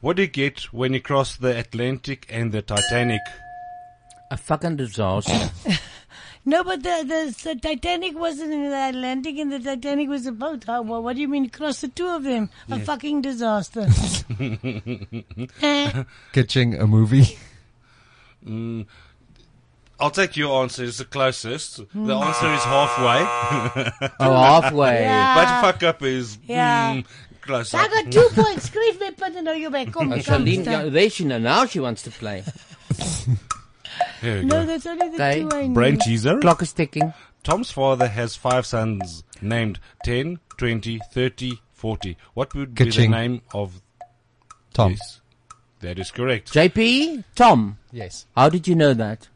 What do you get when you cross the Atlantic and the Titanic? A fucking disaster. No, but the, the, the Titanic wasn't in the Atlantic and the Titanic was a boat. How, what, what do you mean cross the two of them? A Yes. fucking disaster. Kitching a movie. Mm, I'll take your answer. It's the closest. The Mm. answer is halfway. Oh, halfway. Yeah. But fuck up is Hmm, Yeah. mm, so closer. I got two points. Skryf my punt en nou jou weg. Kom, Uh, kom. Charlene, staan. yeah, there she know. Now she wants to play. Here we No, go. that's only the two I need. Brain teaser. Clock is ticking. Tom's father has five sons named 10, 20, 30, 40. What would be the Ka-ching. name of Tom. That is correct. JP, Tom. Yes. How did you know that?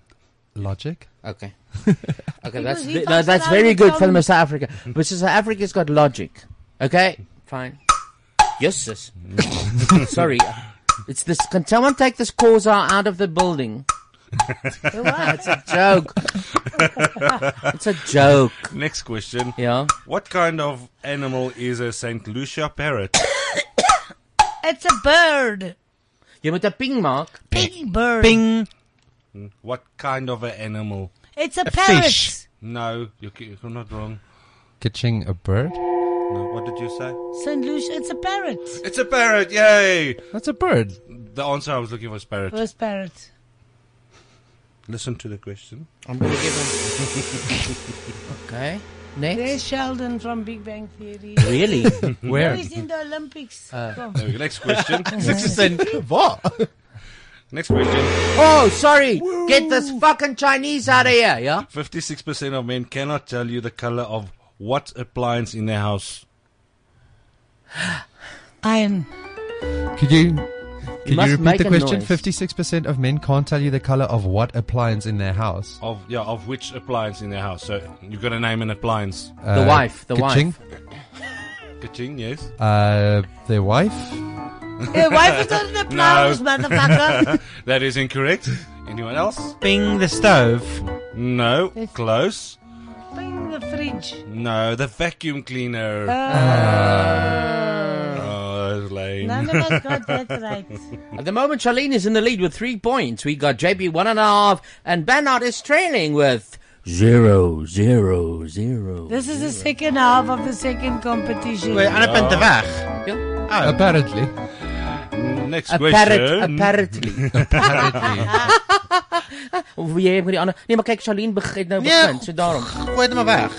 Logic. Okay. Okay, that's he the- no, fucks that's around very with good Tom. for South Africa. But South Africa's got logic. Okay, fine. Yes, sis. Sorry, it's this. Can someone take this causer out of the building? it's a joke. it's a joke. Next question. Yeah. What kind of animal is a St. Lucia parrot? It's a bird. Jy moet 'n ping maak. Ping bird. Ping. Hmm. What kind of an animal? It's a A parrot. fish. No, you're, c- you're not wrong. Kitching a bird. No, what did you say? St. Lucia, it's a parrot. It's a parrot, yay! That's a bird. The answer I was looking for is parrot. Where's parrot? Listen to the question. I'm going to give him. okay. Next. There's Sheldon from Big Bang Theory. Really? Where? He's in the Olympics. Uh, Come. There we go. Next question. what? Next question. Oh, sorry. Get this fucking Chinese out of here, yeah? 56% of men cannot tell you the color of what appliance in their house. Iron. Could you? Could you, must repeat make the a question? noise. Fifty-six percent of men can't tell you the color of what appliance in their house. Of yeah, of which appliance in their house. So you've got to name an appliance. The Uh, wife, the ka-ching? Kaching, yes. Uh, their wife. Hey, wife is not an appliance, motherfucker. that is incorrect. Anyone else? Bing the stove. No. Close. Bing the fridge. No, the vacuum cleaner. Oh. Oh, that's lame. None of us got that right. At the moment, Charlene is in the lead with three points. We got JP one and a half, and Bernard is trailing with zero, zero, zero. This is the second half of the second competition. Wait, and a punt te weg. Ja. Oh. Apparently. Next Apparent- question. apparently. Of wie het met die ander? Nee, maar kyk, Charlene beg- het nou Nee, begin, so daarom. Gooi dit maar weg.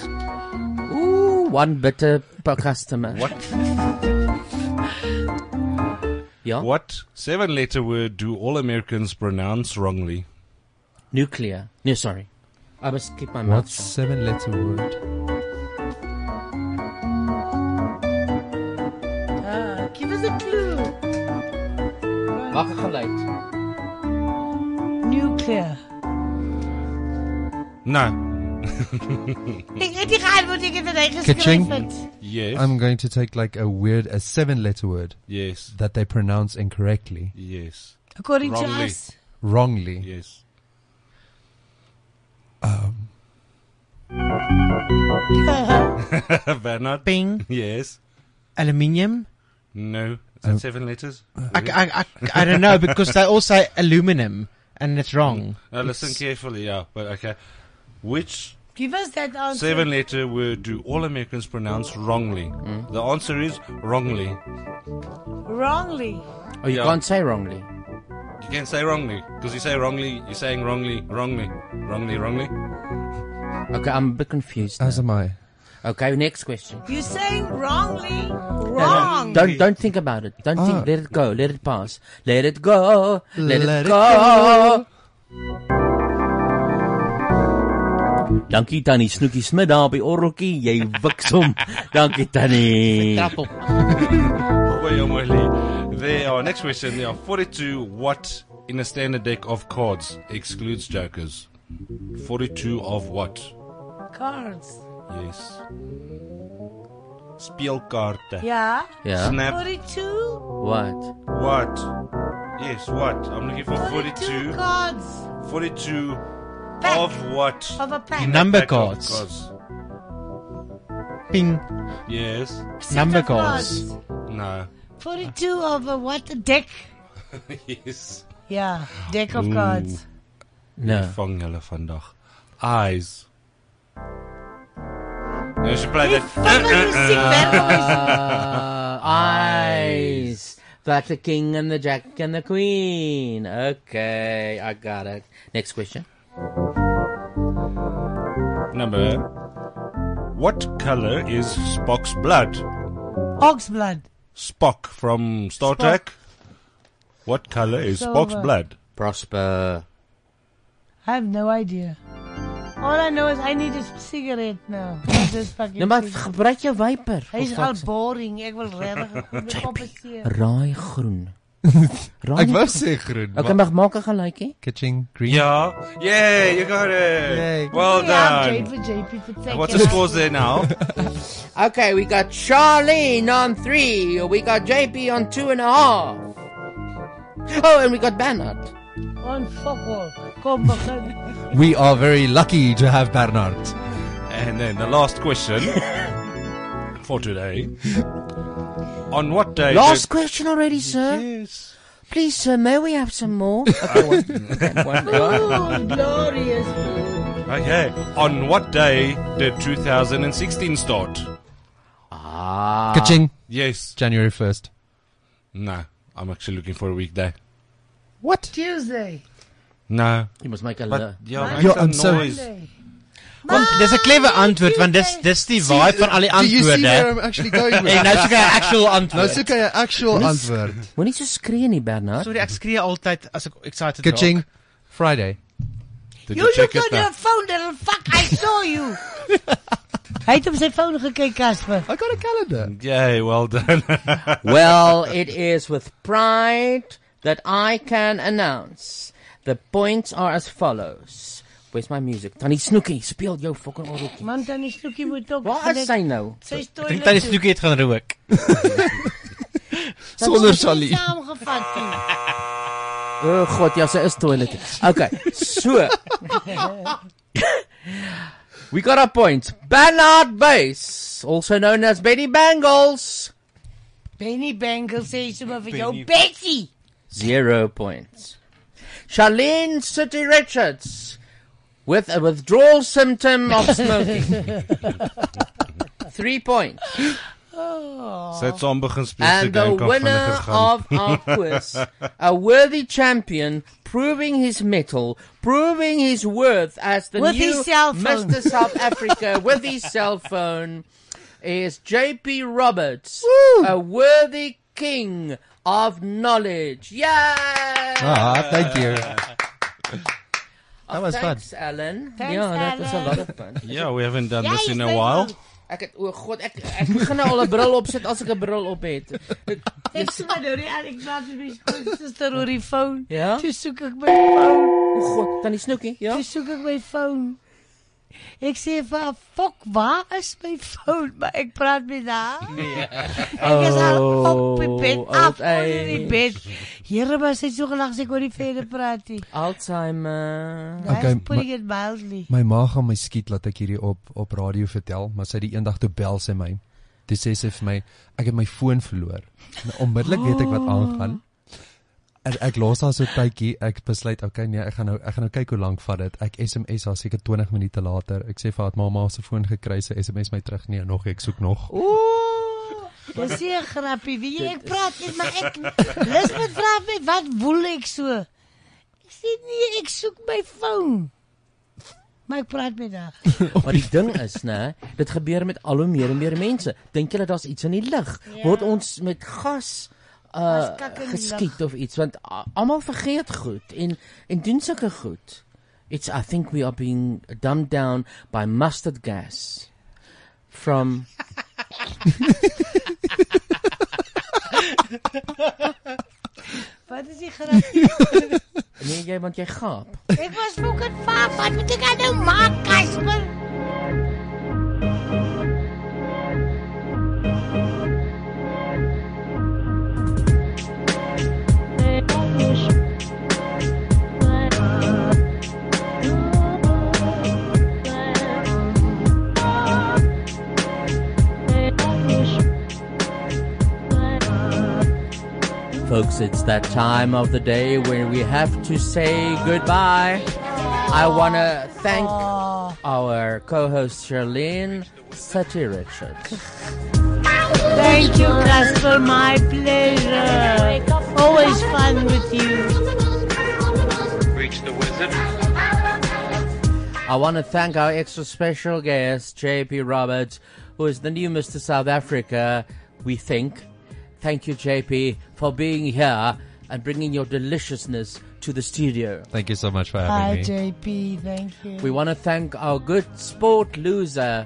Ooh, one bitter per customer. What? Yeah. What seven letter word do all Americans pronounce wrongly? Nuclear. No, sorry. I must keep my mouth What shut. seven-letter word? Ah, give us a clue. Maak 'n geluid. Nuclear. No. Ek het nie geantwoord ek het dit reg Ka-ching. geskryf. het. Yes. I'm going to take like a weird, a seven-letter word. Yes. That they pronounce incorrectly. Yes. According to us. Wrongly. Yes. Bernard. Bing. Yes. Aluminium. No. Is that seven letters? Oh. I, I, I, I don't know because they all say aluminum and it's wrong. Now listen carefully, yeah, but okay. Which Give us that answer. seven letter word do all Americans pronounce wrongly? Hmm. The answer is wrongly. Wrongly. Oh, you Yeah. can't say wrongly. You can say wrongly because you say wrongly, you're saying wrongly, wrongly, wrongly, wrongly. Okay, I'm a bit confused. As am I. Okay, next question. You're saying wrongly. No, no, Wrong. Don't don't think about it. Don't Ah. think. Let it go. Let it pass. Let it go. Let, Let it it go. Dankie Tannie Snoekie Smit daar by Orreltjie. Jy wiksel. Dankie Tannie. Vertrappel. Goeie jongen, Lee. There are next question. There are 42 what in a standard deck of cards excludes jokers. 42 of what? Cards. Yes. Speelkaarte. Yeah. Ja. Yeah. Snap. 42 What? What? Yes, what? I'm looking for 42. cards 42 of what? of a pack. Number Pack of cards. Ping. Yes. Set Number of cards. No. 42 of a what? A deck. yes. Yeah. Deck of cards. No. Ek vang hulle vandag. Eyes. You should play that. Uh, eyes. Like the king and the jack and the queen. Okay, I got it. Next question. Number. What color is Spock's blood? Ox blood. Spock from Star Spock. Trek. What color is Spock's Silver. blood? Prosper. I have no idea. All I know is I need a cigarette now. This fucking Nou maar thing. gebruik jou viper. Hy is al boring. Ek wil regtig met kompeteer. Raai groen. Raai Ek wou sê groen, Okay, maar- mag maak 'n geluitjie. Kitching green. Yeah. Yay, you got it. Well Yeah, done. Jade for JP for And what's the second. scores there now? Okay, we got Charlene on three. We got JP on two and a half. Oh, and we got Bernard. On fuck all. Kom begin. We are very lucky to have Bernard. And then the last question for today. On what day? Last did- question already, sir. Yes. Please, sir, may we have some more? Okay, one, one, Oh, glorious. Okay. On what day did 2016 start? Ah. Kaching. Yes. January 1st. No. I'm actually looking for a weekday. What? Tuesday. No. You must make a But- lo- ja, Maak Ja, some en so- noise. Want dis 'n clever antwoord want dis dis die vibe van al die do you see antwoorde. where I'm actually going with En nou that? soek hy 'n actual antwoord. Nou soek hy 'n actual Moenie s- antwoord. Moenie so skree nie, Bernard. Sorry, ek skree altyd as ek excited Kaching. raak. Friday. Did You look on your phone, little fuck. I saw you. Hy het op sy foon gekyk, Casper. I got a calendar. Yay, well done. well, it is with pride that I can announce the points are as follows. Where's my music? Tannie Snookie, speel jou fucking orgeltjie. Man, Tannie Snoekie moet ook... Waar is sy nou? Sy is Dink tannie Snoekie het gaan rook. Sonder Charlie. Charlie. Saamgevat nie. O oh, god, ja, sy is toilet. Okay. So, we got our points. Bernard Base, also known as Betty Bangles, Benny Bangle sê sommer vir jou, Benny- Betsy. 0 points. Charlene City Richards with a withdrawal symptom of smoking. 3 points. Sy het saam begin speel sy And the game kan winner vinniger gaan. of our quiz, a worthy champion, proving his mettle, proving his worth as the With new his cell phone. Mr. South Africa with his cell phone, is JP Roberts, a worthy king of knowledge. Yay! Ah, thank you. Oh. That was fun. Thanks, Alan. Thanks, Ja, yeah, that Ja, was a lot of fun. Yeah, we haven't done Jy this is in a my while. Ek het o god, ek ek begin nou al 'n bril opsit as ek 'n bril op het. Ek sê maar nou, nie, en ek praat met my suster oor die foon. Ja? Toe soek ek my foon. O god, dan die snoekie, ja? Toe soek ek my foon. Ek sê vir haar, "Fok, waar is my foon?" Maar ek praat met haar. Ek is al op Oh, die bed old af onder die age. bed. Here was sy so gelag sy kon nie verder praat nie. Alzheimer. That's Okay, putting maar- it mildly. My ma gaan my skiet dat ek hierdie op op radio vertel, maar sy die eendag toe bel sy my. Toe sê sy vir my, ek het my foon verloor. Nou onmiddellik weet ek wat Ah. aangaan. En ek los haar so tydjie, ek besluit, okay, nee, ek gaan nou ek gaan nou kyk hoe lank vat dit. Ek SMS haar seker 20 minute later. Ek sê vir haar, het "Mamma, se foon gekry, sy SMS my terug." Nee, nog, ek soek nog. Dis seer grappie, wie jy ek praat net maar ek lus met vra my wat wil ek so? Ek sê nee, ek soek my foon. Maar ek praat met haar. Maar die ding is, né, dit gebeur met al hoe meer en meer mense. Dink julle daar's iets in die lug? Ja. Word ons met gas uh Daar's kak in die geskiet of iets want a- almal vergeet goed en en doen sulke goed. It's I think we are being dumbed down by mustard gas from Wat is die grap? Nee, jy want jy gaap. ek was fucking vaaf, wat moet ek nou maak, Casper? Folks, it's that time of the day when we have to say goodbye. I want to thank our co-host Charlene Sati Richards. Thank you, Casper. My pleasure. Always fun with you. Reach the wizard. I want to thank our extra special guest JP Roberts, who is the new Mr. South Africa, we think. Thank you JP for being here and bringing your deliciousness to the studio. Thank you so much for having Hi, me. JP. Thank you. We want to thank our good sport loser,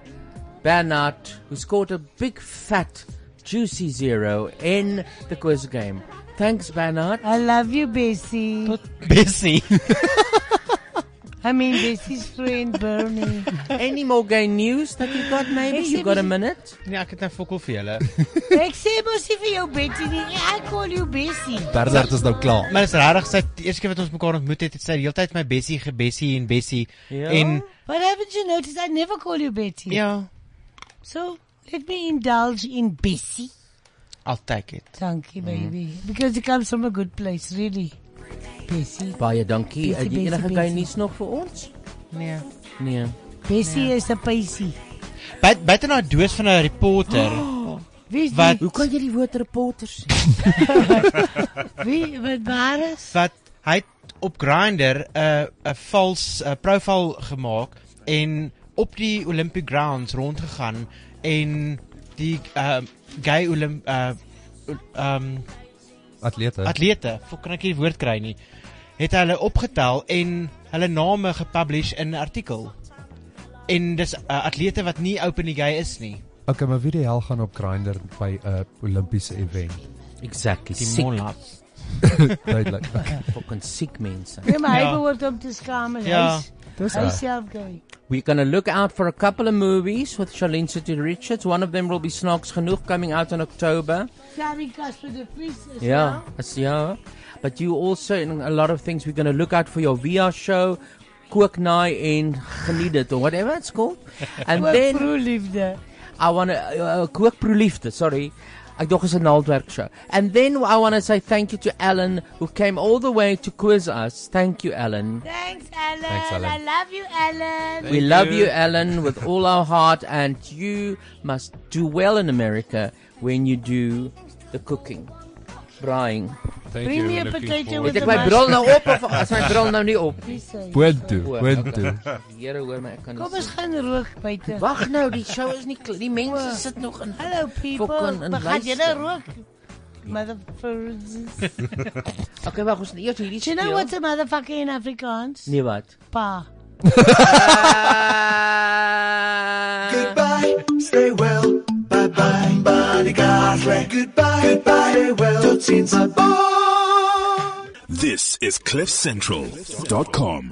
Bernard, who scored a big fat juicy zero in the quiz game. Thanks, Bernard. I love you, Bessie. Busy. I mean, Bessie's friend Bernie. Any more gay news that you got? Maybe Ek sê you got a mos- minute. Nee, ek het nou fokol vir julle. Ek sê mos nie vir jou Betty nie. I call you Bessie. Bernard is nou klaar. Maar dis regtig sy die eerste keer wat ons mekaar ontmoet het, het sy heeltyd my Bessie gebessie en Bessie Yeah. en But haven't you noticed I never call you Betty? Yeah. So let me indulge in Bessie. I'll take it. Thank you, Mm-hmm. baby. Because it comes from a good place, really. Bessie. Baie dankie. Bessie, Het jy Bessie, enige Bessie. gay nuus nog vir ons? Nee. Nee. Bessie is 'n peisie. Buit buite na doos van 'n reporter. Wie is Wat- die? Oh. Hoe kan jy die woord reporter sê? Wie wat waar is? wat hy het op Grindr 'n 'n vals uh, profiel gemaak en op die Olympic grounds rondgegaan en die uh, gay Olim uh, um Atlete. atlete, hoe kan ek nie die woord kry nie, het hy hulle opgetel en hulle name gepublish in 'n artikel. En dis uh, atlete wat nie openly gay is nie. Okay, maar wie die hel gaan op Grindr by 'n Olimpiese event? Exactly. Die siek. mollas. Duidelik. Fucking sick mense. Nee, maar hy behoort om te skaam. Ja. Ja. Dis Hy waar. self gay. We're going to look out for a couple of movies with Charlene City Richards. One of them will be Snarks Genoeg coming out in October. Sorry, Casper the Priest. is Yeah, wel. that's yeah. But you also in a lot of things we're going to look out for your VR show, Kooknaai en Geniet dit or whatever it's called. And Ook then Proeliefde. I want to uh, uh, Kook Proeliefde, sorry. Ek dog is 'n naaldwerk show. And then I want to say thank you to Alan who came all the way to quiz us. Thank you Alan. Thanks, Alan. Thanks, Alan. I love you, Alan. we love you, Alan, with all our heart, and you must do well in America when you do the cooking. Braaiing. Thank Bring you, me a looking potato forward. with Het ek a my mash- bril nou op of as my bril nou nie op? Wie sê? Puento, O, puento. okay. Here hoor my, ek kan Kom nie ons gaan rook buite. Wag nou, die show is nie klaar. Die mense sit nog in Hallo people. fucking in Gaan jy luister. nou rook? Motherfuckers. sien. Okay, wag, ons moet eers hierdie You know speel. what's a motherfucker in Afrikaans? Nee wat? Pa. Goodbye, stay well. Bye bye, bodyguard. Right. Goodbye, goodbye, stay well. Tot ziens. Bye bye. This is CliffCentral.com.